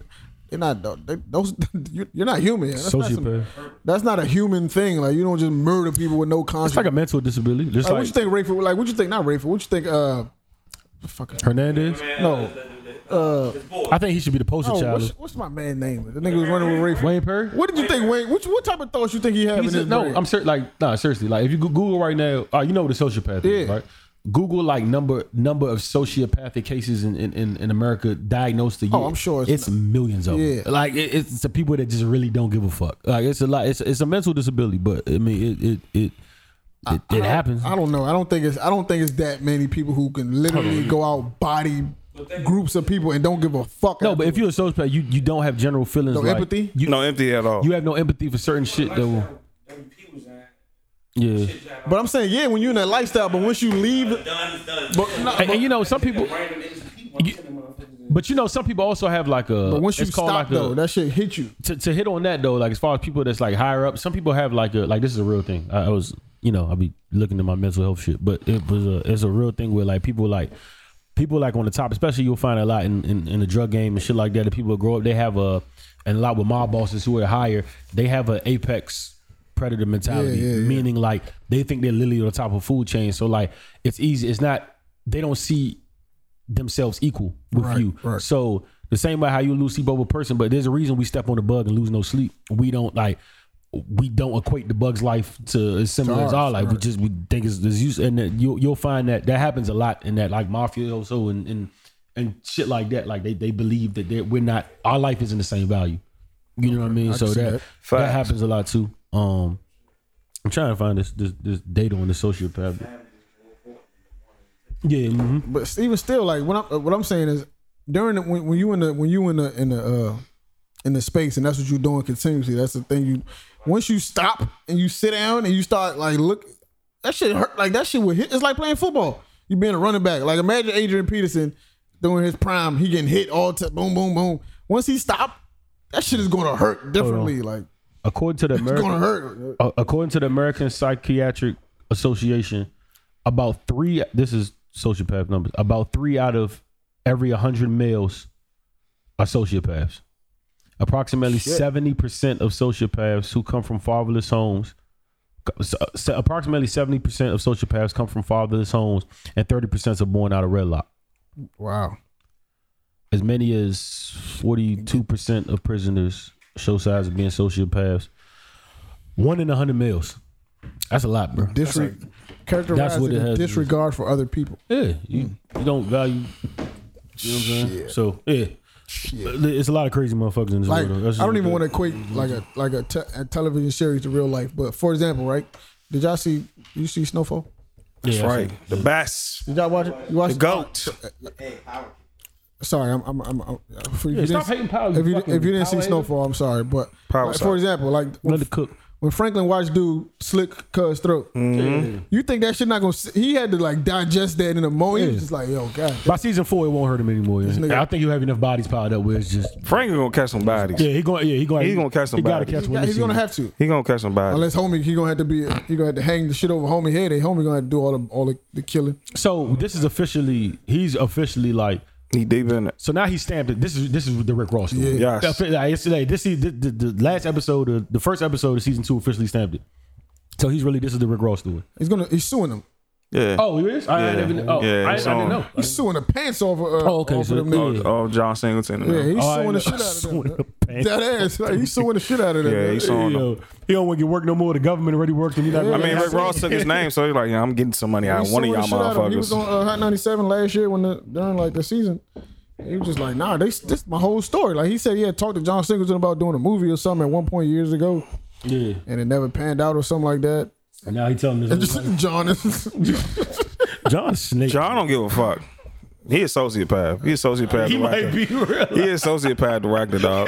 [SPEAKER 3] They're not. They, those you- you're not human. That's not some-
[SPEAKER 4] Sociopath.
[SPEAKER 3] that's not a human thing. Like you don't just murder people with no conscience.
[SPEAKER 4] It's like a mental disability. Just
[SPEAKER 3] Like,
[SPEAKER 4] like,
[SPEAKER 3] what you think, Rayford? Like what you think? Not Rayford. What you think? Uh, fucking
[SPEAKER 4] Hernandez.
[SPEAKER 3] no. Uh,
[SPEAKER 4] I think he should be the poster
[SPEAKER 3] oh,
[SPEAKER 4] child.
[SPEAKER 3] what's, what's my man name? The nigga was running with Rayford.
[SPEAKER 4] Wayne Perry.
[SPEAKER 3] What did you think, Wayne? Which, what type of thoughts you think he had in
[SPEAKER 4] He's
[SPEAKER 3] his
[SPEAKER 4] just, no,
[SPEAKER 3] brain?
[SPEAKER 4] I'm ser- like nah, seriously. Like if you go- Google right now, uh, you know what a sociopath is,
[SPEAKER 3] Yeah.
[SPEAKER 4] right? Google like number number of sociopathic cases in in, in, in America diagnosed a year.
[SPEAKER 3] Oh, I'm sure it's-
[SPEAKER 4] it's, millions of
[SPEAKER 3] Yeah.
[SPEAKER 4] them. Like it, it's the people that just really don't give a fuck. Like it's a lot. It's it's a mental disability, but I mean it it it it, it happens.
[SPEAKER 3] I don't know. I don't think it's. I don't think it's that many people who can literally go out body groups of people and don't give a fuck.
[SPEAKER 4] no, but if you're a sociopath, you you don't have general feelings.
[SPEAKER 3] No
[SPEAKER 4] like-
[SPEAKER 3] empathy?
[SPEAKER 4] You,
[SPEAKER 2] No empty at all.
[SPEAKER 4] you have no empathy for certain shit though.
[SPEAKER 5] MVP was in.
[SPEAKER 4] Yeah.
[SPEAKER 3] But I'm saying, yeah, when you're in that lifestyle, but once you leave,
[SPEAKER 5] Done is done.
[SPEAKER 3] but, no,
[SPEAKER 4] And,
[SPEAKER 3] but-
[SPEAKER 4] and you know some people,
[SPEAKER 5] Brandon is people.
[SPEAKER 4] You- but you know some people also have like a.
[SPEAKER 3] but once you
[SPEAKER 4] it's called
[SPEAKER 3] stop
[SPEAKER 4] like
[SPEAKER 3] though,
[SPEAKER 4] a,
[SPEAKER 3] that shit hit you.
[SPEAKER 4] to, to hit on that though, like as far as people that's like higher up, some people have like a like this is a real thing. I, I was you know I be looking at my mental health shit, but it was a it's a real thing where like people like people like on the top, especially you'll find a lot in, in, in the drug game and shit like that. That people grow up, they have a and a lot with mob bosses who are higher, they have an apex predator mentality,
[SPEAKER 3] Yeah, yeah, yeah.
[SPEAKER 4] meaning like they think they're literally on the top of food chain. So like it's easy. It's not they don't see themselves equal with
[SPEAKER 3] Right,
[SPEAKER 4] you.
[SPEAKER 3] right.
[SPEAKER 4] So the same way how you lose sleep over a person, but there's a reason we step on the bug and lose no sleep. We don't like we don't equate the bug's life to as similar
[SPEAKER 3] ours,
[SPEAKER 4] as our life. We just we think it's, it's use and that you'll you'll find that that happens a lot in that like mafia also and and and shit like that. Like they they believe that they we're not our life isn't the same value. You know what I mean? so
[SPEAKER 3] see
[SPEAKER 4] that
[SPEAKER 3] that.
[SPEAKER 4] that,
[SPEAKER 2] Facts.
[SPEAKER 4] happens a lot too. Um, I'm trying to find this this, this data on the sociopath. mm-hmm. Yeah, mhm.
[SPEAKER 3] But even still, like uh, what I'm what I'm saying is, during the, when, when you in the when you in the in the uh, in the space and that's what you're doing continuously. That's the thing you once you stop and you sit down and you start like look that shit hurt like that shit would hit. It's like playing football. You being a running back. Like imagine Adrian Peterson during his prime, he getting hit all time. Boom, boom, boom. Once he stopped, that shit is gonna hurt differently. Like
[SPEAKER 4] According to the
[SPEAKER 3] it's
[SPEAKER 4] American,
[SPEAKER 3] gonna hurt.
[SPEAKER 4] A- according to the American Psychiatric Association, about three this is sociopath numbers. About three out of every hundred males are sociopaths. Approximately seventy percent of sociopaths who come from fatherless homes. so- so approximately seventy percent of sociopaths come from fatherless homes, and thirty percent are born out of wedlock.
[SPEAKER 3] Wow.
[SPEAKER 4] As many as 42% of prisoners show signs of being sociopaths. One in a 100 males. That's a lot, bro.
[SPEAKER 3] Disre- characterized
[SPEAKER 4] what it
[SPEAKER 3] as
[SPEAKER 4] has to do.
[SPEAKER 3] disregard for other people.
[SPEAKER 4] Yeah, you, you don't value. You know what I'm saying? So, yeah. It's a lot of crazy motherfuckers in this
[SPEAKER 3] Like
[SPEAKER 4] world.
[SPEAKER 3] I don't even want to equate like a like a, te- a television series to real life. But for example, right? Did y'all see you see Snowfall?
[SPEAKER 4] That's
[SPEAKER 2] Right. The best.
[SPEAKER 3] Did y'all watch it? You watched
[SPEAKER 2] The
[SPEAKER 3] it?
[SPEAKER 2] goat.
[SPEAKER 3] Sorry, I'm I'm I'm. I'm if you didn't-
[SPEAKER 4] stop hating Power, you
[SPEAKER 3] If you,
[SPEAKER 4] fucking
[SPEAKER 3] if you didn't see
[SPEAKER 4] Power hater.
[SPEAKER 3] Snowfall, I'm sorry, but
[SPEAKER 2] Power
[SPEAKER 3] like, for
[SPEAKER 2] sorry.
[SPEAKER 3] example, like
[SPEAKER 4] Let
[SPEAKER 3] when,
[SPEAKER 4] it cook.
[SPEAKER 3] when Franklin watched dude slick cuz throat, you think that shit not gonna? sit- He had to like digest that in a moment. He was just like, yo, god.
[SPEAKER 4] By season four, it won't hurt him anymore. yeah.
[SPEAKER 3] nigga-
[SPEAKER 4] I think you have enough bodies piled up where it's just.
[SPEAKER 2] Frank gonna catch some bodies.
[SPEAKER 4] Yeah, he going. Yeah, he going.
[SPEAKER 2] He gonna catch
[SPEAKER 4] He gotta
[SPEAKER 2] somebody.
[SPEAKER 4] catch
[SPEAKER 3] Yeah,
[SPEAKER 4] one.
[SPEAKER 3] he's gonna have to.
[SPEAKER 2] He gonna catch some bodies.
[SPEAKER 3] Unless homie, he gonna have to be, he gonna have to hang the shit over homie head. And homie gonna have to do all the all the, the killing.
[SPEAKER 4] So this is officially. He's officially like
[SPEAKER 2] He deep in it.
[SPEAKER 4] So now he stamped it. This is this is the Rick Ross. story.
[SPEAKER 3] Yeah.
[SPEAKER 2] Yes.
[SPEAKER 4] Offi- like, it's like, this is the, the, the last episode, of, the first episode of season two officially stamped it. So he's really this is the Rick Ross story.
[SPEAKER 3] He's gonna, he's suing him.
[SPEAKER 2] Yeah.
[SPEAKER 4] Oh, he is. I, didn't even. Oh,
[SPEAKER 2] Yeah,
[SPEAKER 4] I, I
[SPEAKER 2] it's
[SPEAKER 4] didn't
[SPEAKER 2] on.
[SPEAKER 4] know.
[SPEAKER 3] He's suing the pants off of, uh,
[SPEAKER 4] Oh, okay,
[SPEAKER 3] off
[SPEAKER 4] so-
[SPEAKER 3] of them niggas.
[SPEAKER 4] yeah.
[SPEAKER 2] Oh, John Singleton.
[SPEAKER 3] Yeah, he's
[SPEAKER 4] Oh, I
[SPEAKER 3] suing the
[SPEAKER 4] know.
[SPEAKER 3] shit out of them.
[SPEAKER 4] Suing the pants
[SPEAKER 3] That ass, like, he's suing the shit out of them.
[SPEAKER 2] Yeah,
[SPEAKER 3] man.
[SPEAKER 2] he saw him.
[SPEAKER 4] Yo, he don't want to get work no more. The government already worked, and he not.
[SPEAKER 2] I mean, Rick Ross took his name, so he's like, yeah, I'm getting some money out of
[SPEAKER 3] He
[SPEAKER 2] one of
[SPEAKER 3] suing
[SPEAKER 2] y'all
[SPEAKER 3] the shit out of him. He was
[SPEAKER 2] motherfuckers.
[SPEAKER 3] on uh, Hot 97 last year when the, during like the season. He was just like, nah, they, this is my whole story. Like he said, he had talked to John Singleton about doing a movie or something at one point years ago,
[SPEAKER 4] Yeah.
[SPEAKER 3] and it never panned out or something like that.
[SPEAKER 4] And now he telling
[SPEAKER 3] And
[SPEAKER 4] this.
[SPEAKER 3] just John is
[SPEAKER 4] John Snake.
[SPEAKER 2] John don't give a fuck. He a sociopath. He a sociopath.
[SPEAKER 4] He
[SPEAKER 2] to
[SPEAKER 4] might
[SPEAKER 2] rock
[SPEAKER 4] be
[SPEAKER 2] the-
[SPEAKER 4] real.
[SPEAKER 2] He a sociopath to rock the dog.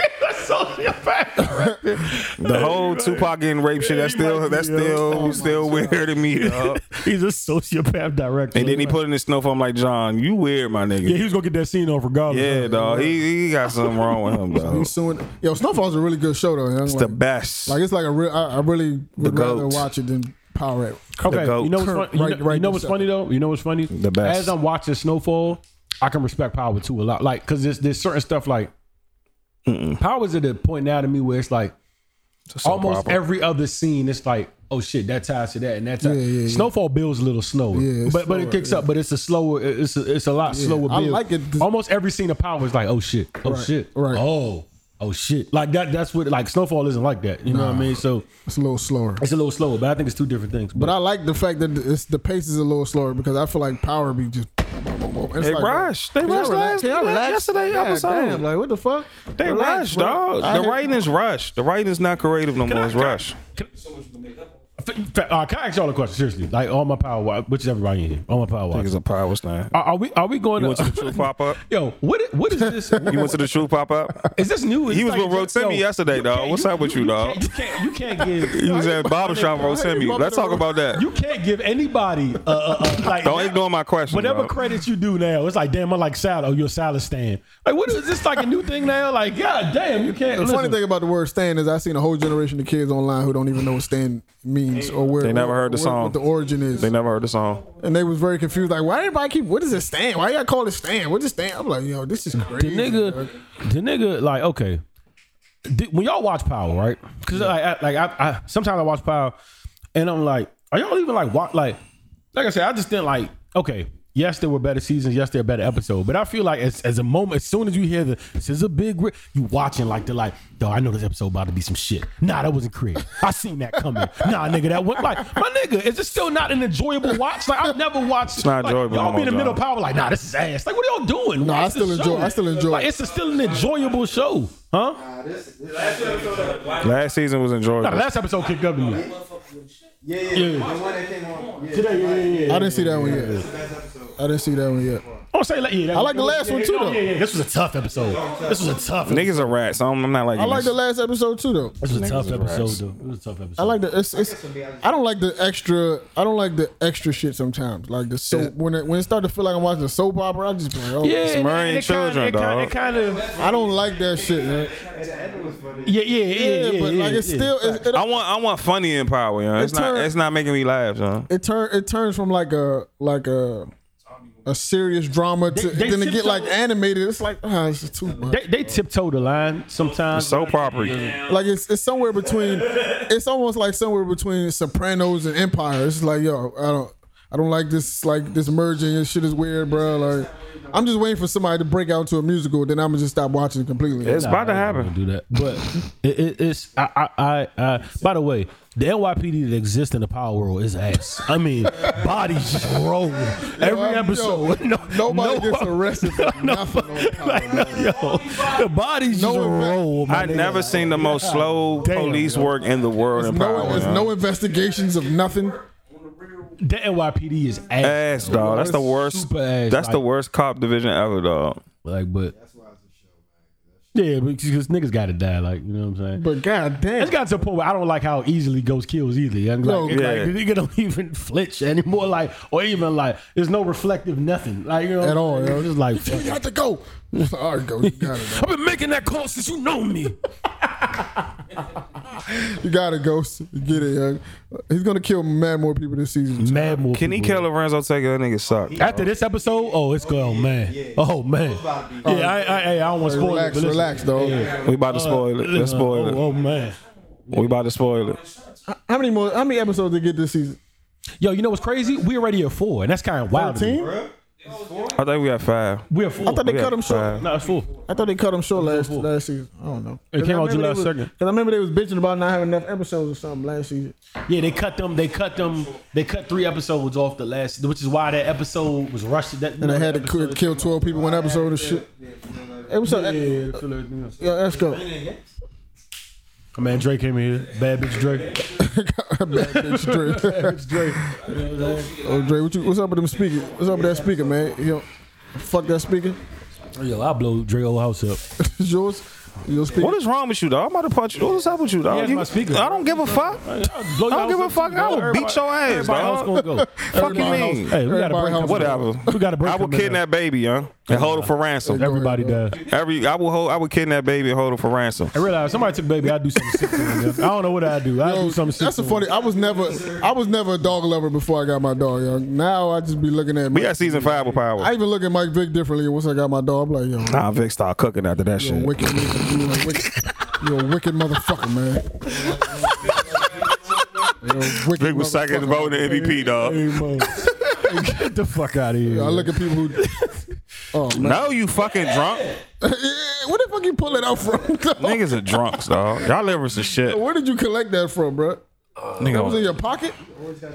[SPEAKER 2] The whole Tupac getting raped shit. That's
[SPEAKER 4] He might
[SPEAKER 2] still that's
[SPEAKER 4] be, yo. Oh
[SPEAKER 2] still still weird to me. dog.
[SPEAKER 4] He's a sociopath director.
[SPEAKER 2] And then he put in his snowfall. I'm like, John, you weird, my
[SPEAKER 4] Yeah,
[SPEAKER 2] nigga.
[SPEAKER 4] he was gonna get that scene off regardless.
[SPEAKER 2] Yeah, dog. He he got something wrong with him, dog.
[SPEAKER 3] he's suing. Yo, Snowfall's a really good show though. It's
[SPEAKER 2] The best.
[SPEAKER 3] Like it's like a real. I, I really would rather
[SPEAKER 2] goat.
[SPEAKER 3] watch it than Power Rap.
[SPEAKER 4] Okay,
[SPEAKER 2] goat.
[SPEAKER 4] you know what's,
[SPEAKER 3] Current,
[SPEAKER 4] fun, you
[SPEAKER 3] right-
[SPEAKER 4] know,
[SPEAKER 3] right
[SPEAKER 4] you know what's
[SPEAKER 3] this
[SPEAKER 4] funny though? You know what's funny? The
[SPEAKER 2] best.
[SPEAKER 4] As I'm watching Snowfall, I can respect Power too a lot. Like, because there's, there's certain stuff like Power's at a point now to me where it's like almost
[SPEAKER 2] problem.
[SPEAKER 4] every other scene, it's like, oh shit, that ties to that and that ties.
[SPEAKER 3] Yeah, yeah, yeah.
[SPEAKER 4] Snowfall builds a little slower,
[SPEAKER 3] Yeah, it's
[SPEAKER 4] but but it
[SPEAKER 3] slower,
[SPEAKER 4] kicks up. But it's a slower, it's a, it's a lot slower.
[SPEAKER 3] I
[SPEAKER 4] Build.
[SPEAKER 3] like it.
[SPEAKER 4] Almost every scene of Power is like, oh shit, oh shit,
[SPEAKER 3] right.
[SPEAKER 4] oh oh shit. Like that. That's what like Snowfall isn't like that. You know what I mean? So
[SPEAKER 3] It's a little slower.
[SPEAKER 4] it's a little slower, but I think it's two different things.
[SPEAKER 3] But I like the fact that it's the pace is a little slower because I feel like Power be just. It's
[SPEAKER 2] They
[SPEAKER 3] like,
[SPEAKER 2] rushed. They
[SPEAKER 3] can y'all
[SPEAKER 2] rushed
[SPEAKER 3] relax?
[SPEAKER 2] last-
[SPEAKER 3] Can y'all
[SPEAKER 2] last-
[SPEAKER 3] relax?
[SPEAKER 2] yesterday
[SPEAKER 3] God
[SPEAKER 2] episode.
[SPEAKER 3] damn, like what the fuck?
[SPEAKER 2] They
[SPEAKER 3] Relax,
[SPEAKER 2] rushed,
[SPEAKER 3] bro.
[SPEAKER 2] dog.
[SPEAKER 3] I
[SPEAKER 2] The
[SPEAKER 3] hate-
[SPEAKER 2] writing is rushed. The writing is not creative no more. It's rushed.
[SPEAKER 4] F- f- Uh, can I ask y'all a question? Seriously, like all my power, wa- which is everybody in here, all my power.
[SPEAKER 2] I think
[SPEAKER 4] watch.
[SPEAKER 2] it's a power slam.
[SPEAKER 4] Are, are we? Are we going
[SPEAKER 2] Uh, You went to
[SPEAKER 4] to?
[SPEAKER 2] the truth pop up.
[SPEAKER 4] yo, what? i- What is this?
[SPEAKER 2] You went to the truth pop up.
[SPEAKER 4] is this new? Is
[SPEAKER 2] He
[SPEAKER 4] this
[SPEAKER 2] was with
[SPEAKER 4] like- yo,
[SPEAKER 2] Rotimi yesterday, dog. What's up with you, dog?
[SPEAKER 4] You can't. You can't give.
[SPEAKER 2] He was at Bottle Shop
[SPEAKER 3] you
[SPEAKER 2] Rotimi.
[SPEAKER 3] bumping
[SPEAKER 2] Let's
[SPEAKER 3] the
[SPEAKER 2] talk
[SPEAKER 3] road?
[SPEAKER 2] about that.
[SPEAKER 4] You can't give anybody. Uh, uh, uh, like
[SPEAKER 2] Don't ignore my question.
[SPEAKER 4] Whatever
[SPEAKER 2] dog.
[SPEAKER 4] credits you do now, it's like damn, I like salad. Oh, you're a salad stand. Like, what is this like a new thing now? Like, god damn, you can't.
[SPEAKER 3] The funny
[SPEAKER 4] listen.
[SPEAKER 3] thing about the word "stand" is I've seen a whole generation of kids online who don't even know what "stand" means or where
[SPEAKER 2] They never
[SPEAKER 3] or-
[SPEAKER 2] heard the
[SPEAKER 3] or
[SPEAKER 2] song.
[SPEAKER 3] what the origin is,
[SPEAKER 2] They never heard the song.
[SPEAKER 3] and they was very confused. Like, why everybody keep? What is a stand? Why y'all call it stand? What is stand? I'm like, yo, this is
[SPEAKER 4] the
[SPEAKER 3] crazy.
[SPEAKER 4] nigga,
[SPEAKER 3] bro.
[SPEAKER 4] the nigga, like okay, Di- when y'all watch Power, right? Because like, I, like I, I sometimes I watch Power, and I'm like, are y'all even like watch like, like I said, I just didn't like okay. Yes, there were better seasons. Yes, there are better episodes. But I feel like as, as a moment, as soon as you hear the this is a big, re-, you watching like the like, yo, I know this episode about to be some shit. Nah, that wasn't creative. I seen that coming. Nah, nigga, that went like my nigga. Is it still not an enjoyable watch? Like I've never watched. It's
[SPEAKER 2] not
[SPEAKER 4] like,
[SPEAKER 2] enjoyable
[SPEAKER 4] Y'all
[SPEAKER 2] no
[SPEAKER 4] be in the
[SPEAKER 2] more,
[SPEAKER 4] middle
[SPEAKER 2] John.
[SPEAKER 4] of Power, like nah, this is ass. Like what are y'all doing?
[SPEAKER 3] No, I
[SPEAKER 4] Watch
[SPEAKER 3] still
[SPEAKER 4] the
[SPEAKER 3] enjoy-
[SPEAKER 4] show.
[SPEAKER 3] I still enjoy
[SPEAKER 4] Like,
[SPEAKER 3] it.
[SPEAKER 4] it's a, still an enjoyable show, huh?
[SPEAKER 5] Last episode, why
[SPEAKER 2] Last season was enjoyable.
[SPEAKER 4] Nah, the last episode kicked up to me.
[SPEAKER 6] Yeah, yeah,
[SPEAKER 4] Yeah.
[SPEAKER 6] The one that came on. Yeah.
[SPEAKER 4] Today, yeah, yeah, yeah.
[SPEAKER 3] I didn't see that one yet. I didn't see that one yet.
[SPEAKER 4] I'm saying Oh, like yeah. that
[SPEAKER 3] I
[SPEAKER 4] was-
[SPEAKER 3] like the last one, too,
[SPEAKER 4] oh,
[SPEAKER 3] though.
[SPEAKER 4] Yeah, yeah. This was a tough episode. This was a tough.
[SPEAKER 2] Niggas are rats. So I'm, I'm not like.
[SPEAKER 3] I like the last episode too, though.
[SPEAKER 4] This was a tough episode though. It was a tough episode.
[SPEAKER 3] I like the. It's, it's, I don't like the extra. I don't like the extra shit sometimes. Like the soap when it when it starts to feel like I'm watching a soap opera. I just be like, oh,
[SPEAKER 4] Yeah,
[SPEAKER 2] Murray
[SPEAKER 4] and
[SPEAKER 2] and
[SPEAKER 4] it kinda-
[SPEAKER 2] children,
[SPEAKER 4] it kinda-
[SPEAKER 2] dog.
[SPEAKER 4] It kind of,
[SPEAKER 3] I don't like that shit, man.
[SPEAKER 4] yeah, yeah, yeah,
[SPEAKER 3] Yeah,
[SPEAKER 4] yeah, yeah
[SPEAKER 3] but like it's
[SPEAKER 4] yeah.
[SPEAKER 3] still it, it,
[SPEAKER 2] I want I want funny in power. You know? It's not
[SPEAKER 3] turn-
[SPEAKER 2] it's not making me laugh. Son.
[SPEAKER 3] it turn it turns from like a like a a serious drama to
[SPEAKER 4] They- they
[SPEAKER 3] then it
[SPEAKER 4] tip
[SPEAKER 3] get like
[SPEAKER 4] toe-
[SPEAKER 3] animated. It's like ah, it's just too much.
[SPEAKER 4] They, they tiptoe the line sometimes.
[SPEAKER 2] So property.
[SPEAKER 3] Like it's it's somewhere between. It's almost like somewhere between Sopranos and Empire. It's like yo, I don't. I don't like this, like this merging. This shit is weird, bro. Like, I'm just waiting for somebody to break out into a musical. Then I'm gonna just stop watching it completely.
[SPEAKER 2] It's about to
[SPEAKER 4] I
[SPEAKER 2] happen.
[SPEAKER 4] do that. But it, it, it's I, I I I. By the way, the NYPD that exists in the power world is ass. I mean, bodies just roll every
[SPEAKER 3] I'm-
[SPEAKER 4] episode.
[SPEAKER 3] yo,
[SPEAKER 4] no,
[SPEAKER 3] nobody
[SPEAKER 4] no,
[SPEAKER 3] gets arrested for nothing on power,
[SPEAKER 4] like,
[SPEAKER 3] bro.
[SPEAKER 4] yo, the bodies just
[SPEAKER 3] No effect.
[SPEAKER 4] roll. man.
[SPEAKER 2] I never seen the most slow police work in the world in
[SPEAKER 3] No,
[SPEAKER 2] power.
[SPEAKER 3] there's
[SPEAKER 2] yo.
[SPEAKER 3] no investigations of nothing.
[SPEAKER 4] The NYPD is ass.
[SPEAKER 2] ass dog. That's the worst.
[SPEAKER 4] Super ass,
[SPEAKER 2] That's the
[SPEAKER 4] like-
[SPEAKER 2] worst cop division ever, dog.
[SPEAKER 4] Like, but yeah, because niggas got to die. Like, you know what I'm saying?
[SPEAKER 3] But goddamn,
[SPEAKER 4] It's got to a point where I don't like how easily ghosts kills either. And like,
[SPEAKER 3] No,
[SPEAKER 4] it's
[SPEAKER 2] yeah.
[SPEAKER 4] like the nigga don't even flinch anymore, like, or even like, there's no reflective nothing, like, you know,
[SPEAKER 3] At all, yo.
[SPEAKER 4] It's just like,
[SPEAKER 3] you got to go. All right, go. You gotta go.
[SPEAKER 4] I've been making that call since you know me.
[SPEAKER 3] You gotta go. Get it, young. He's gonna kill mad more people this season.
[SPEAKER 4] Mad more.
[SPEAKER 2] Can he
[SPEAKER 4] people.
[SPEAKER 2] kill Lorenzo Taker? That nigga suck.
[SPEAKER 4] After this episode, oh, it's good. Oh man, oh man, yeah. I, I, I, I don't want to spoil
[SPEAKER 3] Relax,
[SPEAKER 4] it. but listen.
[SPEAKER 3] relax, dog.
[SPEAKER 2] We about to spoil it. Let's spoil
[SPEAKER 4] Oh,
[SPEAKER 2] it.
[SPEAKER 4] oh man,
[SPEAKER 2] We about to spoil it.
[SPEAKER 3] How many more? How many episodes they get this season?
[SPEAKER 4] yo, you know what's crazy? We already at four, and that's kind of wild. to me.
[SPEAKER 3] Team? I
[SPEAKER 2] I think we got five.
[SPEAKER 4] We're four.
[SPEAKER 3] thought they
[SPEAKER 2] We
[SPEAKER 3] cut
[SPEAKER 2] got
[SPEAKER 3] him short.
[SPEAKER 2] five.
[SPEAKER 4] no, it's four.
[SPEAKER 3] I thought they cut him short last last season. I don't know.
[SPEAKER 4] It came out July
[SPEAKER 3] Because
[SPEAKER 4] 2nd.
[SPEAKER 3] I remember they was bitching about not having enough episodes or something last season.
[SPEAKER 4] Yeah, they cut them. They cut them. They cut three episodes off the last, which is why that episode was rushed. That
[SPEAKER 3] And they had to kill, kill twelve people one episode and shit. Hey, what's up? Yeah, let's go.
[SPEAKER 4] man, Drake came in here. Bad bitch Drake.
[SPEAKER 3] Bad bitch Dre. oh, Dre, what you, what's up with them speaker? What's up with that speaker, man? Yo, fuck that speaker.
[SPEAKER 4] Yo, I blow Drake old house up.
[SPEAKER 3] It's yours. Your speaker.
[SPEAKER 2] What is wrong with you, dog? I'm about to punch you. What's up with you, dog?
[SPEAKER 4] that's
[SPEAKER 2] You-
[SPEAKER 4] my speaker.
[SPEAKER 2] I don't give a fuck.
[SPEAKER 4] Blow
[SPEAKER 2] I don't give a fuck. I will beat your ass,
[SPEAKER 4] Everybody
[SPEAKER 2] dog.
[SPEAKER 4] house gonna go.
[SPEAKER 2] Fuck you
[SPEAKER 3] Everybody
[SPEAKER 2] mean?
[SPEAKER 4] Hey, we gotta
[SPEAKER 3] Everybody
[SPEAKER 4] break
[SPEAKER 3] house-
[SPEAKER 4] them.
[SPEAKER 2] Whatever.
[SPEAKER 4] We gotta break.
[SPEAKER 2] I will
[SPEAKER 4] them in
[SPEAKER 2] kidnap baby, young, and hold her for ransom.
[SPEAKER 4] there. Everybody does.
[SPEAKER 2] Every I will hold. I will kidnap baby and hold her for ransom.
[SPEAKER 4] I realize somebody took baby. I do something sick. To him, yo. I don't know what I do. I
[SPEAKER 3] Yo,
[SPEAKER 4] do something sick.
[SPEAKER 3] that's
[SPEAKER 4] to
[SPEAKER 3] a
[SPEAKER 4] him.
[SPEAKER 3] funny. I was never, I was never a dog lover before I got my dog. Yo. Now I just be looking at.
[SPEAKER 2] We
[SPEAKER 3] Mike.
[SPEAKER 2] got season five with power.
[SPEAKER 3] I even look at Mike Vick differently once I got my dog. I'm like, yo,
[SPEAKER 2] Nah, Vic start cooking after that
[SPEAKER 3] you a
[SPEAKER 2] shit.
[SPEAKER 3] wicked, nigga. you a wicked, you a wicked motherfucker, man. You a wicked
[SPEAKER 2] Vic was second
[SPEAKER 3] motherfucker.
[SPEAKER 2] voting the MVP, dog.
[SPEAKER 4] Get the fuck out of here.
[SPEAKER 3] I look at people who. Oh man,
[SPEAKER 2] No, you fucking drunk.
[SPEAKER 3] yeah, where the fuck you pull that out from? dog?
[SPEAKER 2] Niggas are drunks, dog. Y'all liver some shit.
[SPEAKER 3] Where did you collect that from, bro? That was in
[SPEAKER 2] Nigga,
[SPEAKER 3] your pocket.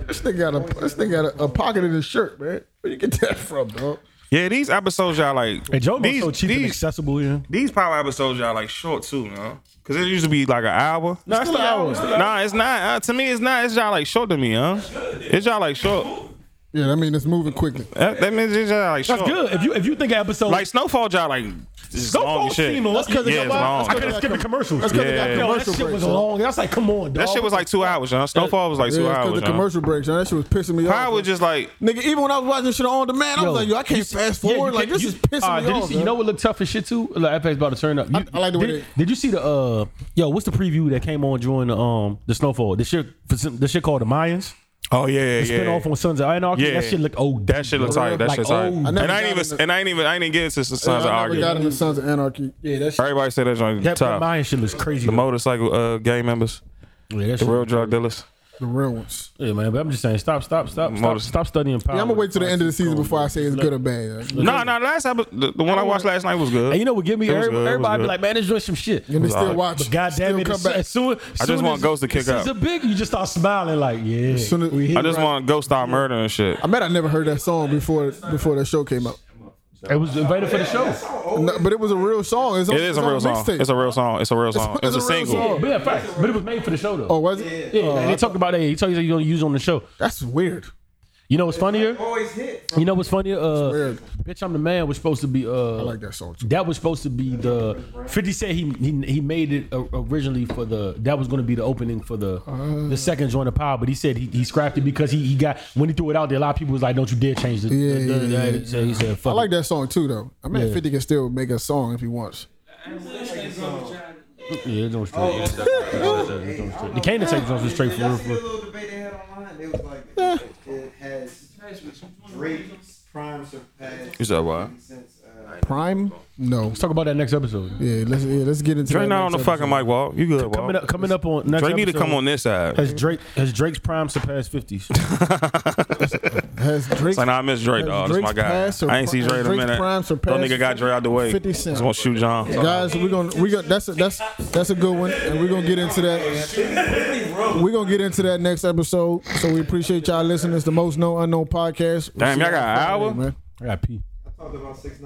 [SPEAKER 3] This thing got a this thing got a, a pocket in his shirt, man. Where you get that from, dog?
[SPEAKER 2] yeah, these episodes y'all like.
[SPEAKER 4] Hey, Joe
[SPEAKER 2] these,
[SPEAKER 4] so cheap and
[SPEAKER 2] these,
[SPEAKER 4] accessible. Yeah.
[SPEAKER 2] these power episodes y'all like short too, you know? Cause it used to be like an hour.
[SPEAKER 4] No, it's the hours.
[SPEAKER 2] Nah, it's not. Uh, to me, it's not. It's y'all like short to me, huh? It's y'all like short. Uh,
[SPEAKER 3] Yeah, I mean it's moving quickly.
[SPEAKER 2] That, that means it's y'all like short.
[SPEAKER 4] That's good. If you if you think an episode
[SPEAKER 2] Like Snowfall, y'all like it's long
[SPEAKER 4] Snowfall
[SPEAKER 2] as shit.
[SPEAKER 4] seemed long.
[SPEAKER 3] That's 'cause it
[SPEAKER 2] yeah, it's
[SPEAKER 3] got-
[SPEAKER 2] long.
[SPEAKER 4] I could have skipped the commercials. That's
[SPEAKER 3] 'cause
[SPEAKER 2] it got Yeah.
[SPEAKER 4] Yo, that
[SPEAKER 3] commercial
[SPEAKER 4] shit
[SPEAKER 3] breaks,
[SPEAKER 4] was
[SPEAKER 3] huh?
[SPEAKER 4] long. That's like, come on, dog.
[SPEAKER 2] That shit was like two hours, huh? Snowfall was like two
[SPEAKER 3] Yeah, it's 'cause
[SPEAKER 2] hours.
[SPEAKER 3] the
[SPEAKER 2] Huh?
[SPEAKER 3] commercial breaks. Huh? That shit was pissing me
[SPEAKER 2] Power
[SPEAKER 3] off.
[SPEAKER 2] was just like
[SPEAKER 3] Nigga, even when I was watching shit on demand, I
[SPEAKER 4] Yo,
[SPEAKER 3] was like, yo, I can't fast
[SPEAKER 4] Yeah, you
[SPEAKER 3] forward. like,
[SPEAKER 4] can't-
[SPEAKER 3] this
[SPEAKER 4] you-
[SPEAKER 3] is pissing
[SPEAKER 4] All right,
[SPEAKER 3] me
[SPEAKER 4] did you
[SPEAKER 3] off.
[SPEAKER 4] see- you know what looked tough as shit too? Like FX about to turn up. You-
[SPEAKER 3] I like the way
[SPEAKER 4] did,
[SPEAKER 3] they-
[SPEAKER 4] did you see the uh yo? What's the preview that came on during the um the snowfall? The shit for some- the shit called the Mayans.
[SPEAKER 2] Oh yeah, yeah,
[SPEAKER 4] Spin
[SPEAKER 2] yeah.
[SPEAKER 4] off on Sons of Anarchy.
[SPEAKER 2] Yeah.
[SPEAKER 4] That shit looked old.
[SPEAKER 2] That shit look tight. That
[SPEAKER 4] Like,
[SPEAKER 2] shit tight.
[SPEAKER 4] oh, I
[SPEAKER 2] and
[SPEAKER 3] never
[SPEAKER 2] I ain't
[SPEAKER 3] got
[SPEAKER 2] even
[SPEAKER 3] in
[SPEAKER 2] and I ain't even I ain't even get to the Sons of
[SPEAKER 3] I never got
[SPEAKER 2] Argument.
[SPEAKER 3] into Sons of Anarchy. Yeah, that's
[SPEAKER 2] Everybody say that joint
[SPEAKER 4] That, that
[SPEAKER 2] top.
[SPEAKER 4] Mayan shit looks crazy.
[SPEAKER 2] the motorcycle uh, gang members,
[SPEAKER 4] yeah, that
[SPEAKER 2] the
[SPEAKER 4] shit-
[SPEAKER 2] real drug dealers.
[SPEAKER 3] the real ones.
[SPEAKER 4] yeah, man. But I'm just saying, stop, stop, stop, stop,
[SPEAKER 2] Motor-
[SPEAKER 4] stop studying power.
[SPEAKER 3] Yeah, I'm gonna wait till the end of the season before I say it's good or bad. yo.
[SPEAKER 2] No, no, last episode, the, the one I watched last night was good.
[SPEAKER 4] And you know what? Give me
[SPEAKER 2] It was
[SPEAKER 4] every-
[SPEAKER 2] good, it was
[SPEAKER 4] everybody. Be
[SPEAKER 2] good.
[SPEAKER 4] like, man, enjoy some shit.
[SPEAKER 3] And they
[SPEAKER 2] Nah.
[SPEAKER 3] still watch.
[SPEAKER 4] But goddamn
[SPEAKER 3] still
[SPEAKER 4] it,
[SPEAKER 3] come
[SPEAKER 4] as
[SPEAKER 3] back.
[SPEAKER 4] as soon,
[SPEAKER 2] I just
[SPEAKER 4] soon
[SPEAKER 2] want
[SPEAKER 4] as-
[SPEAKER 2] Ghost to kick
[SPEAKER 4] as soon
[SPEAKER 2] out.
[SPEAKER 4] as It's a big. You just start smiling like, yeah.
[SPEAKER 3] soon as-
[SPEAKER 4] we
[SPEAKER 2] I
[SPEAKER 4] hit.
[SPEAKER 2] just want Ghost Stop Murder and shit.
[SPEAKER 3] I bet I never heard that song before before that show came out.
[SPEAKER 4] It was invited for the show.
[SPEAKER 3] No, but it was a real song. It's on,
[SPEAKER 2] It is
[SPEAKER 3] it's
[SPEAKER 2] a
[SPEAKER 3] on
[SPEAKER 2] real song.
[SPEAKER 3] mixtape.
[SPEAKER 2] It's a real song. It's a real song. It's,
[SPEAKER 3] it's a
[SPEAKER 2] a,
[SPEAKER 3] real
[SPEAKER 2] single.
[SPEAKER 3] song.
[SPEAKER 4] But yeah, facts. But it was made for the show though.
[SPEAKER 3] oh, was it?
[SPEAKER 4] Yeah, and they talked about that. He told you that you're gonna use it on the show.
[SPEAKER 3] That's weird.
[SPEAKER 4] You know what's funnier?
[SPEAKER 7] Always hit.
[SPEAKER 4] You know what's funnier? Uh,
[SPEAKER 3] weird.
[SPEAKER 4] bitch, I'm the man was supposed to be. Uh,
[SPEAKER 3] I like that song too.
[SPEAKER 4] That was supposed to be the 50 Cent. He he, he made it o- originally for the that was going to be the opening for the the second joint of Power, but he said he, he scrapped it because he, he got when he threw it out there. A lot of people was like, "Don't you dare change the."
[SPEAKER 3] Yeah,
[SPEAKER 4] the- the-
[SPEAKER 3] yeah,
[SPEAKER 4] the- So he said,
[SPEAKER 3] I
[SPEAKER 4] "Fuck."
[SPEAKER 3] like
[SPEAKER 4] it."
[SPEAKER 3] that song too, though. I mean,
[SPEAKER 4] Yeah.
[SPEAKER 3] Fifty can still make a song if he wants.
[SPEAKER 4] Yeah, it don't straight. the Kane takes was straight for
[SPEAKER 7] Y'all
[SPEAKER 4] real.
[SPEAKER 7] see
[SPEAKER 4] for
[SPEAKER 7] the
[SPEAKER 4] real.
[SPEAKER 7] little debate they had online? It was like it, it has Drake prime surpassed.
[SPEAKER 2] Is that why?
[SPEAKER 7] Since, uh,
[SPEAKER 3] Prime? No.
[SPEAKER 4] Let's talk about that next episode.
[SPEAKER 3] Yeah, let's yeah, let's get into.
[SPEAKER 2] Drake
[SPEAKER 3] that
[SPEAKER 2] not on the
[SPEAKER 3] next
[SPEAKER 2] fucking
[SPEAKER 3] episode.
[SPEAKER 2] mic, Walt. You good, Walt?
[SPEAKER 4] Coming up, coming up on next
[SPEAKER 2] Drake need to
[SPEAKER 4] episode,
[SPEAKER 2] come on this side.
[SPEAKER 4] Has Drake has Drake's prime surpassed 50s?
[SPEAKER 3] Has Drake?
[SPEAKER 2] It's like, nah, I miss Drake,
[SPEAKER 3] Has
[SPEAKER 2] dog. That's my
[SPEAKER 3] Drake's
[SPEAKER 2] guy.
[SPEAKER 3] past or-
[SPEAKER 2] I ain't seen Drake in a
[SPEAKER 3] Drake's
[SPEAKER 2] minute.
[SPEAKER 3] prime
[SPEAKER 2] That
[SPEAKER 3] surpassed
[SPEAKER 2] nigga got Dre out the way.
[SPEAKER 3] 50 Cent.
[SPEAKER 2] He's gonna shoot John.
[SPEAKER 3] Guys, we're gonna we gonna that's a, that's that's a good one, and we're gonna get into that. We're gonna get into that next episode. So we appreciate y'all listening. It's the most known unknown podcast. We'll
[SPEAKER 2] Damn,
[SPEAKER 3] see
[SPEAKER 2] y'all got an
[SPEAKER 3] Friday,
[SPEAKER 2] hour?
[SPEAKER 3] man.
[SPEAKER 4] I got P.
[SPEAKER 7] talked about six nine.